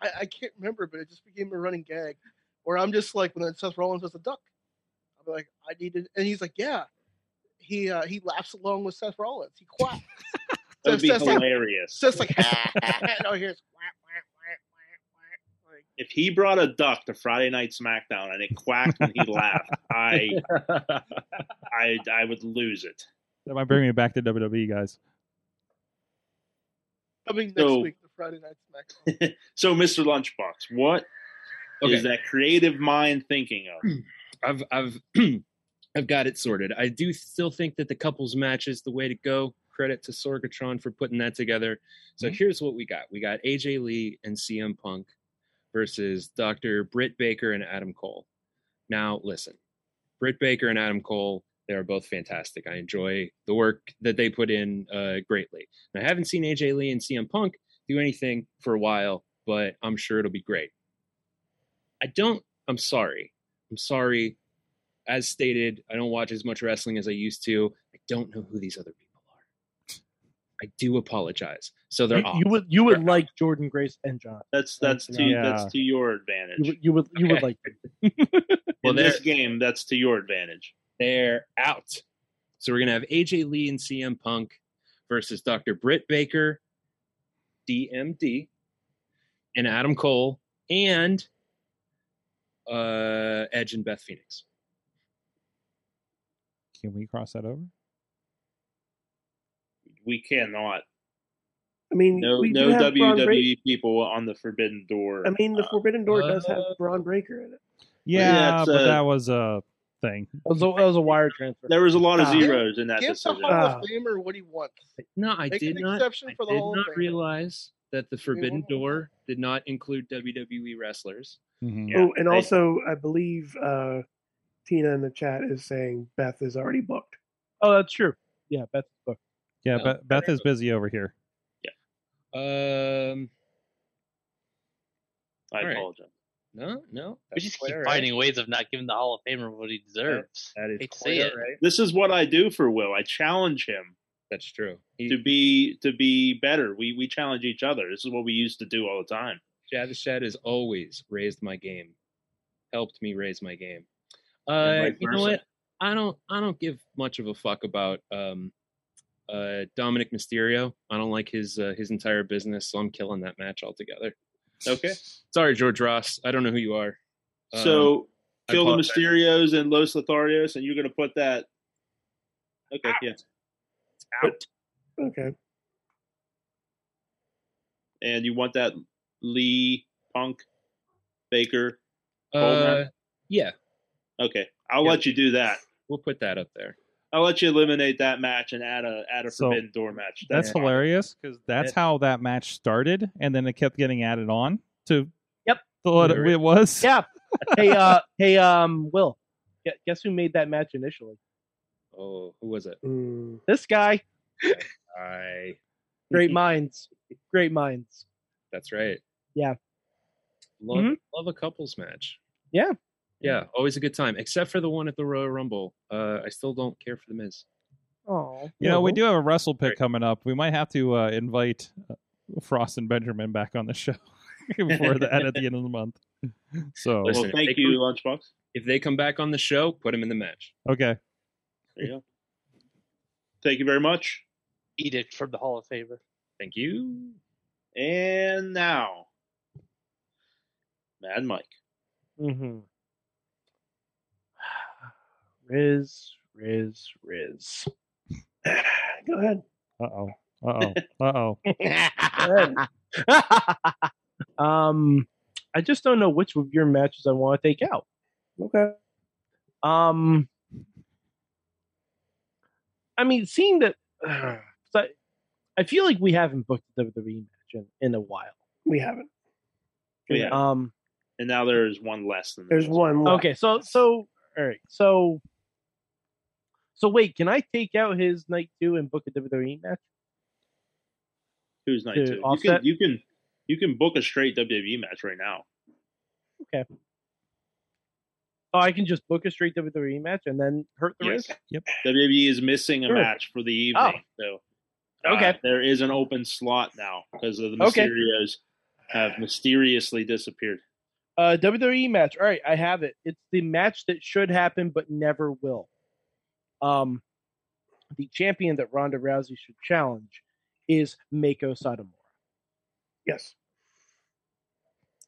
S6: I, I can't remember, but it just became a running gag where I'm just like, when Seth Rollins was a duck, I'm like, I needed, and he's like, yeah. He uh, he laughs along with Seth Rollins. He (laughs) quacks.
S11: (laughs) That would be
S6: Seth's like-
S11: hilarious.
S6: Seth's like, (laughs) ah. and I hear it's
S11: if he brought a duck to Friday Night SmackDown and it quacked when he
S4: (laughs)
S11: laughed, I, I, I would lose it.
S2: That might bring me back to WWE, guys.
S6: coming next
S11: So-
S6: week to Friday Night SmackDown.
S11: (laughs) So, Mr. Lunchbox, what is
S10: Okay.
S11: that creative mind thinking of?
S10: Hmm. I've I've (clears throat) I've got it sorted. I do still think that the couples match is the way to go. Credit to Sorgatron for putting that together. So here's what we got: we got AJ Lee and CM Punk versus Dr. Britt Baker and Adam Cole. Now listen, Britt Baker and Adam Cole. They are both fantastic. I enjoy the work that they put in uh, greatly. And I haven't seen AJ Lee and CM Punk do anything for a while, but I'm sure it'll be great. I don't. I'm sorry. I'm sorry. As stated, I don't watch as much wrestling as I used to. I don't know who these other people are. I do apologize. So they're
S4: You,
S10: off.
S4: you would you would like Jordan Grace and John.
S11: That's that's to
S4: Yeah.
S11: that's to your advantage.
S4: You would you would, you would like
S11: In
S10: Well,
S11: this
S10: they're-
S11: game, that's to your advantage.
S10: They're out. So we're gonna have AJ Lee and CM Punk versus Dr. Britt Baker, DMD, and Adam Cole, and uh, Edge and Beth Phoenix.
S2: Can we cross that over?
S11: We cannot.
S5: I mean,
S11: No,
S5: we
S11: no
S5: do have Braun
S11: WWE
S5: Break-
S11: people on the Forbidden Door.
S5: I mean, the Forbidden Door
S11: uh,
S5: does have Braun Breaker in it.
S2: Yeah,
S11: it's,
S2: but
S11: uh,
S2: that was a thing.
S4: That was a, that was a wire transfer.
S11: There was a lot of
S2: Ah.
S11: zeros in that
S6: Give the
S11: decision.
S6: Hall of Famer what he wants.
S10: Ah. No, I
S6: Make
S10: did
S6: an
S10: not.
S6: exception
S10: I
S6: for the
S10: did
S6: Hall of
S10: not
S6: Famer.
S10: realize that the Forbidden
S6: won't.
S10: Door did not include WWE wrestlers.
S5: oh, and
S10: they-
S5: also, I believe uh, Tina in the chat is saying Beth is already booked.
S4: Oh, that's true. Yeah, Beth booked.
S2: Yeah,
S10: No,
S2: Beth, Beth is busy over here.
S10: Um,
S11: I
S10: all right.
S11: apologize.
S10: No, no.
S7: We just keep finding ways of not giving the Hall of Famer what he deserves.
S10: That is
S7: Hate to say it.
S11: This is what I do for Will. I challenge him.
S10: That's true.
S11: to be to be better, we we challenge each other. This is what we used to do all the time.
S10: Shadashad has always raised my game, helped me raise my game.
S11: And
S10: Uh,
S11: vice
S10: you know
S11: versa.
S10: what? I don't. I don't give much of a fuck about um, uh, Dominic Mysterio. I don't like his uh, his entire business, so I'm killing that match altogether.
S11: (laughs) Okay.
S10: Sorry, George Ross. I don't know who you are. Um,
S11: So
S10: I
S11: kill the
S10: apologize.
S11: Mysterios and Los Lotharios, and you're going to put that. Okay, yeah. Out.
S5: Okay.
S11: And you want that Lee Punk Baker? Cole
S10: Uh,
S11: match?
S10: yeah,
S11: okay, I'll
S10: yeah.
S11: let you do that.
S10: we'll put that up there.
S11: I'll let you eliminate that match and add a add a
S2: So,
S11: forbidden door match.
S2: That's
S11: fine.
S2: hilarious because that's
S11: It-
S2: how that match started, and then it kept getting added on to
S4: Yep.
S2: the what it, it was.
S4: Yeah. (laughs) hey, uh, hey, um, Will, gu- guess who made that match initially?
S10: Oh, who was it?
S4: This guy.
S10: I.
S4: Great minds. Great minds.
S10: That's right.
S4: Yeah.
S10: Love
S4: Mhm.
S10: love a couples match.
S4: Yeah.
S10: Yeah, always a good time, except for the one at the Royal Rumble. Uh, I still don't care for the Miz.
S4: Oh.
S2: (laughs) You know, we do have a wrestle pick coming up. We might have to uh, invite uh, Frost and Benjamin (laughs) back on the show before the, at the end of the month. So
S10: Listen,
S11: well,
S10: if
S11: thank
S10: they
S11: you,
S10: come-
S11: Lunchbox.
S10: If they come back on the show, put them in the match.
S2: Okay.
S11: There you go. Thank you very much.
S7: Edict from the Hall of Famer.
S10: Thank you.
S11: And now, Mad Mike.
S4: Mm-hmm. Riz, Riz, Riz.
S5: Go ahead.
S2: Uh oh. Uh oh. Uh
S4: (laughs) um, I just don't know which of your matches I want to take out.
S5: Okay.
S4: Um, I mean, seeing that, (sighs) uh, I, I feel like we haven't booked the WWE match in, in a while.
S5: We haven't.
S11: Yeah.
S4: Um,
S11: and now there is one less than
S5: There's one. Left.
S4: Okay, so so all right, so so wait, can I take out his night two and book a WWE match?
S11: Who's night
S4: Dude,
S11: two? You can,
S4: Offset?
S11: you can you can book a straight WWE match right now.
S4: Okay. Oh, I can just book a straight WWE match and then hurt the
S11: Yes.
S4: wrist.
S2: Yep.
S11: WWE is missing a
S4: Sure.
S11: match for the evening, so uh,
S4: Oh. Okay.
S11: there is an open slot now because of the
S4: Okay.
S11: Mysterios have mysteriously disappeared.
S4: Uh, WWE match. All right, I have it. It's the match that should happen but never will. Um, the champion that Ronda Rousey should challenge is Mako Satomura.
S5: Yes.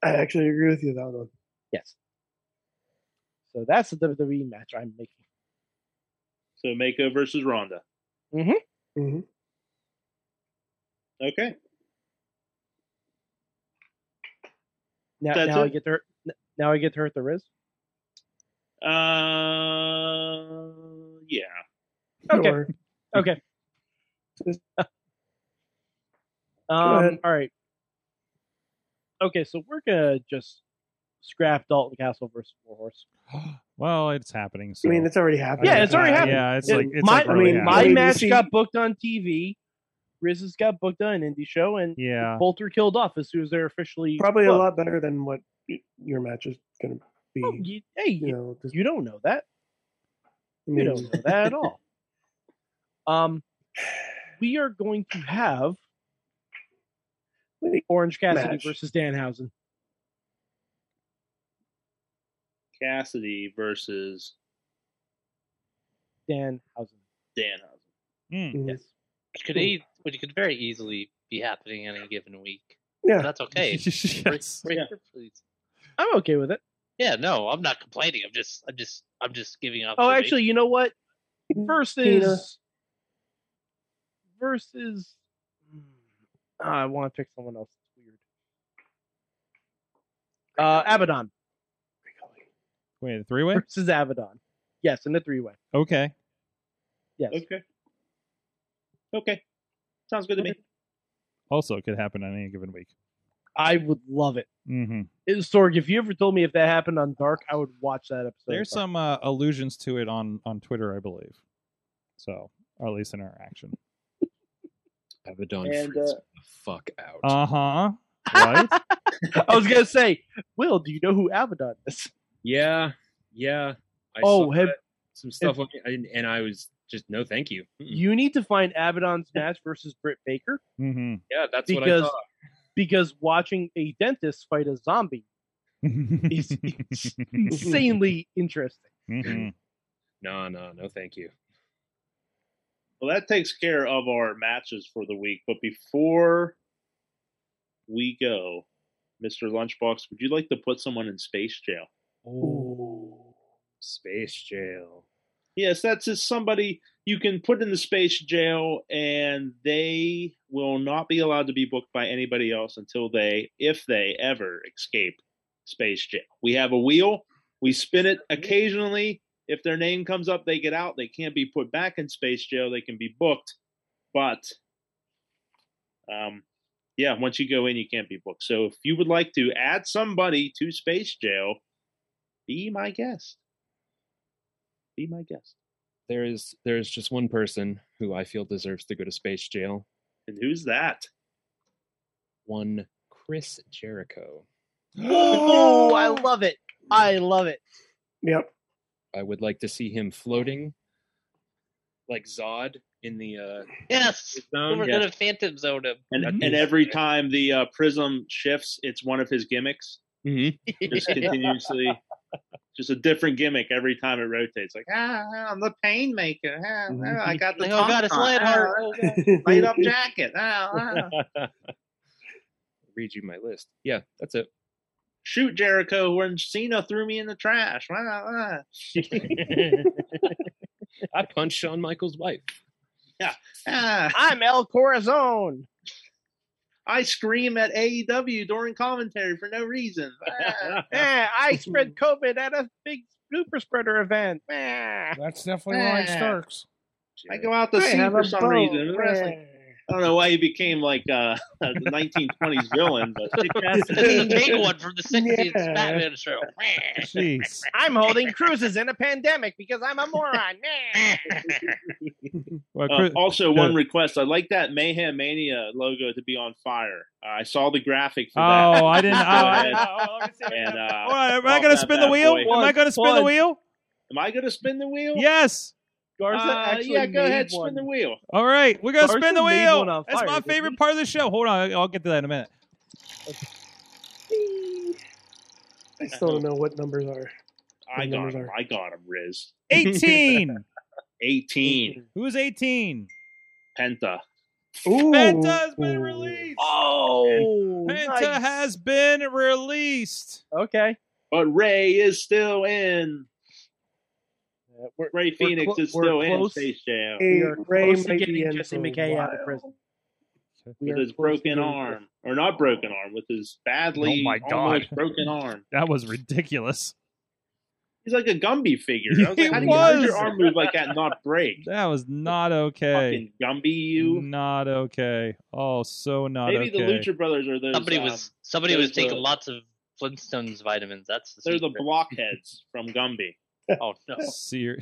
S5: I actually agree with you that one.
S4: Yes. So that's the WWE match I'm making.
S11: So Mako versus Ronda.
S4: Mm-hmm.
S5: Mm-hmm.
S11: Okay.
S4: Now,
S11: That's
S4: now I
S11: it.
S4: get to hurt, now I get to hurt the wrist.
S11: Uh, yeah.
S4: Okay.
S5: Sure.
S4: Okay.
S5: (laughs)
S4: um.
S5: ahead.
S4: All right. Um, Okay, so we're gonna just scrap Dalton Castle versus Warhorse.
S2: oh. Well, it's happening. So.
S5: I mean, it's already happened. Uh,
S4: Yeah, it's already happened.
S2: Yeah, it's
S4: It-
S2: like it's
S4: my
S2: like really
S5: I mean,
S4: my
S2: happening.
S4: match
S5: see-
S4: got booked on TV. Riz's got booked on an indie show, and
S2: Yeah.
S4: Bolter killed off as soon as they're officially
S5: Probably a
S4: booked.
S5: lot better than what y- your match is going to be.
S4: Oh, you- hey,
S5: you
S4: you,
S5: know, just,
S4: you don't know that.
S5: I
S4: You
S5: mean,
S4: don't know
S5: (laughs)
S4: that at all. Um, we are going to have
S5: Wait,
S4: Orange Cassidy
S5: match.
S4: versus Danhausen.
S11: Cassidy versus
S4: Danhausen.
S11: Danhausen.
S2: Mm.
S11: Mm-hmm.
S5: mhm.
S4: Yes.
S7: Hmm.
S4: Hmm.
S7: Which could, e- which could very easily be happening any given week.
S5: Yeah.
S7: That's okay.
S2: Yes.
S7: Right
S11: Yeah.
S7: here, please.
S4: I'm okay with it.
S7: Yeah, no, I'm not complaining. I'm just, I'm just, I'm just giving up.
S4: Oh, actually, you know what? Versus versus. Ah, I want to pick someone else. It's weird. Uh, Abaddon
S2: Wait, three way.
S4: versus Abaddon. Yes, in a three-way.
S2: Okay.
S4: Yes.
S11: Okay. Okay. Sounds good to me.
S2: Also, it could happen on any given week.
S4: I would love it.
S2: Mm-hmm.
S4: It- Sorg, if you ever told me if that happened on Dark, I would watch that episode.
S2: There's some uh, allusions to it on on Twitter, I believe. So, or at least in our
S11: (laughs)
S2: action.
S10: Abaddon
S11: And,
S10: freaks
S11: uh,
S10: me the fuck out.
S2: Uh huh. Right.
S11: (laughs)
S5: (laughs)
S4: (laughs) I was gonna say, Will, do you know who Abaddon is?
S10: yeah, yeah. I
S4: Oh,
S10: saw
S4: have-
S10: that, some stuff, on it, and- and I was just no, thank you. Mm-mm.
S4: You need to find Abaddon's match versus Britt Baker
S10: yeah, that's
S4: because
S10: what
S4: because watching a dentist fight a zombie
S2: Mm-hmm.
S4: is insanely interesting.
S2: Mhm.
S10: I thought. No, no, no, thank you.
S11: Well, that takes care of our matches for the week. But before we go, Mr. Lunchbox, would you like to put someone in space jail?
S5: Ooh.
S10: Space jail.
S11: Yes, that's just somebody you can put in the space jail, and they will not be allowed to be booked by anybody else until they, if they ever escape space jail. We have a wheel, we spin it occasionally. If their name comes up, they get out. They can't be put back in space jail, they can be booked. But, um, yeah, once you go in, you can't be booked. So if you would like to add somebody to space jail, be my guest. Be my guest.
S10: There is there is just one person who I feel deserves to go to space jail.
S11: And who's that?
S10: One Chris Jericho.
S4: Oh, I love it. I love it.
S5: Yep.
S10: I would like to see him floating like Zod in the uh
S7: yes,
S10: zone.
S7: we're
S11: yeah.
S7: gonna Phantom Zone him. (laughs)
S11: And
S10: That'd be
S11: and every time the uh, prism shifts, it's one of his gimmicks.
S10: Mhm.
S11: Just continuously just a different gimmick every time it rotates. Like, ah, I'm the pain maker. Ah,
S10: Mm-hmm.
S11: ah, I got the
S7: Like, oh, God,
S11: top
S7: it's Oh,
S11: knot.
S7: lead heart.
S11: Ah, ah, (laughs)
S7: (laughs)
S11: light up jacket. Ah, ah.
S10: Read you my
S11: (laughs)
S10: list. (laughs) Yeah, that's it.
S11: Shoot Jericho when Cena threw me in the trash. Ah, ah.
S10: I punched Shawn Michaels' wife.
S4: (laughs)
S11: yeah. I'm El Corazon. I scream at
S4: E
S11: AEW during commentary for no
S4: (laughs)
S11: reason. Ah.
S4: Eh, I (laughs) spread COVID at a big super spreader event. (laughs) Eh.
S8: That's definitely Ronnie Starks.
S11: I go out to
S4: I
S11: sea
S4: have
S11: for
S4: a
S11: some
S4: boat. (laughs)
S11: reason. Wrestling. I don't know why he became like uh, (laughs) a 1920s villain, but (laughs)
S7: he made one from the 60s Batman show.
S2: Jeez.
S4: I'm holding cruises in a pandemic because I'm a moron. (laughs) Meh.
S2: Well,
S11: Uh,
S2: Chris-
S11: also,
S2: good.
S11: one request. I like that Mayhem Mania logo to be on fire. Uh, I saw the graphic for that.
S2: Oh, I
S11: (laughs)
S2: didn't- oh, I-
S11: and, uh,
S2: (laughs) All right, am I
S11: bump
S2: gonna
S11: that
S2: spin the
S11: bad
S2: wheel?
S11: boy.
S2: Am I gonna spin the wheel?
S11: Am I going to spin the wheel?
S2: Yes.
S11: Garza
S4: actually
S11: yeah, go
S4: made
S11: ahead,
S4: one.
S11: spin the wheel.
S2: All right, we're gonna
S11: Carson
S2: spin the
S11: made
S2: wheel.
S11: one on
S2: That's
S11: fire,
S2: my
S11: didn't
S2: favorite part of the show. Hold on, I'll get to that in a minute.
S5: I still don't know what numbers are.
S11: I got
S5: What numbers
S11: him.
S5: are.
S11: I got him, Riz. (laughs)
S2: 18.
S11: 18.
S2: Who is 18?
S11: Penta.
S2: Penta has been released.
S11: Oh,
S2: Penta has been released.
S4: Okay.
S11: But Ray is still in. Ray
S4: we're
S11: Phoenix
S4: clo-
S11: is
S4: we're
S11: still in
S4: close.
S11: Space Jam.
S4: We are
S5: Ray
S4: Eh. close to
S5: might be
S4: getting
S5: in
S4: Jesse
S5: for a
S4: McKay out of
S5: while.
S4: prison.
S11: with
S4: are
S11: his
S4: close to
S11: broken
S4: getting-
S11: arm, or not broken arm, with his badly
S2: Oh my God. (laughs)
S11: almost broken arm.
S2: That was ridiculous.
S11: He's like a Gumby figure. I was like,
S2: He
S11: how do you how does
S2: was.
S11: your arm move like that and not break?
S2: That was not okay.
S11: Fucking Gumby, you.
S2: Not okay. Oh, so not
S11: Maybe
S2: okay.
S11: the Lucha Brothers are those.
S7: Somebody
S11: um,
S7: was somebody
S11: those,
S7: was taking
S11: uh,
S7: lots of Flintstones vitamins. That's the
S11: They're the
S7: secret. (laughs)
S11: blockheads from Gumby.
S7: Oh
S2: (laughs)
S7: no.
S2: Ser-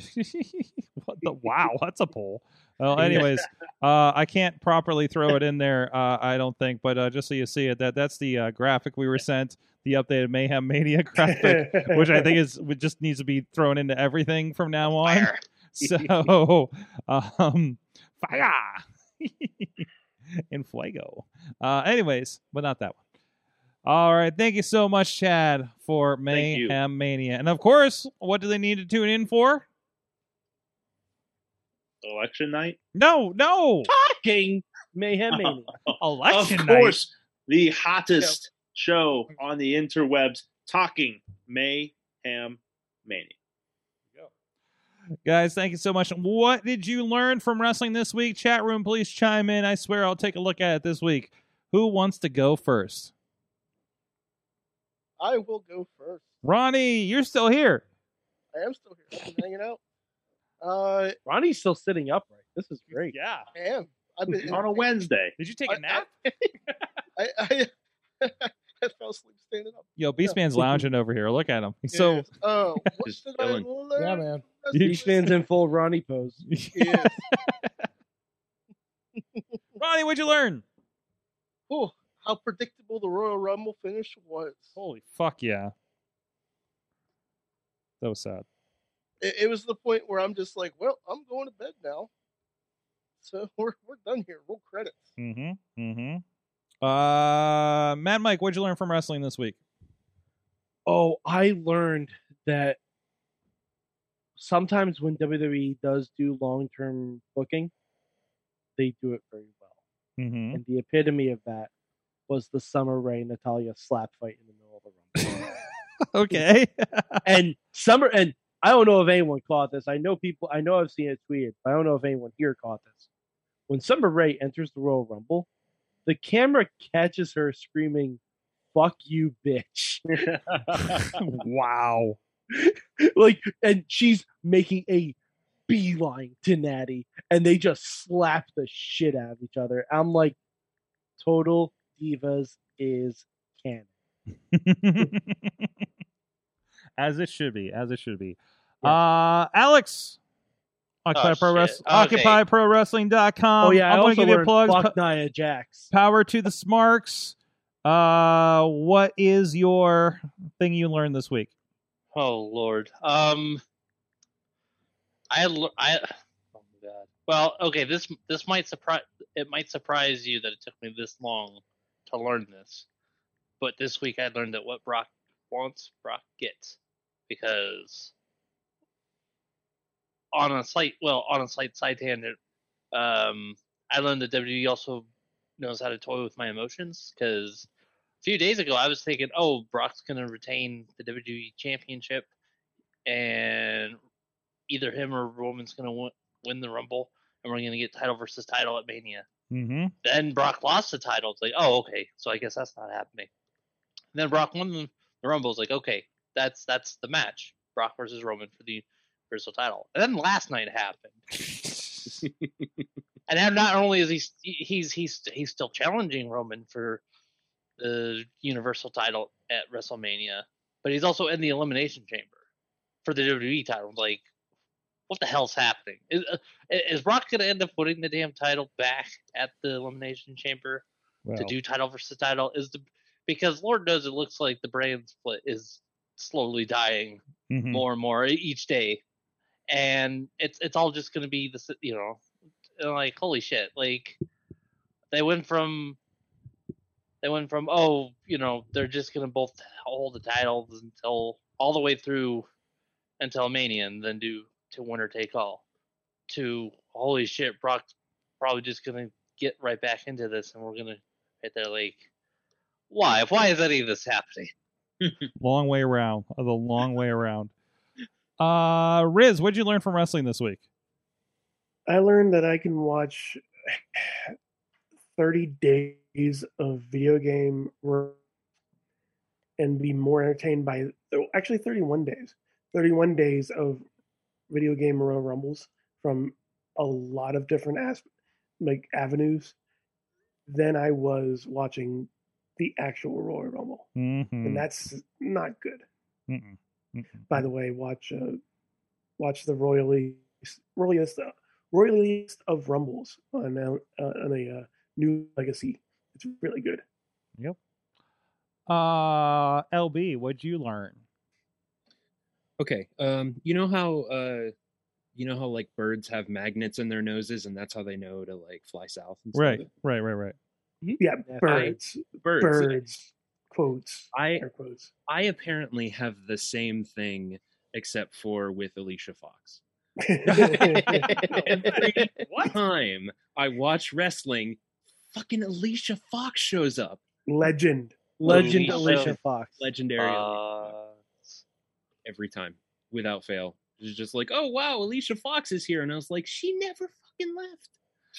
S2: what the wow, (laughs) that's a poll.
S11: (laughs)
S2: Well, anyways, uh, I can't properly throw it in there, uh, I don't think. But uh, just so you see it, that that's the uh, graphic we were sent, the updated Mayhem Mania (laughs)
S11: (laughs)
S2: graphic, which I think is it just needs to be thrown into everything from now on. (laughs) So, (laughs) um, fire (laughs) in fuego. Uh, anyways, but not that one. All right, thank you so much, Chad, for
S11: you.
S2: Mayhem Mania, and of course, what do they need to tune in for?
S11: Election night.
S2: No, no.
S4: King
S2: (laughs)
S11: (laughs)
S4: Mayhem Mania.
S2: Election
S11: of
S2: night.
S11: course, the hottest show on the interwebs, talking mayhem mania.
S2: Guys, thank you so much. What did you learn from wrestling this week? Chat room, please chime in. I swear I'll take a look at it this week. Who wants to go first?
S6: I will go first.
S2: Ronnie, you're still here.
S6: I am still here, I've been hanging out. Uh,
S4: Ronnie's still sitting upright. This is great.
S11: Yeah,
S6: I am.
S10: (laughs)
S6: I've been (laughs)
S11: on a Wednesday.
S2: Did you take a nap?
S6: I, I, I, (laughs) fell asleep standing up.
S2: Yo, Beastman's lounging over here. Look at him. He's so (laughs)
S6: Oh, what
S10: Just
S6: did I
S10: chilling.
S6: learn?
S8: Yeah, man.
S2: You-
S8: You
S4: He stands in full Ronnie pose.
S6: Yes.
S2: Ronnie, what'd you learn?
S6: Ooh, how predictable the Royal Rumble finish was.
S2: Holy fuck yeah. That was sad.
S6: It, it was the point where I'm just like, well, I'm going to bed now. So (laughs) we're, we're done here. Roll credits.
S2: Mm-hmm. Mm-hmm. Uh Matt Mike, what'd you learn from wrestling this week?
S4: Oh, I learned that sometimes when WWE does do long term booking, they do it very well.
S2: Mm-hmm.
S4: And the epitome of that was the Summer Rae Natalia slap fight in the middle of the rumble.
S2: (laughs) Okay. (laughs)
S4: and summer and I don't know if anyone caught this. I know people. I know I've seen it tweeted. But I don't know if anyone here caught this. When Summer Rae enters the Royal Rumble, the camera catches her screaming, "Fuck you, bitch!"
S2: (laughs)
S8: (laughs)
S2: wow.
S4: (laughs) like, and she's making a beeline to Natty, and they just slap the shit out of each other. I'm like, total divas is canon.
S2: as it should be, as it should be. Uh Alex.
S11: Oh,
S2: Occupy Pro
S7: Oh, shit.
S2: Wrestling
S7: Okay.
S2: OccupyProWrestling.com.
S4: oh yeah, I
S2: I'm gonna
S4: also
S2: give you a
S4: learned
S2: plug.
S4: Fuck Nia Jax.
S2: Power to the Smarks. Uh what is your thing you learned this week?
S7: Oh lord. Um, I l- I. Oh my god. Well, okay. This this might surprise it might surprise you that it took me this long to learn this, but this week I learned that what Brock wants, Brock gets. because on a slight well on a slight side tangent, um, I learned that WWE also knows how to toy with my emotions because a few days ago I was thinking, oh, Brock's gonna retain the WWE Championship, and either him or Roman's gonna win, win the Rumble, and we're gonna get title versus title at Mania.
S2: Mm-hmm.
S7: Then Brock lost the title. It's like, oh, okay, so I guess that's not happening. And then Brock won the the Rumble. It's like, okay, that's that's the match, Brock versus Roman for the Universal title. And then last night happened. and now not only is he st- he's he's he's still challenging Roman for the Universal title at WrestleMania, but he's also in the Elimination Chamber for the WWE title. Like, what the hell's happening? Is, uh, is Brock going to end up putting the damn title back at the Elimination Chamber to
S2: Well.
S7: do title versus title? Is the because Lord knows it looks like the brand split is slowly dying
S2: Mhm.
S7: more and more e-, each day, and it's it's all just going to be the s- you know and, like holy shit like they went from they went from oh you know they're just gonna both hold the titles until all the way through until mania and then do to winner take all to holy shit brock's probably just gonna get right back into this and we're gonna hit that like why why is any of this happening
S2: long way around. The long way around. Uh, Riz, what'd you learn from wrestling this week?
S5: I learned that I can watch (sighs) 30 days of video game r- and be more entertained by oh, actually 31 days. 31 days of video game Royal Rumbles from a lot of different as- like avenues than I was watching the actual Royal Rumble.
S2: Mm-hmm.
S5: And that's not good
S2: Mm-mm. Mm-mm.
S5: by the way, watch uh, watch the royalist royalist uh, royalist of rumbles on a, uh, on a uh, new legacy. It's really good.
S2: Yep. Uh, LB, what'd you learn?
S10: Okay. Um, you know how uh, you know how like birds have magnets in their noses, and that's how they know to like fly south. And stuff?
S2: Right, right, right, (laughs) right.
S5: Yeah,
S10: Yeah,
S5: birds,
S10: I-
S5: birds,
S10: birds,
S5: quotes.
S10: I
S5: air quotes.
S10: I apparently have the same thing, except for with Alicia Fox.
S5: (laughs)
S10: Every time I watch wrestling, fucking Alicia Fox shows up.
S5: Legend,
S10: Alicia-
S5: Uh,
S10: legendary. Alicia
S7: Fox.
S10: Every time, without fail, it's just like, oh wow, Alicia Fox is here, and I was like, she never fucking left.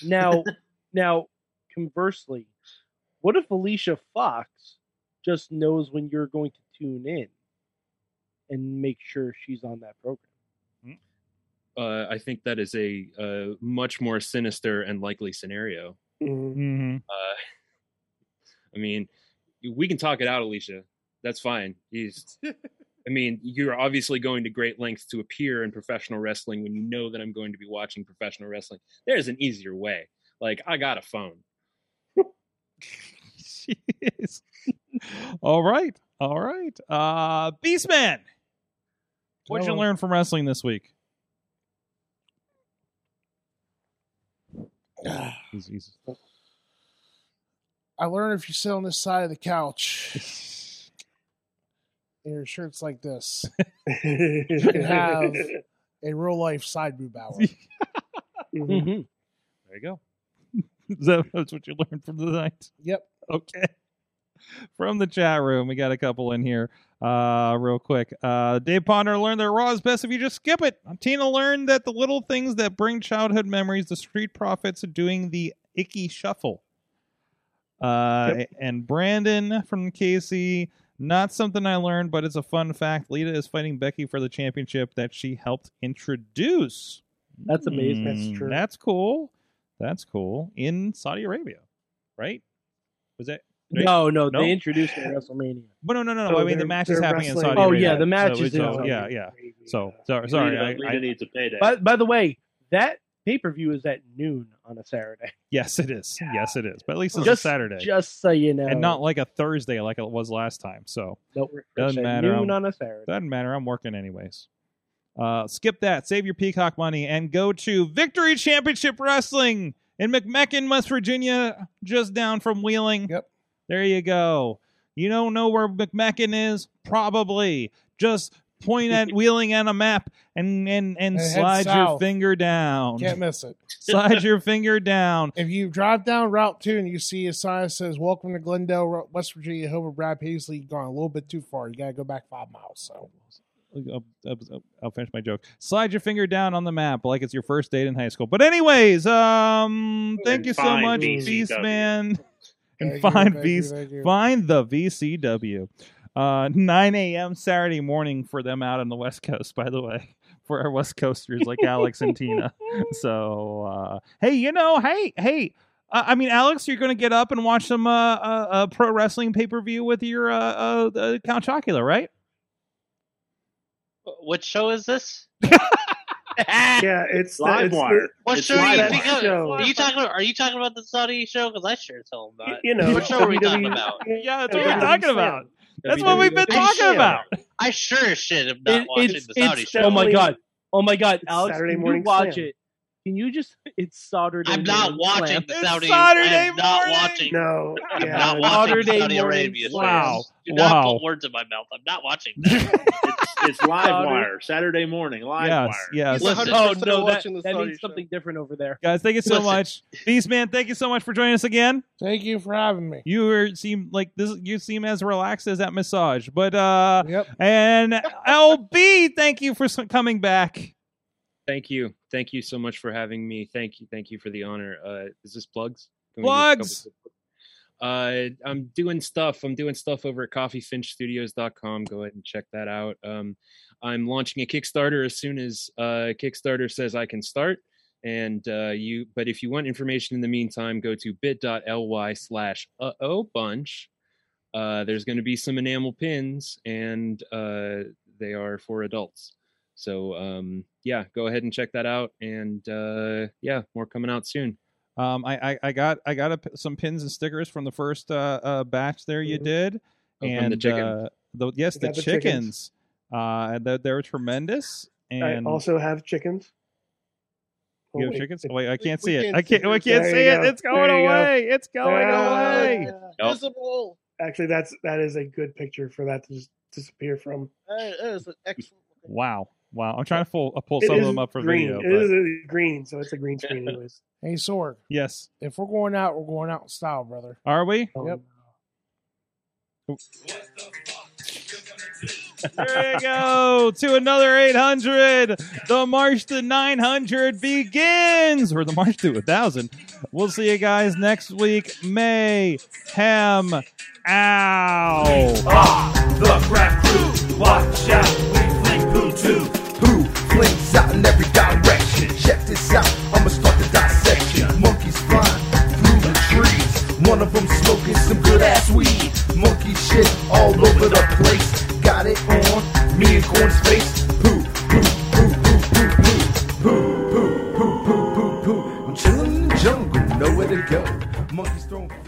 S2: (laughs)
S4: Now, now, conversely, what if Alicia Fox just knows when you're going to tune in and make sure she's on that program?
S10: Uh, I think that is a uh, much more sinister and likely scenario.
S2: Mm-hmm.
S10: Uh, (laughs) I mean, we can talk it out, Alicia. That's fine. He's, I mean, you're obviously going to great lengths to appear in professional wrestling when you know that I'm going to be watching professional wrestling. There's an easier way. Like, I got a phone.
S2: Jeez. All right, all right. Uh, Beastman, what'd you
S8: Hello.
S2: learn from wrestling this week? He's,
S5: (laughs)
S2: he's
S8: I learned if you sit on this side of the couch and your shirt's like this, you can have a real life side boob hour.
S2: There you go. (laughs) Is that, that's what you learned from the night.
S8: Yep.
S2: Okay. From the chat room, we got a couple in here, uh, real quick. Uh, Dave Ponder learned that Raw is best if you just skip it. Tina learned that the little things that bring childhood memories, the street profits are doing the icky shuffle. Uh, And Brandon from Casey, not something I learned, but it's a fun fact. Lita is fighting Becky for the championship that she helped introduce.
S4: That's amazing. That's
S2: Mm,
S4: true.
S2: That's cool. That's cool. In Saudi Arabia, right? Was that?
S4: No, no, they introduced her at WrestleMania.
S2: But no, no, no, no. I mean, the match is happening in Saudi
S4: Oh
S2: Arabia.
S4: yeah, the match
S2: So
S4: is
S2: it's
S4: in
S2: all-
S4: Saudi
S2: Yeah, yeah. So sorry, sorry.
S11: Lita-
S2: I-
S11: Lita
S2: I-
S11: needs a payday.
S4: By, by the way, that pay per view is at noon on a Saturday.
S2: yes, it is. Yes, it is. But at least it's
S4: Just-
S2: a Saturday,
S4: Just so you know,
S2: and not like a Thursday like it was last time. So
S4: Nope. It's
S2: doesn't
S4: at
S2: matter.
S4: noon
S2: I'm-
S4: on a Saturday.
S2: Doesn't matter. I'm working anyways. Uh, skip that. Save your peacock money and go to Victory Championship Wrestling in McMecken, West Virginia, just down from Wheeling.
S8: Yep.
S2: There you go. You don't know where McMecken is? Probably. Just point
S8: (laughs)
S2: at wheeling on a map and and and
S8: And head
S2: slide your
S8: south.
S2: finger down.
S8: Can't miss it. (laughs)
S2: Slide your finger down.
S8: If you drive down Route 2 and you see a sign that says, Welcome to Glendale, Ro- West Virginia, home of Brad Paisley, you've gone a little bit too far. You got to go back five miles. So,
S2: I'll, I'll- I'll finish my joke. Slide your finger down on the map like it's your first date in high school. But anyways, um, thank
S3: And
S2: you so
S3: find
S2: much,
S3: VCW.
S2: Beast Man, (laughs) and
S3: Thank you,
S2: find
S3: thank you,
S2: VC,
S3: thank you.
S2: find the VCW. Uh, 9 a.m. Saturday morning for them out on the West Coast. By the way, (laughs) for our West Coasters like Alex
S3: (laughs)
S2: and Tina. So, uh, hey, you know, hey, hey. Uh, I mean, Alex, you're going to get up and watch some uh, uh, uh, pro wrestling pay per view with your uh, uh, uh, Count Chocula, right?
S7: What show is this? (laughs)
S5: yeah, it's
S7: Live
S5: it's
S7: wire.
S5: the-
S7: What
S5: it's
S7: show are you
S5: that
S7: thinking of?
S5: show.
S7: Are you talking about? Are you talking about the Saudi show? Because I sure as hell am not.
S5: You know, E
S7: what show are we talking
S5: WWE
S7: about?
S2: Yeah,
S5: that's what we're talking about.
S2: That's what we've been
S7: I
S5: E
S2: talking
S7: sure-
S2: about.
S7: I sure as shit am not
S4: It-
S7: watching
S4: it's-
S7: the Saudi
S4: it's
S7: show.
S4: Oh my god! Oh my god, Alex!
S7: Saturday
S4: can
S7: morning
S4: you watch
S7: slam.
S4: it? Can you just? It's Saturday.
S7: I'm not
S4: morning
S7: watching
S4: slam.
S7: the It's Saudi- Saturday I am not morning! watching-
S5: No,
S7: I'm
S5: yeah,
S7: not watching the
S4: Saturday
S7: Saudi
S4: morning
S7: Arabia show.
S4: Wow.
S7: Do not
S2: Wow.
S7: put words in my mouth. I'm not watching that.
S11: (laughs) It's live wire Saturday morning. Live
S2: Yes,
S11: wire.
S2: yes. He's
S11: Listen.
S2: 100%
S4: Oh no, that,
S2: watching the
S4: that
S2: Saudi
S4: means something different over there.
S2: Guys, thank you so
S4: Listen.
S2: much. Beast Man, thank you so much for joining us again.
S8: Thank you for having me.
S2: You were, seem like this you seem as relaxed as that massage. But uh and LB, thank you for s- coming back.
S10: Thank you. Thank you so much for having me. Thank you. Thank you for the honor. Uh, is this plugs? Can we do a couple
S2: Plugs!
S10: of- Uh, I'm doing stuff. I'm doing stuff over at coffeefinchstudios.com. Go ahead and check that out. Um, I'm launching a Kickstarter as soon as uh, Kickstarter says I can start. And uh, you, but if you want information in the meantime, go to bit.ly slash uh oh bunch. Uh, there's going to be some enamel pins, and uh, they are for adults. So um, yeah, go ahead and check that out. And uh, yeah, more coming out soon.
S2: Um I I, I got I got a p some pins and stickers from the first uh, uh batch there you did.
S10: Oh, from the
S2: and
S10: chicken.
S2: uh, the, yes,
S5: We
S2: the
S5: got the
S2: chickens.
S5: chickens.
S2: Uh they're, they're tremendous.
S5: I
S2: And
S5: also have chickens.
S2: you have
S5: wait.
S2: chickens? Oh, wait, I can't
S5: we
S2: see it.
S5: can't
S2: I can't.
S5: see
S2: I can't
S5: it. There
S2: see
S5: you
S2: it.
S5: go.
S2: It's going
S5: There you go.
S2: away. It's going
S5: Ah.
S2: away.
S10: Nope.
S6: Visible.
S5: Actually, that's that is a good picture for that to just disappear from.
S6: That that is an excellent.
S2: Wow. Wow. I'm trying to pull, uh, pull
S5: It
S2: some of
S5: is
S2: them up for
S5: green.
S2: video.
S5: It
S2: but-
S5: is a green, so it's a
S10: (laughs)
S5: green screen, anyways.
S8: hey, Sorg,
S2: Yes.
S8: if we're going out, we're going out in style, brother.
S2: Are we?
S8: Yep.
S2: (laughs) There you go. To another 800. The March to 900 begins, or the March to 1000. We'll see you guys next week. May Ham Ow.
S3: Ah, the crack crew, watch out, we fling who too. Who flings out in every direction? Check this out, I'ma start the dissection. Monkeys flying through the trees. One of them smoking some good ass weed. Monkey shit all over the place. Got it on me and Corn's face. Poo, poo, poo, poo, poo, poo. Poo, poo, poo, poo, poo, poo. I'm chilling in the jungle, nowhere to go. Monkeys throwing.